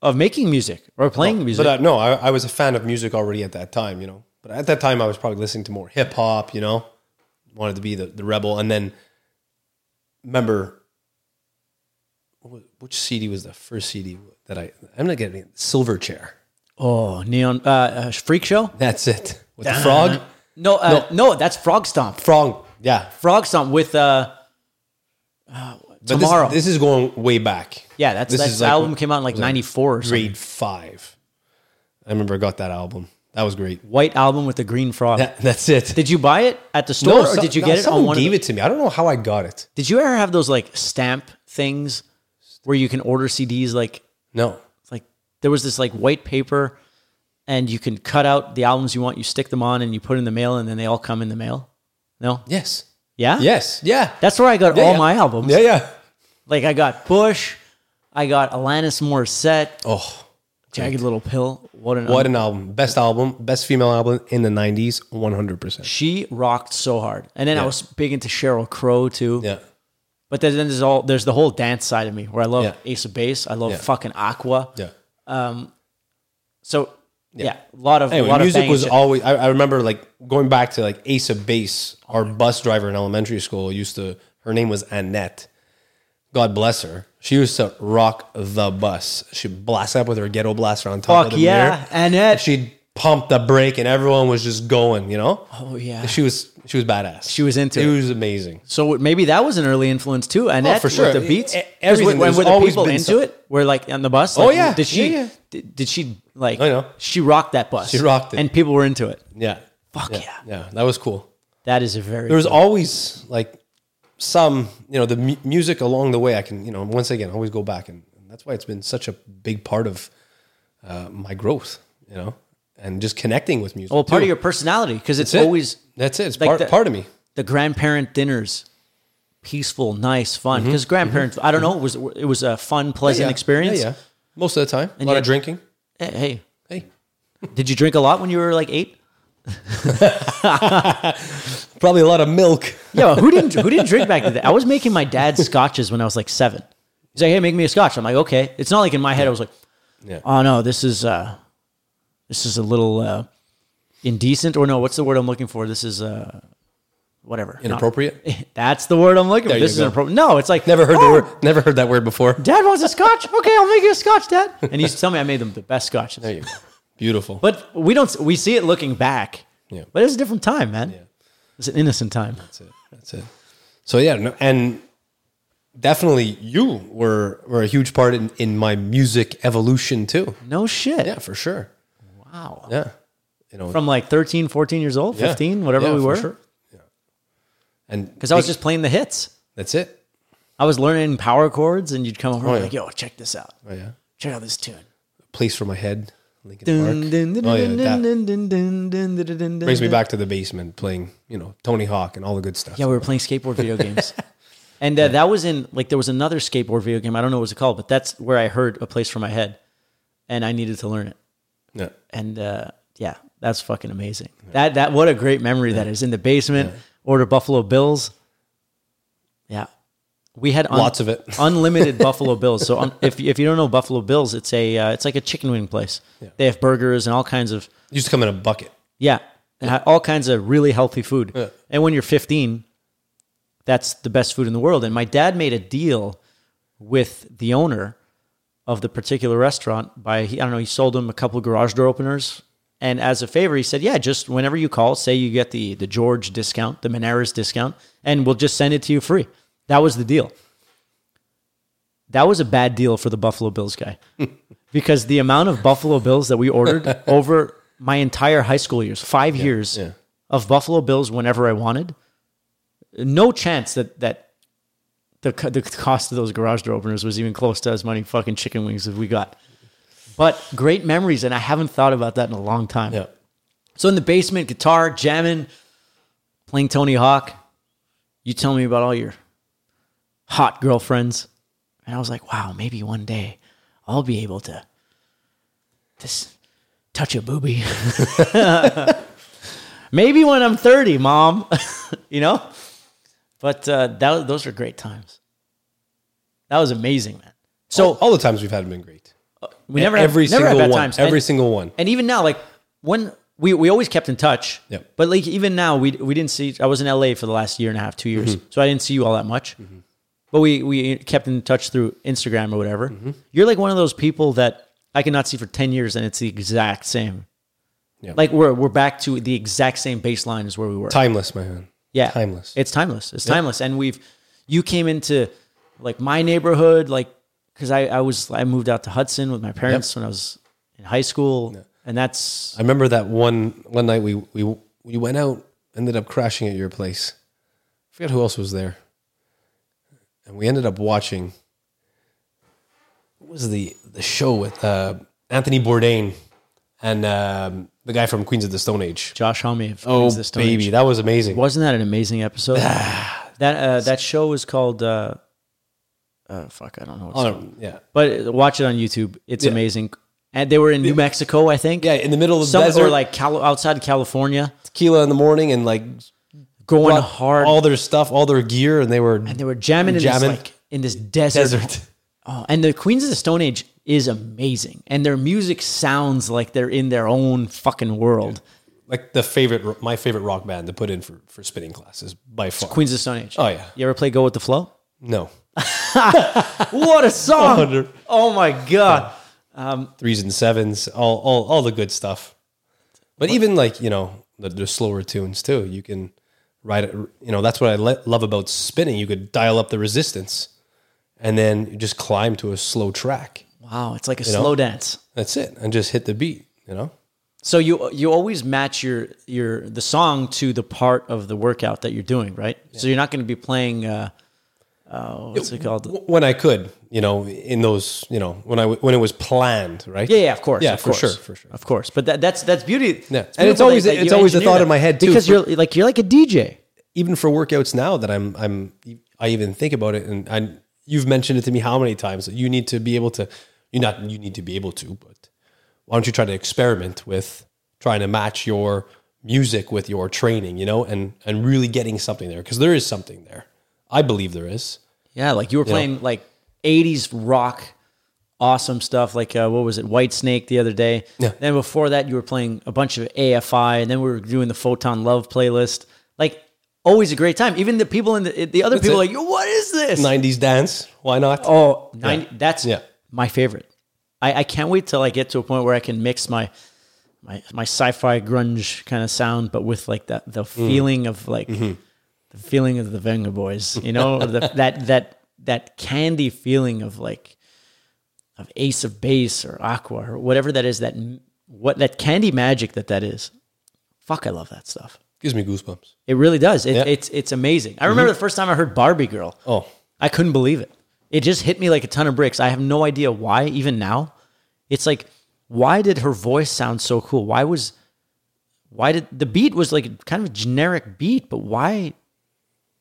of making music or playing music.
But uh, no, I, I was a fan of music already at that time, you know. But at that time, I was probably listening to more hip hop, you know. Wanted to be the, the rebel, and then remember wh- which CD was the first CD that I I'm not getting it. Silverchair.
oh, neon uh, uh, freak show?
That's it with the frog.
No, uh, no, that's Frog Stomp.
Frog, yeah.
Frog Stomp with uh,
But this-
Tomorrow.
This, is going way back.
yeah, that's
this
that
is like
album came out in like
was that?
'94 or something.
grade five. I remember I got that album. That was great.
White album with the green frog.
That, that's it.
did you buy it at the store, or
so-
did you
no,
get it
someone
on one? of
gave
the-
it to me. I don't know how I got it.
Did you ever have those like stamp things where you can order CDs? Like,
No.
like there was this like white paper and you can cut out the albums you want. You stick them on, and you put in the mail, and then they all come in the mail. No,
Yes.
yeah,
Yes. Yeah.
That's where I got
Yeah,
all
yeah.
my albums.
Yeah. Yeah.
Like I got Bush, I got Alanis Morissette,
Oh,
Jagged Little Pill. What an
what an album! Best album, best female album in the '90s, 100. percent
she rocked so hard. And then I was big into Cheryl Crow too.
Yeah.
But then there's all there's the whole dance side of me where I love
Yeah.
Ace of Base. I love
Yeah.
fucking Aqua.
Yeah.
So yeah. a lot of a
Anyway,
lot
music
of
was
was all-
always. I, I remember like going back to like Ace of Base. Our bus driver in elementary school used to. Her name was Annette. God bless her. She used to rock the bus. She blast up with her ghetto blaster on top
Fuck
of the
yeah,
mirror.
Annette.
She'd pump the brake, and everyone was just going. You know.
Oh, yeah.
She was. She was badass.
She was into
It
it.
was amazing.
so maybe that was an early influence too. And
Oh, for sure.
with the beats.
E- e-
'Cause
everything,
were,
there's
were the
always
people
been
into
some-
it? Were like on the bus?
Oh,
Like,
yeah.
Did she
Yeah, yeah.
Did, did she like
I know.
she rocked that bus.
She rocked it.
And people were into it.
Yeah.
Fuck yeah.
Yeah, that was cool.
That is a very
There was always like some, you know, the mu- music along the way. I can, you know, once again, always go back, and that's why it's been such a big part of uh, my growth, you know, and just connecting with music.
well, part
too.
of your personality because it's
That's it.
always
that's it. It's
like
part,
the-
part of me.
the grandparent dinners peaceful nice fun because grandparents i don't know it was it was a fun pleasant
Mm-hmm. Yeah,
experience
Yeah, yeah. Most of the time, a lot of
yet-
drinking.
Hey, hey
Hey,
did you drink a lot when you were like eight
probably a lot of milk.
yeah but who didn't who didn't drink back then i was making my dad scotches when i was like seven he's like hey make me a scotch i'm like okay it's not like in my head i was like
Yeah.
oh no this is uh this is a little uh indecent or no what's the word i'm looking for this is uh whatever Not-
Inappropriate.
that's the word i'm looking
There
for
you
this is
go.
inappropriate no it's like
Never heard
oh,
the word. Never heard that word before.
Dad wants a scotch. Okay, I'll make you a scotch, Dad. And he used to tell me I made them the best scotches.
There you go. Beautiful.
But we don't. We see it looking back.
Yeah.
But it's a different time, man. It's an innocent time.
That's it. That's it. So yeah, no, and definitely you were were a huge part in, in my music evolution too.
No shit.
Yeah, for sure.
Wow.
Yeah, you know,
From like 13, 14 years old,
yeah.
15, whatever
Yeah,
we
for
were.
sure. Yeah, and
Because I was just playing the hits.
that's it.
I was learning power chords, and you'd come over and be
Oh, yeah.
like, yo, check this out.
Oh yeah,
Check out this tune.
place for my head. Lincoln Park. Oh yeah, that brings
Brings
me back to the basement playing. You know, Tony Hawk and all the good stuff.
Yeah, we were playing skateboard video games. And uh, that was in, like, there was another skateboard video game. I don't know what it was called, but that's where I heard A Place for My Head. And I needed to learn it.
yeah.
And uh, yeah, that's fucking amazing. That, that, what a great memory that is. In the basement, order Buffalo Bills. Yeah. We had un-
Lots of it.
unlimited Buffalo Bills. So um, if, if you don't know Buffalo Bills, it's a, uh, it's like a chicken wing place. They have burgers and all kinds of,
used to come in a bucket.
yeah. And ha- all kinds of really healthy food.
Yeah.
And when you're 15, that's the best food in the world. And my dad made a deal with the owner of the particular restaurant by, he, I don't know, he sold him a couple of garage door openers. And as a favor, he said, yeah, just whenever you call, say you get the, the George discount, the Menares discount, and we'll just send it to you free. That was the deal. That was a bad deal for the Buffalo Bills guy because the amount of Buffalo Bills that we ordered over my entire high school years, five years
yeah.
of Buffalo Bills whenever I wanted, no chance that that the co- the cost of those garage door openers was even close to as many fucking chicken wings as we got. But great memories, and I haven't thought about that in a long time.
Yeah,
So in the basement, guitar jamming, playing Tony Hawk. You tell me about all your hot girlfriends, and I was like, wow, maybe one day I'll be able to just touch a booby. maybe when I'm 30, mom, you know. But uh, that those are great times. That was amazing, man.
all,
So
all the times we've had have been great.
we never had-
E, every
never had
single
bad
one.
times.
Every
And-
single one.
and even now, like when we, we always kept in touch.
Yep.
But like even now, we we didn't see. I was in LA for the last year and a half, two years, so I didn't see you all that much. But we we kept in touch through Instagram or whatever. You're like one of those people that I cannot see for ten years, and it's the exact same.
Yeah.
Like we're we're back to the exact same baseline as where we were.
Timeless, man.
yeah,
timeless.
It's timeless. It's timeless. And we've you came into like my neighborhood, like because I I was I moved out to Hudson with my parents when I was in high school, and that's
I remember that one one night we we we went out, ended up crashing at your place. I forget who else was there, and we ended up watching. What was the the show with uh, Anthony Bourdain and um, the guy from Queens of the Stone Age.
Josh Homme. of
Oh,
Queens of the Stone
baby,
Age.
that was amazing.
Wasn't that an amazing episode? that uh, that show was called. Uh, uh, fuck, I don't know. What it's
I
called.
don't- Um, yeah,
But uh, watch it on YouTube. It's amazing. And they were in New Mexico, I think.
yeah, in the middle of the
Some,
desert,
or like Cali- outside of California,
tequila in the morning, and like
going
brought
hard.
all their stuff, all their gear, and they were
and they were jamming, in
Jamming.
this like in this desert.
desert.
Oh, and the Queens of the Stone Age is amazing, and their music sounds like they're in their own fucking world.
like the favorite, my favorite rock band to put in for for spinning classes by far.
Queens of the Stone Age.
Oh, yeah.
You ever play Go with the Flow?
No,
What a song!
Under-
oh my god!
threes and sevens, all all all the good stuff. But even like you know the, the slower tunes too, you can ride it. You know that's what I le- love about spinning. You could dial up the resistance, and then you just climb to a slow track.
Wow, it's like a
know?
slow dance.
That's it, and just hit the beat. You know,
So you you always match your your the song to the part of the workout that you're doing, right? So you're not going to be playing. Uh, uh, what's it called?
W- when I could, you know, in those, you know, when I w- when it was planned, right?
Yeah, yeah, of course.
Yeah,
of
for
course.
sure, for sure.
Of course. But that, that's that's beauty.
Yeah. And it's
beautiful
always-
that- that
it's
you
always a
engineer
thought
that.
in my head, too,
Because
for-
you're like you're like a DJ.
even for workouts now that I'm I'm I even think about it and I you've mentioned it to me how many times that you need to be able to you not you need to be able to but why don't you try to experiment with trying to match your music with your training you know and and really getting something there because there is something there I believe there is
Yeah, like you were playing like eighties rock awesome stuff like uh, what was it, White Snake the other day.
Yeah.
Then before that you were playing a bunch of AFI and then we were doing the Photon Love playlist. Like always a great time. Even the people in the the other people
it.
are like, Yo, what is this?
90s dance why not
Oh, 90, that's
Yeah.
my favorite. I, I can't wait till I get to a point where I can mix my my my sci-fi grunge kind of sound, but with like that the
Mm.
feeling of like
Mm-hmm.
the feeling of the Venga Boys, you know, the, that that that candy feeling of like of Ace of Base or Aqua or whatever that is that what that candy magic that that is. Fuck, I love that stuff.
gives me goosebumps
It really does. It,
Yeah. Mm-hmm.
It's it's amazing. I remember the first time I heard Barbie Girl.
oh
I couldn't believe it. It just hit me like a ton of bricks. I have no idea why, even now. It's like, why did her voice sound so cool? Why was, why did the beat was like kind of a generic beat, but why,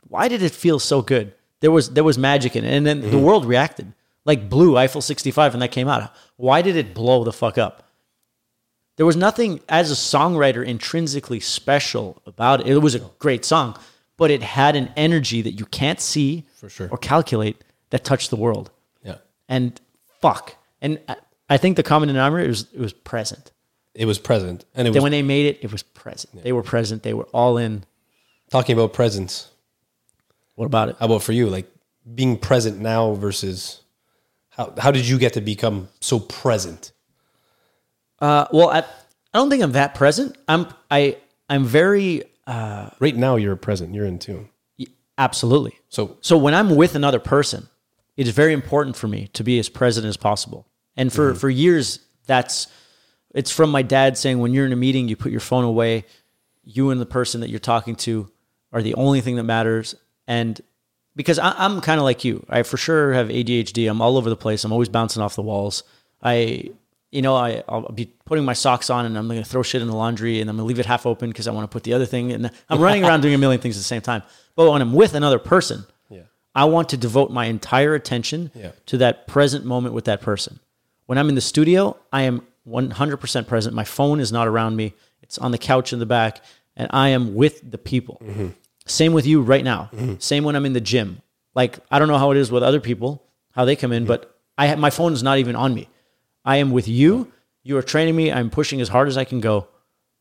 why did it feel so good? There was there was magic in it, and then the
Mm-hmm.
world reacted like blew Eiffel 65 when that came out. Why did it blow the fuck up? There was nothing as a songwriter intrinsically special about it. It was a great song, but it had an energy that you can't see
For sure.
or calculate that touched the world.
yeah
And fuck. And I- I think the common denominator was it was present.
it was present and
Then
it was
when they made it, it was present. They were present. They were all in.
talking about presence
What about it?
How about for you? Like being present now versus how how did you get to become so present?
Uh, well, I, I don't think I'm that present. I'm I I'm very
Right now you're present, you're in tune.
absolutely.
So
So when I'm with another person, it is very important for me to be as present as possible. And for for years, that's it's from my dad saying when you're in a meeting, you put your phone away. You and the person that you're talking to are the only thing that matters. And because I, I'm kind of like you, I for sure have ADHD. I'm all over the place. I'm always bouncing off the walls. I, you know, I, I'll be putting my socks on and I'm going to throw shit in the laundry and I'm going to leave it half open because I want to put the other thing. And I'm running around doing a million things at the same time. But when I'm with another person, I want to devote my entire attention
Yeah.
to that present moment with that person. When I'm in the studio, I am 100% present. My phone is not around me, it's on the couch in the back, and I am with the people.
Mm-hmm.
Same with you right now. Same when I'm in the gym. Like, I don't know how it is with other people, how they
Mm-hmm.
come in, but I have, my phone is not even on me. I am with you. You are training me. I'm pushing as hard as I can go.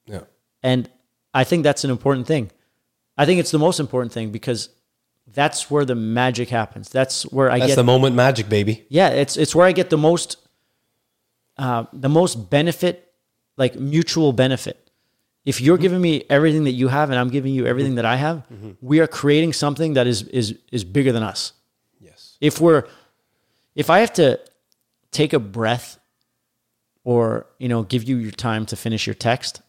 yeah.
And I think that's an important thing. I think it's the most important thing because that's where the magic happens. That's where I
That's
get
the moment magic, baby.
yeah, it's it's where I get the most uh, the most benefit, like mutual benefit. If you're giving me everything that you have and I'm giving you everything that I have, we are creating something that is is is bigger than us
Yes.
if we're if i have to take a breath or you know give you your time to finish your text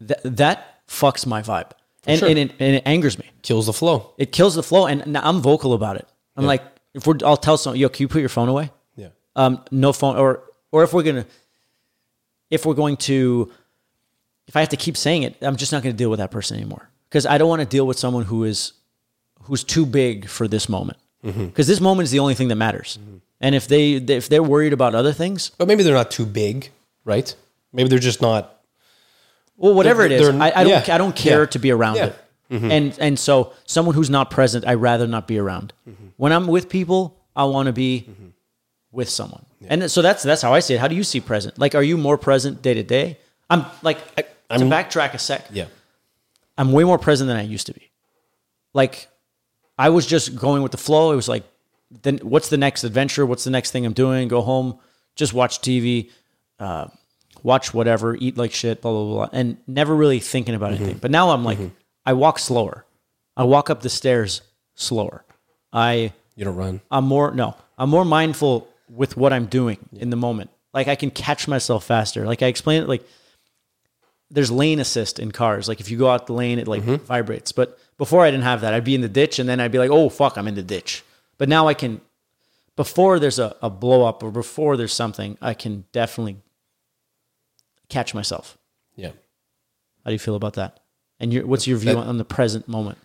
that that fucks my vibe and,
sure.
and, it, and it angers me
Kills the flow.
it kills the flow and, and i'm vocal about it i'm like if we're i'll tell someone yo can you put your phone away
Yeah.
um no phone or or if we're gonna if we're going to, if I have to keep saying it, I'm just not going to deal with that person anymore because I don't want to deal with someone who is, who's too big for this moment because this moment is the only thing that matters. And if they if they're worried about other things,
But maybe they're not too big, right? Maybe they're just not.
well, whatever it is,
They're-
I, I don't
yeah.
I don't care
Yeah.
to be around
Yeah. Mm-hmm.
it. And and so someone who's not present, I would rather not be around.
Mm-hmm.
When I'm with people, I want to be with someone. And so that's that's how I see it. How do you see present? Like, are you more present day to day? I'm like to
I'm-
backtrack a sec.
Yeah.
I'm way more present than I used to be. Like, I was just going with the flow. It was like, then what's the next adventure? What's the next thing I'm doing? Go home, just watch TV, uh, watch whatever, eat like shit, blah, blah, blah, and never really thinking about anything. But now I'm like, I walk slower. I walk up the stairs slower. I,
You don't run.
I'm more, no, I'm more mindful with what I'm doing in the moment. Like, I can catch myself faster. Like, I explain it like, there's lane assist in cars. Like if you go out the lane, it like
Mm-hmm.
vibrates. But before I didn't have that. I'd be in the ditch and then I'd be like, oh fuck, I'm in the ditch. But now I can before there's a, a blow up or before there's something, I can definitely catch myself.
Yeah.
How do you feel about that? And your, what's your view
That-
on the present moment?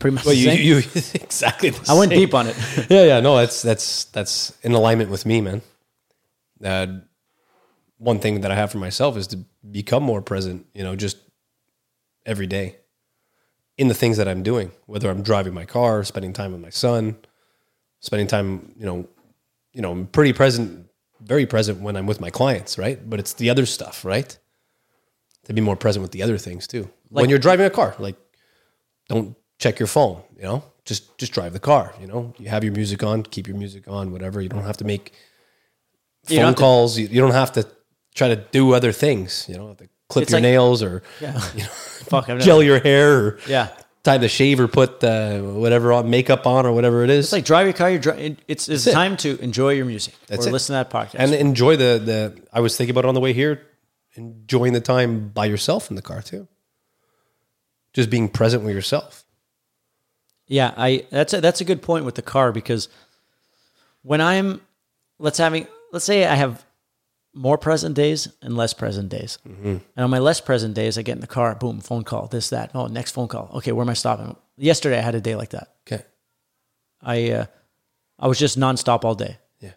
Pretty much.
Well,
the
you,
same?
you, you exactly. The
I went
same.
deep on it.
Yeah, yeah. No, that's that's that's in alignment with me, man. Uh, one thing that I have for myself is to become more present. You know, just every day in the things that I'm doing, whether I'm driving my car, spending time with my son, spending time. You know, you know, I'm pretty present, very present when I'm with my clients, right? But it's the other stuff, right? To be more present with the other things too.
Like-
when you're driving a car, like don't check your phone you know just just drive the car you know you have your music on keep your music on whatever you don't have to make
You don't
phone
have to-
calls you, you don't have to try to do other things you don't have to clip
It's
your
like-
nails or you know,
Fuck, I've never,
gel your hair or
Yeah.
time to shave or put uh, whatever on makeup on or whatever it is
It's like drive your car. You're dri- it's it's
it.
time to enjoy your music
That's
or
it.
listen to that podcast.
and enjoy the the i was thinking about it on the way here enjoying the time by yourself in the car too just being present with yourself
Yeah, I that's a, that's a good point with the car because when I'm let's having let's say I have more present days and less present days,
Mm-hmm.
and on my less present days, I get in the car, boom, phone call, this that, oh, next phone call, okay, where am I stopping? Yesterday I had a day like that.
okay
I uh, I was just nonstop all day,
yeah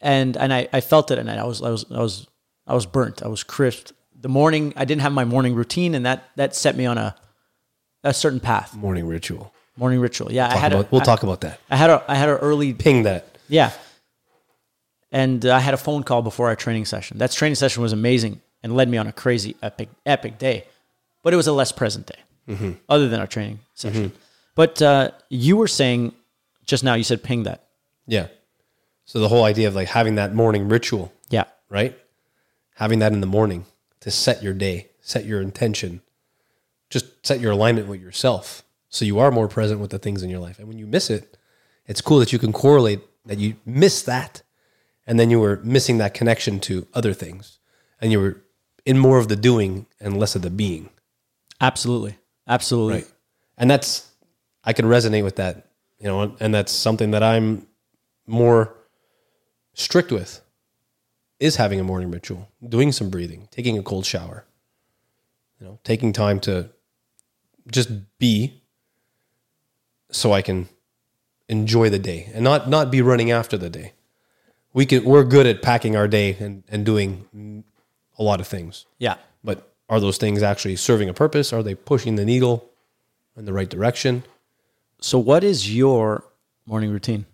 and and I, I felt it, and I was I was I was I was burnt, I was crisped. The morning I didn't have my morning routine, and that that set me on a a certain path,
morning ritual
morning ritual. Yeah, I
talk
had
about,
a,
we'll
I-
talk about that
I had a I had an early
ping that
Yeah. And uh, I had a phone call before our training session. That training session was amazing and led me on a crazy, epic, epic day. But it was a less present day,
Mm-hmm.
other than our training session. But uh, you were saying just now, you said ping that.
Yeah. So the whole idea of like having that morning ritual,
Yeah.
right? Having that in the morning to set your day, set your intention, just set your alignment with yourself. So you are more present with the things in your life. And when you miss it, it's cool that you can correlate that you miss that. And then you were missing that connection to other things. And you were in more of the doing and less of the being.
Absolutely. Absolutely.
Right. And that's I can resonate with that, you know, and that's something that I'm more strict with is having a morning ritual, doing some breathing, taking a cold shower. You know, taking time to just be so I can enjoy the day and not not be running after the day. We can we're good at packing our day and, and doing a lot of things
Yeah.
but are those things actually serving a purpose? Are they pushing the needle in the right direction?
So, what is your morning routine?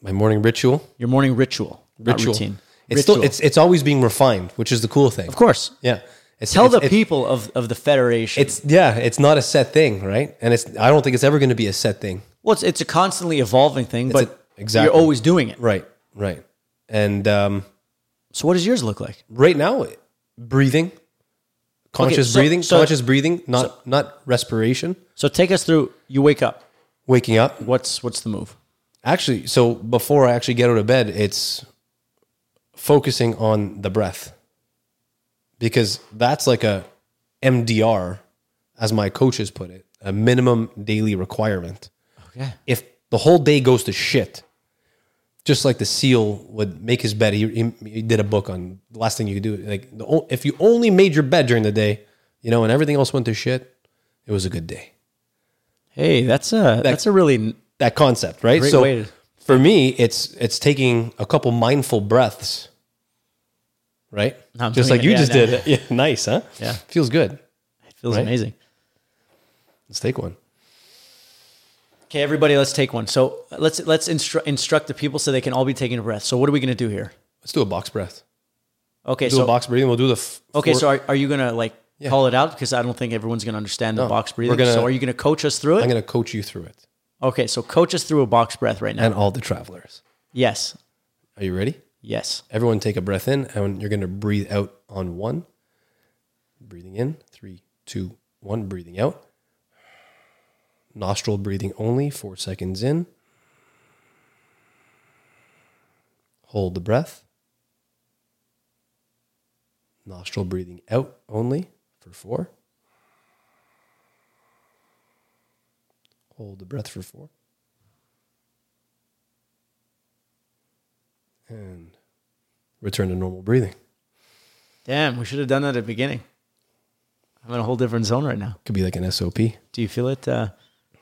My morning ritual,
Your morning ritual, not
ritual,
routine.
It's still it's it's always being refined, which is the cool thing.
of course.
yeah. It's,
Tell
it's-
the
it's-
people of, of the federation.
It's yeah, it's not a set thing, right? And it's I don't think it's ever going to be a set thing.
well, it's, it's a constantly evolving thing,
It's
but
a- exactly.
you're always doing it.
Right, right. And um,
So, what does yours look like?
right now, breathing, conscious
so-
breathing,
so-
conscious breathing, not not respiration.
So take us through. You wake up.
Waking up,
What's what's the move?
actually so before i actually get out of bed it's focusing on the breath because that's like a mdr as my coaches put it a minimum daily requirement
Okay.
if the whole day goes to shit just like the seal would make his bed. He, he, he did a book on the last thing you could do. Like the, o- if you only made your bed during the day, you know, and everything else went to shit, it was a good day.
Hey, that's a that's a really
That concept, right?
Great
so
way to-
for me, it's it's taking a couple mindful breaths, right?
No, I'm
just
doing
like
it.
you
Yeah,
just
no.
did. Yeah, nice, huh?
Yeah.
feels good.
feels
Right?
amazing.
Let's take one.
Okay, everybody, let's take one. So let's let's instru- instruct the people so they can all be taking a breath. So what are we gonna do here?
Let's do a box breath.
Okay,
Do
so
a box breathing. We'll do the f-
okay,
four-
so are, are you gonna like
Yeah.
call it out because I don't think everyone's gonna understand the
No,
box
we're
breathing.
gonna-
so are you gonna coach us through it?
I'm going to coach you through it
okay, so coach us through a box breath right now.
and all the travelers.
yes,
Are you ready?
yes.
Everyone take a breath in and you're going to breathe out on one. Breathing in, three, two, one. Breathing out. Nostril breathing only, four seconds in. Hold the breath. Nostril breathing out only for four. Hold the breath for four. And return to normal breathing.
Damn, we should have done that at the beginning. I'm in a whole different zone right now.
Could be like an SOP.
Do you feel it, uh,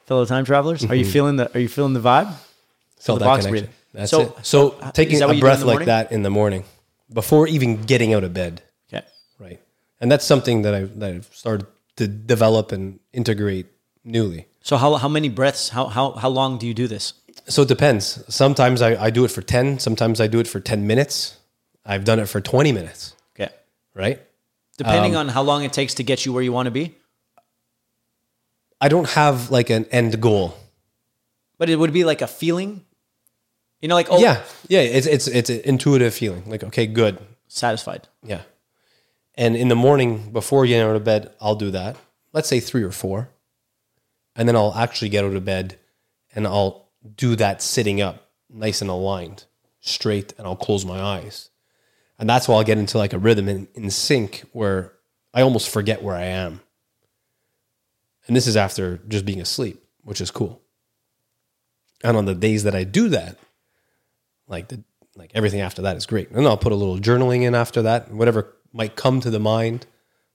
fellow time travelers? Are you
Mm-hmm.
feeling the Are you feeling the vibe?
Felt
the
that
box
connection.
breathing.
That's
So,
it. So
uh, is
taking
that what
a
you do in
breath
the
like
morning?
that in the morning, before even getting out of bed,
Okay.
right? And that's something that I've that I've started to develop and integrate newly.
So how how many breaths? How how how long do you do this?
So it depends. Sometimes I, I do it for ten. Sometimes I do it for ten minutes. I've done it for twenty minutes,
Okay.
right?
Depending
Um,
on how long it takes to get you where you want to be,
I don't have like an end goal.
but it would be like a feeling. You know, like oh,
Yeah, yeah. It's it's it's an intuitive feeling. Like okay, good.
satisfied.
Yeah. And in the morning before getting out of bed, I'll do that. Let's say three or four. And then I'll actually get out of bed and I'll do that sitting up, nice and aligned, straight, and I'll close my eyes. And that's why I'll get into like a rhythm in, in sync where I almost forget where I am. And this is after just being asleep, which is cool. And on the days that I do that, like the like everything after that is great. And I'll put a little journaling in after that, whatever might come to the mind,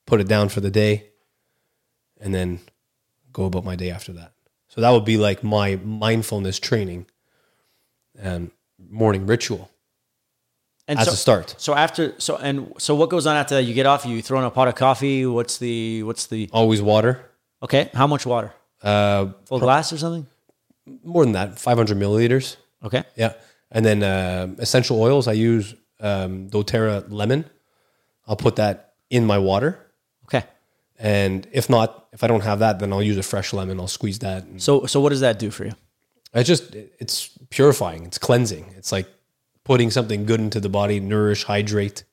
put it down for the day, and then go about my day after that. So that would be like my mindfulness training and morning ritual
And
as
so,
a start.
so after so and so what goes on after that? You get off. You throw in a pot of coffee. What's the what's the
Always water,
okay? How much water?
uh,
Full glass or something?
more than that, 500 milliliters.
Okay.
Yeah. And then um essential oils, I use um, doTERRA lemon. I'll put that in my water.
Okay.
And if not, if I don't have that, then I'll use a fresh lemon. I'll squeeze that. And
So so what does that do for you?
it's just, it's purifying. It's cleansing. It's like putting something good into the body, nourish, hydrate,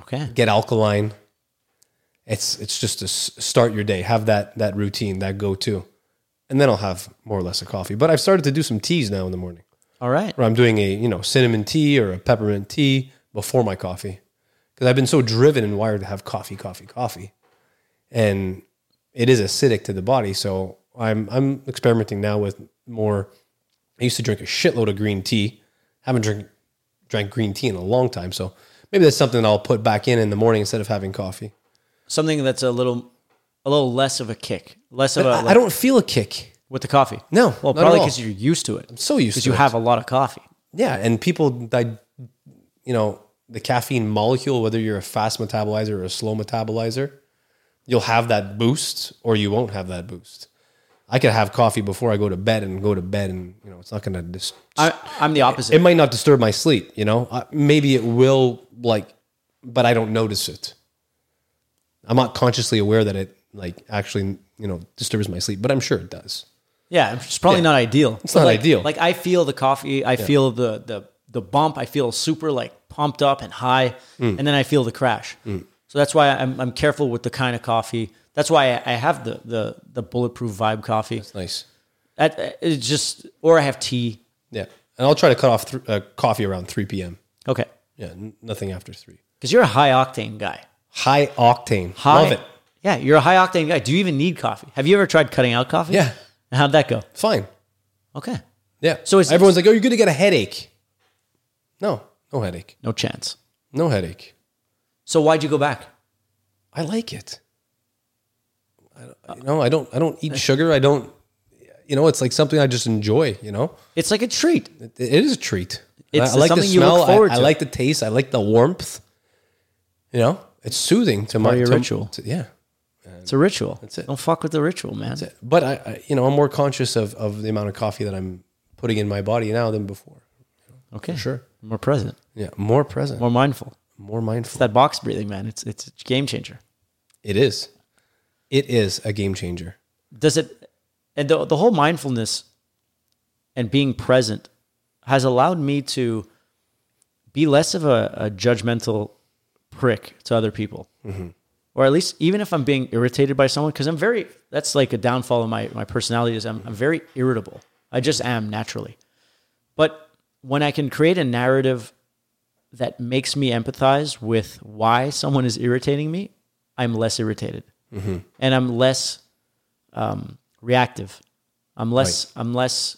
Okay.
get alkaline. It's, it's just to s- start your day, have that, that routine, that go-to. And then I'll have more or less a coffee. But I've started to do some teas now in the morning
All right.
where I'm doing a, you know, cinnamon tea or a peppermint tea before my coffee. Cause I've been so driven and wired to have coffee, coffee, coffee. And it is acidic to the body. So I'm, I'm experimenting now with more. I used to drink a shitload of green tea. Haven't drink, drank green tea in a long time. So maybe that's something I'll put back in in the morning instead of having coffee.
Something that's a little a little less of a kick, less of a
I, I
like,
don't feel a kick.
with the coffee.
No,
Well,
not at
probably
all.
because you're used to it. I'm
so used
because
to
you
it.
have a lot of coffee.
Yeah, and people that you know the caffeine molecule, whether you're a fast metabolizer or a slow metabolizer, you'll have that boost or you won't have that boost. I could have coffee before I go to bed and go to bed, and you know it's not gonna. Dis-
I, I'm the opposite.
it might not disturb my sleep. You know, I, maybe it will, like, but I don't notice it. I'm not consciously aware that it like actually you know disturbs my sleep, but I'm sure it does.
yeah, it's probably
Yeah.
not ideal. It's
not
like,
ideal.
Like I feel the coffee. I feel the the the bump. I feel super like pumped up and high,
Mm.
and then I feel the crash. So that's why I'm I'm careful with the kind of coffee. That's why I, I have the the the bulletproof vibe coffee.
Nice.
That uh, it's just or I have tea.
Yeah, and I'll try to cut off th- uh, coffee around 3 p.m.
Okay,
Yeah, n- nothing after three.
because you're a high octane guy.
High octane.
High,
Love it.
Yeah, you're a high octane guy. Do you even need coffee? Have you ever tried cutting out coffee?
Yeah.
And How'd that go?
Fine.
Okay.
Yeah.
So
So
it's-
everyone's like, "Oh, you're going to get a headache." No, no headache.
No chance.
No headache.
So why'd you go back?
I like it. I, don't- you know, I don't. I don't eat sugar. I don't. You know, it's like something I just enjoy. You know,
It's like a treat.
it, it is a treat.
It's
I, I like the
something you look
smell. I-
forward
I,
to.
like the taste. I like the warmth. You know, it's soothing to my
of your
to-
ritual.
to- yeah,
It's a ritual. That's
it.
Don't fuck with the ritual, man.
but I, I, you know, I'm more conscious of of the amount of coffee that I'm putting in my body now than before.
Okay.
sure.
More present,
Yeah, more present,
more
more,
mindful.
mindful.
That box breathing, man. It's it's a game changer.
it is. It is a game changer.
Does it and the the whole mindfulness and being present has allowed me to be less of a, a judgmental prick to other people. Or at least even if I'm being irritated by someone, because I'm very that's like a downfall of my, my personality is I'm, I'm very irritable. I just am naturally. But when I can create a narrative that makes me empathize with why someone is irritating me, I'm less irritated and I'm less um, reactive. I'm less. I'm less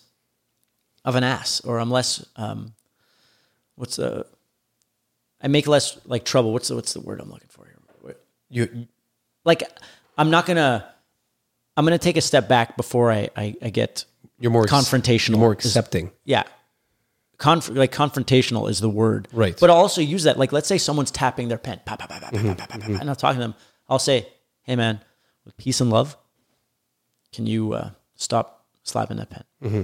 of an ass, or I'm less. Um, what's the? I make less like trouble. What's the? What's the word I'm looking for here?
You
Like, I'm not gonna. I'm gonna take a step back before I I, I get
you're more ex-
Confrontational
you're more
is-
accepting.
yeah. Conf- like confrontational is the word,
Right.
But I'll also use that. Like, let's say someone's tapping their pen, pa, pa, pa, pa, pa, pa, pa, pa, pa,
Mm-hmm.
and I'm talking to them. I'll say, "Hey, man, with peace and love, can you uh, stop slapping that pen?"
Mm-hmm.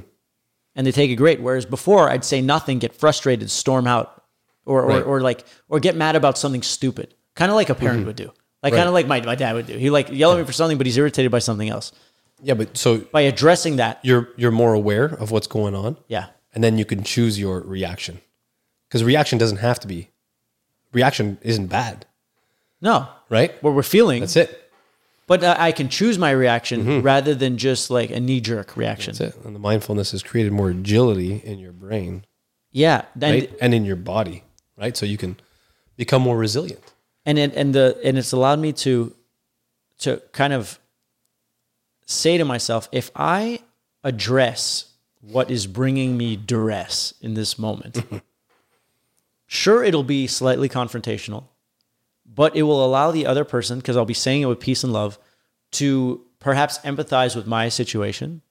And they take it great. Whereas before, I'd say nothing, get frustrated, storm out, or
Right. Mm-hmm.
or, or like or get mad about something stupid, kind of like a parent would do, like kind of like my, my dad would do. He like yell at me for something, but he's irritated by something else.
Yeah, but so
By addressing that,
you're you're more aware of what's going on.
yeah,
and then you can choose your reaction because reaction doesn't have to be reaction isn't bad
no,
right
what we're feeling,
that's it
But uh, I can choose my reaction rather than just like a knee jerk reaction.
Mm-hmm. that's it and the mindfulness has created more agility in your brain
Yeah, and
right and in your body right so you can become more resilient
and it, and the and it's allowed me to to kind of say to myself, if I address what is bringing me duress in this moment, sure it'll be slightly confrontational, but it will allow the other person because I'll be saying it with peace and love to perhaps empathize with my situation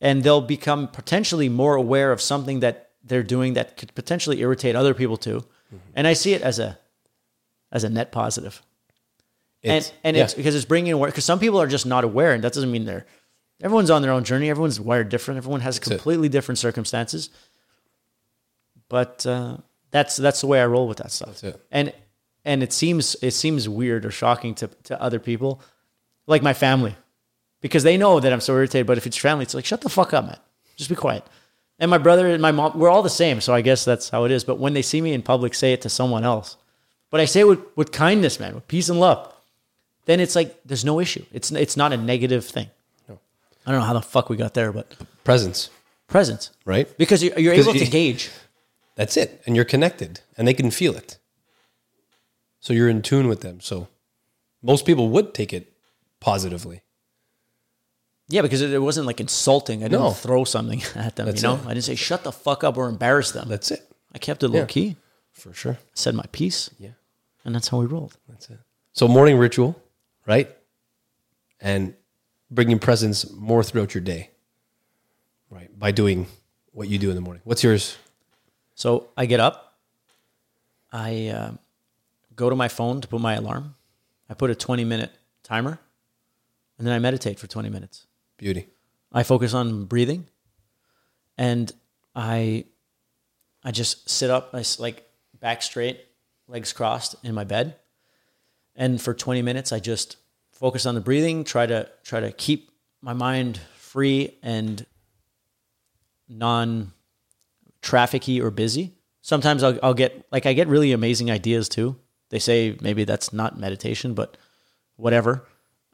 and they'll become potentially more aware of something that they're doing that could potentially irritate other people too. And I see it as a as a net positive.
It's-
and and
yeah.
it's because it's bringing aware because some people are just not aware and that doesn't mean they're everyone's on their own journey, everyone's wired different, everyone has
it.
completely different circumstances. But uh, that's that's the way I roll with that stuff.
That's it.
And and it seems it seems weird or shocking to to other people, like my family because they know that I'm so irritated. But if it's family, it's like, shut the fuck up, man. Just be quiet. And my brother and my mom, we're all the same. So I guess that's how it is. But when they see me in public, say it to someone else. But I say it with, with kindness, man, with peace and love. Then it's like, there's no issue. It's, it's not a negative thing. I don't know how the fuck we got there, but
presence
presence.
right
Because you're, you're
'Cause
able to
it-
gauge.
that's it and you're connected and they can feel it so you're in tune with them so most people would take it positively
Yeah, because it, it wasn't like insulting. I didn't
No.
throw something at them,
That's
you know?
it.
I didn't say, shut the fuck up or embarrass them.
that's it
I kept it low key,
for sure
said my piece,
yeah
and that's how we rolled.
That's it. So morning ritual, right? And bringing presence more throughout your day, right? By doing what you do in the morning. What's yours?
So I get up. I uh, go to my phone to put my alarm. I put a 20 minute timer and then I meditate for 20 minutes.
Beauty.
I focus on breathing and I I just sit up, I s- like back straight, legs crossed in my bed. And for 20 minutes I just focus on the breathing, try to try to keep my mind free and non trafficy or busy. Sometimes I'll, I'll get like I get really amazing ideas too. They say maybe that's not meditation, but whatever.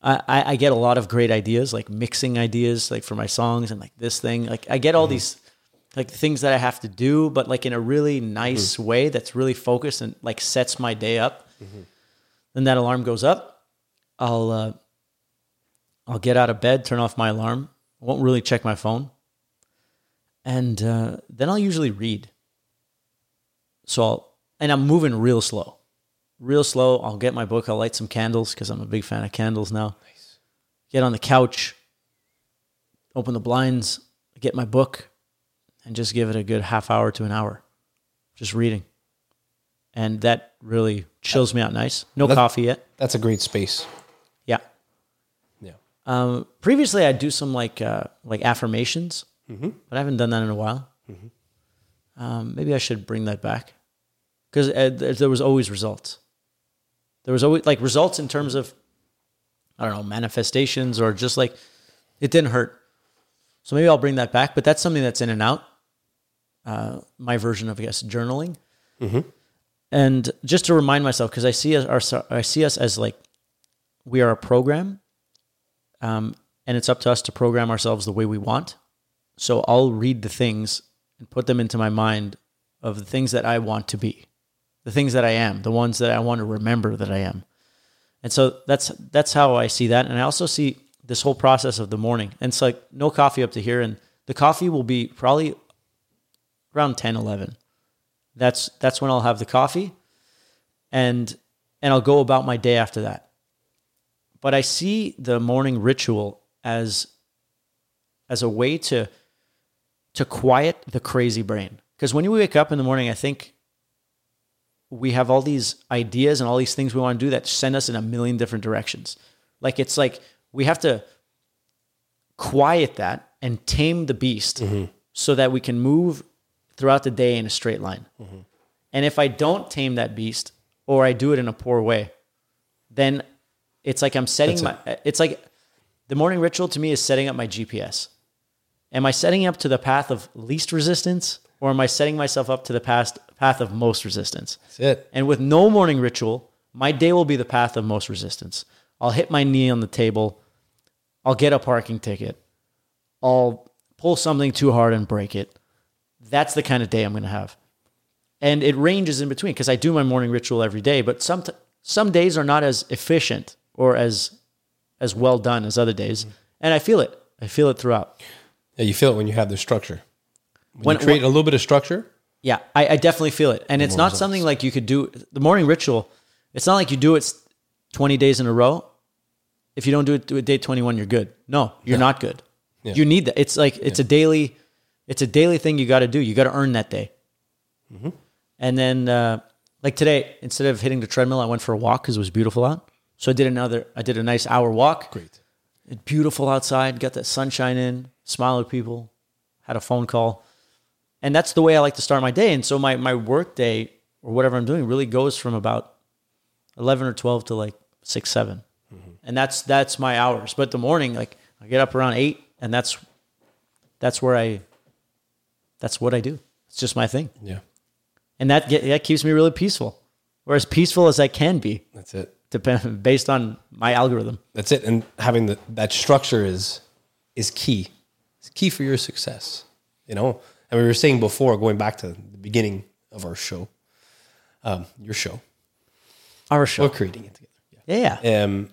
I, I, I get a lot of great ideas, like mixing ideas, like for my songs and like this thing. Like I get all these like things that I have to do, but like in a really nice way that's really focused and like sets my day up. Then that alarm goes up. I'll uh, I'll get out of bed, turn off my alarm. I won't really check my phone and uh, then I'll usually read. So I'll, and I'm moving real slow, real slow. I'll get my book. I'll light some candles because I'm a big fan of candles now. Get on the couch, open the blinds, get my book, and just give it a good half hour to an hour, just reading. And that really chills me out nice. No
That-
coffee yet.
That's a great space.
Yeah.
Yeah.
Um, previously, I'd do some like uh, like affirmations, but I haven't done that in a while. Um, maybe I should bring that back because uh, th- there was always results. There was always like results in terms of I don't know manifestations or just like it didn't hurt. So maybe I'll bring that back, but that's something that's in and out. Uh, my version of I guess journaling, and just to remind myself because I see us, our, I see us as like we are a program um, and it's up to us to program ourselves the way we want. So I'll read the things and put them into my mind of the things that I want to be, the things that I am, the ones that I want to remember that I am. And so that's that's how I see that. And I also see this whole process of the morning. And it's like no coffee up to here, and the coffee will be probably around 10, 11. That's that's when I'll have the coffee, and and I'll go about my day after that but I see the morning ritual as as a way to to quiet the crazy brain. Because when we wake up in the morning, I think we have all these ideas and all these things we want to do that send us in a million different directions. Like it's like we have to quiet that and tame the beast so that we can move throughout the day in a straight line. And if I don't tame that beast or I do it in a poor way, then it's like I'm setting my
That's
it's like the morning ritual to me is setting up my GPS. Am I setting up to the path of least resistance or am I setting myself up to the past path of most resistance?
That's it.
And with no morning ritual, my day will be the path of most resistance. I'll hit my knee on the table. I'll get a parking ticket. I'll pull something too hard and break it. That's the kind of day I'm going to have. And it ranges in between because I do my morning ritual every day, but some some days are not as efficient or as as well done as other days,
Mm-hmm.
and I feel it. I feel it throughout.
Yeah, you feel it when you have the structure. When,
When-
you create a little bit of structure,
Yeah, I, I definitely feel it. And it's not something like you could do the morning ritual. It's not like you do it s- 20 days in a row. If you don't do it to day 21, you're good. No, you're not good. You need that. It's like it's a daily it's a daily thing you got to do. You got to earn that day. And then uh, like today, instead of hitting the treadmill, I went for a walk cuz it was beautiful out. So I did another I did a nice hour walk.
great.
It's beautiful outside, got that sunshine in, smiled at people, had a phone call. And that's the way I like to start my day. And so my, my work day or whatever I'm doing really goes from about 11 or 12 to like 6, 7. And that's, that's my hours. But the morning, like I get up around 8 and that's, that's where I, that's what I do. It's just my thing.
Yeah,
And that, ge- that keeps me really peaceful or as peaceful as I can be
that's it.
depend, based on my algorithm.
That's it. And having the, that structure is is key. It's key for your success. You know, and we were saying before, going back to the beginning of our show, um, your show,
Our show.
we're creating it together.
Yeah. Yeah.
um,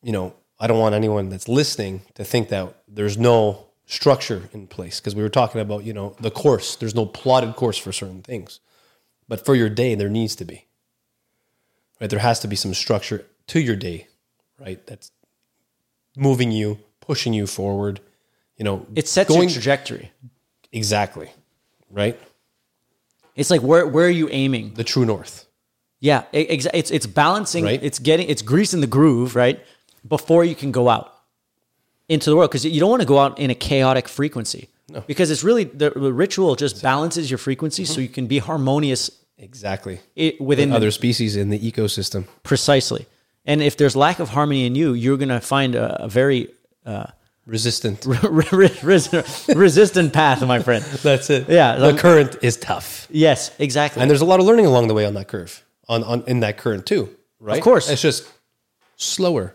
you know, I don't want anyone that's listening to think that there's no structure in place because we were talking about, you know, the course. There's no plotted course for certain things, but for your day, there needs to be. Right, there has to be some structure to your day, right? That's moving you, pushing you forward. You know,
It sets
going
your trajectory.
exactly, right?
It's like where where are you aiming?
The true north.
Yeah, e- exa- it's it's balancing.
Right.
It's getting it's greasing the groove right before you can go out into the world because you don't want to go out in a chaotic frequency because it's really the, the ritual just balances your frequency
Mm-hmm.
so you can be harmonious
Exactly.
i within the-
Other species in the ecosystem.
precisely. And if there's lack of harmony in you, you're gonna find a, a very
Resistant.
re- re- res- resistant path, my friend.
That's it.
Yeah,
The
I'm-
current is tough.
Yes, exactly.
And there's a lot of learning along the way on that curve, on, on in that current too, right?
Of course.
it's just slower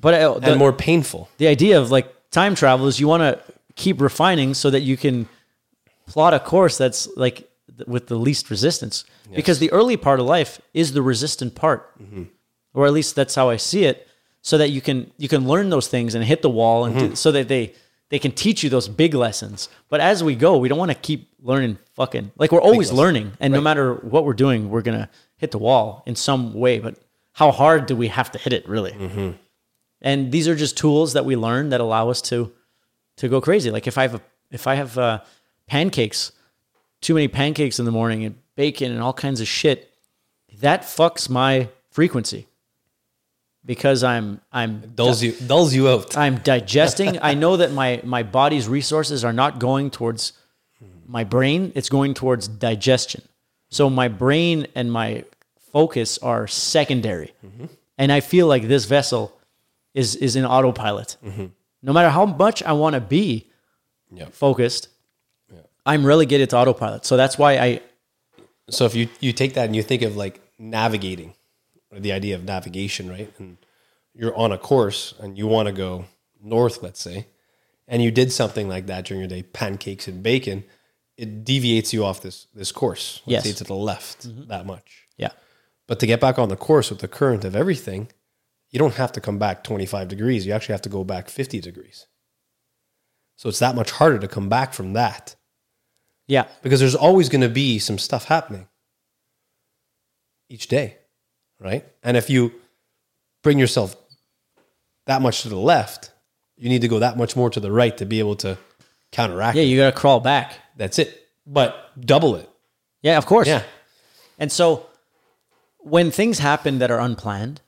but uh,
and
the-
more painful.
the idea of like time travel is you want to keep refining so that you can plot a course that's like th- with the least resistance because the early part of life is the resistant part or at least that's how i see it so that you can you can learn those things and hit the wall and do, so that they they can teach you those big lessons. But as we go, we don't want to keep learning fucking like we're always
lessons.
learning. And no matter what we're doing, we're gonna hit the wall in some way. But how hard do we have to hit it really? And these are just tools that we learn that allow us to to go crazy. Like if I have a, if I have uh, pancakes, too many pancakes in the morning and bacon and all kinds of shit, that fucks my frequency because I'm I'm
Dulls you, dulls you out.
I'm digesting. I know that my my body's resources are not going towards my brain. It's going towards digestion. So my brain and my focus are secondary. And I feel like this vessel is is in autopilot. No matter how much I want to be
Yeah.
focused, I'm relegated to autopilot. So that's why I
So if you you take that and you think of like navigating, or the idea of navigation, right? And you're on a course and you want to go north, let's say, and you did something like that during your day, pancakes and bacon, it deviates you off this this course. Let's
Yes. Mm-hmm.
say to the left that much.
yeah.
But to get back on the course with the current of everything, you don't have to come back 25 degrees. You actually have to go back 50 degrees. So it's that much harder to come back from that
Yeah.
because there's always going to be some stuff happening each day, right? And if you bring yourself that much to the left, you need to go that much more to the right to be able to counteract.
Yeah,
it.
you got to crawl back.
That's it. But double it.
Yeah, of course.
Yeah.
And so when things happen that are unplanned,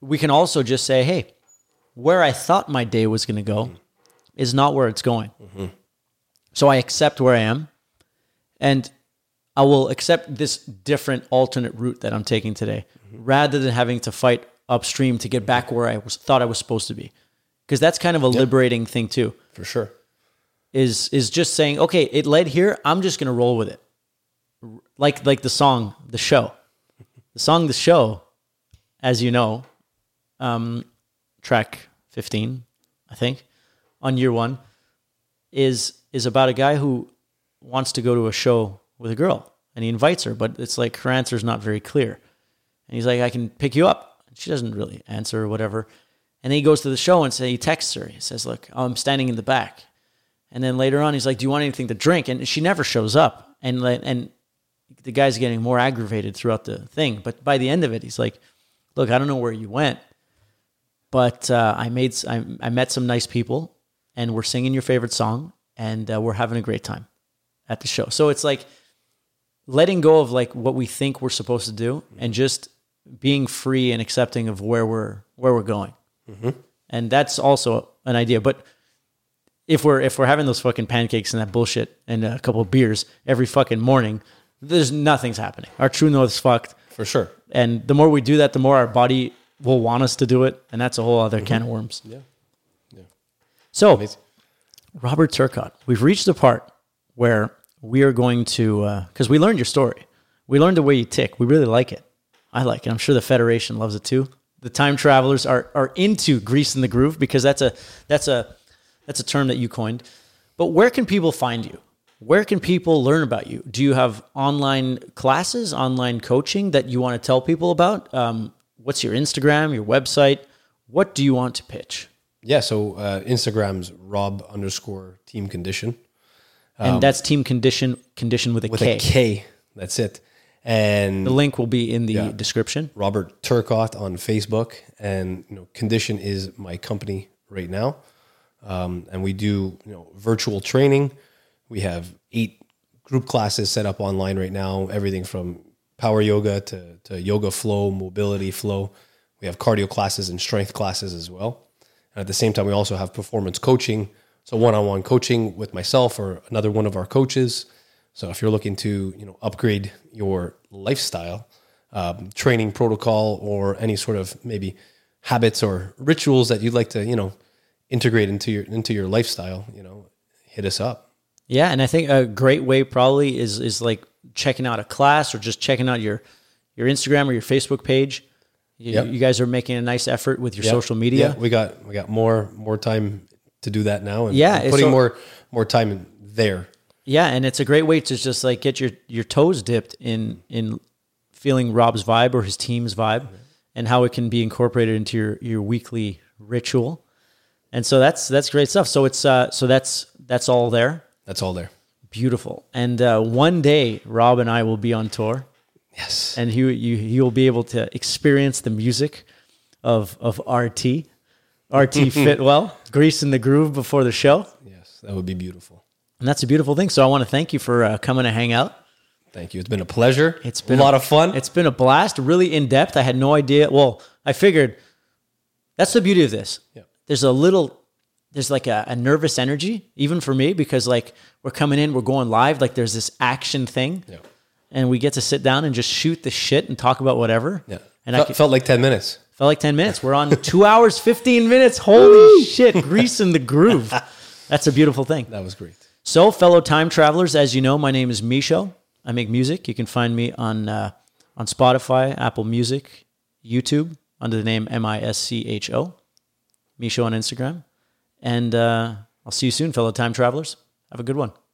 we can also just say, hey, where I thought my day was going to go is not where it's going. So I accept where I am and I will accept this different alternate route that I'm taking today rather than having to fight upstream to get back where I was thought I was supposed to be. Cuz that's kind of a liberating thing too
For sure.
is is just saying, okay, it led here. I'm just gonna roll with it, like like the song, the show, the song, the show, as you know, um, track 15, I think, on year one, is is about a guy who wants to go to a show with a girl and he invites her, but it's like her answer's not very clear, and he's like, I can pick you up. She doesn't really answer or whatever. And then he goes to the show and say he texts her. He says, "Look, I'm standing in the back. And then later on, he's like, "Do you want anything to drink?" And she never shows up. And like, and the guy's getting more aggravated throughout the thing. But by the end of it, he's like, "Look, I don't know where you went, but uh, I made s- I, I met some nice people, and we're singing your favorite song, and uh, we're having a great time at the show." So it's like letting go of like what we think we're supposed to do, and just being free and accepting of where we're where we're going. And that's also an idea, but if we're if we're having those fucking pancakes and that bullshit and a couple of beers every fucking morning, there's nothing's happening. Our true north's fucked,
For sure.
and the more we do that, the more our body will want us to do it, and that's a whole other can of worms. Mm-hmm. Yeah. So, Robert Turcott, we've reached the part where we are going to because we learned your story, we learned the way you tick. We really like it. I like it. I'm sure the Federation loves it too. The time travelers are are into grease in the groove because that's a that's a that's a term that you coined. But where can people find you? Where can people learn about you? Do you have online classes, online coaching that you want to tell people about? Um, what's your Instagram, your website? What do you want to pitch?
Yeah. So uh, Instagram's Rob underscore team condition.
And that's team condition condition with a K.
Um, with a K. That's it. And
The link will be in the description.
Robert Turcott on Facebook. And you know, Condition is my company right now, um, and we do you know virtual training. We have eight group classes set up online right now. Everything from power yoga to to yoga flow, mobility flow. We have cardio classes and strength classes as well. And at the same time, we also have performance coaching. So one-on-one coaching with myself or another one of our coaches. So if you're looking to, you know, upgrade your lifestyle, um, training protocol, or any sort of maybe habits or rituals that you'd like to, you know, integrate into your into your lifestyle, you know, hit us up.
Yeah, and I think a great way probably is is like checking out a class or just checking out your your Instagram or your Facebook page. You,
Yep.
you guys are making a nice effort with your social
Yeah,
media.
we got we got more more time to do that now, and
Yeah,
and putting
so-
more more time in there.
Yeah, and it's a great way to just like get your your toes dipped in in feeling Rob's vibe or his team's vibe and how it can be incorporated into your your weekly ritual. And so that's that's great stuff. So it's uh, so that's that's all there.
That's all there.
Beautiful. And uh, one day, Rob and I will be on tour,
Yes.
and he you you'll be able to experience the music of of RT, RT Fitwell, Grease in the Groove before the show,
yes. That would be beautiful.
and that's a beautiful thing. So I want to thank you for uh, coming to hang out.
Thank you. It's been a pleasure.
It's been
a lot of fun.
It's been a blast, really in depth. I had no idea. Well, I figured that's the beauty of this.
Yeah.
There's a little, there's like a, a nervous energy, even for me, because like we're coming in, we're going live. Like there's this action thing,
yeah.
and we get to sit down and just shoot the shit and talk about whatever.
Yeah.
And
Fe-
I could,
felt like 10 minutes.
felt like ten minutes. We're on two hours fifteen minutes. Holy shit! Grease in the groove. That's a beautiful thing.
That was great.
So, fellow time travelers, as you know, my name is Misho. I make music. You can find me on uh, on Spotify, Apple Music, YouTube under the name M I S C H O. Misho on Instagram, and uh, I'll see you soon, fellow time travelers. Have a good one.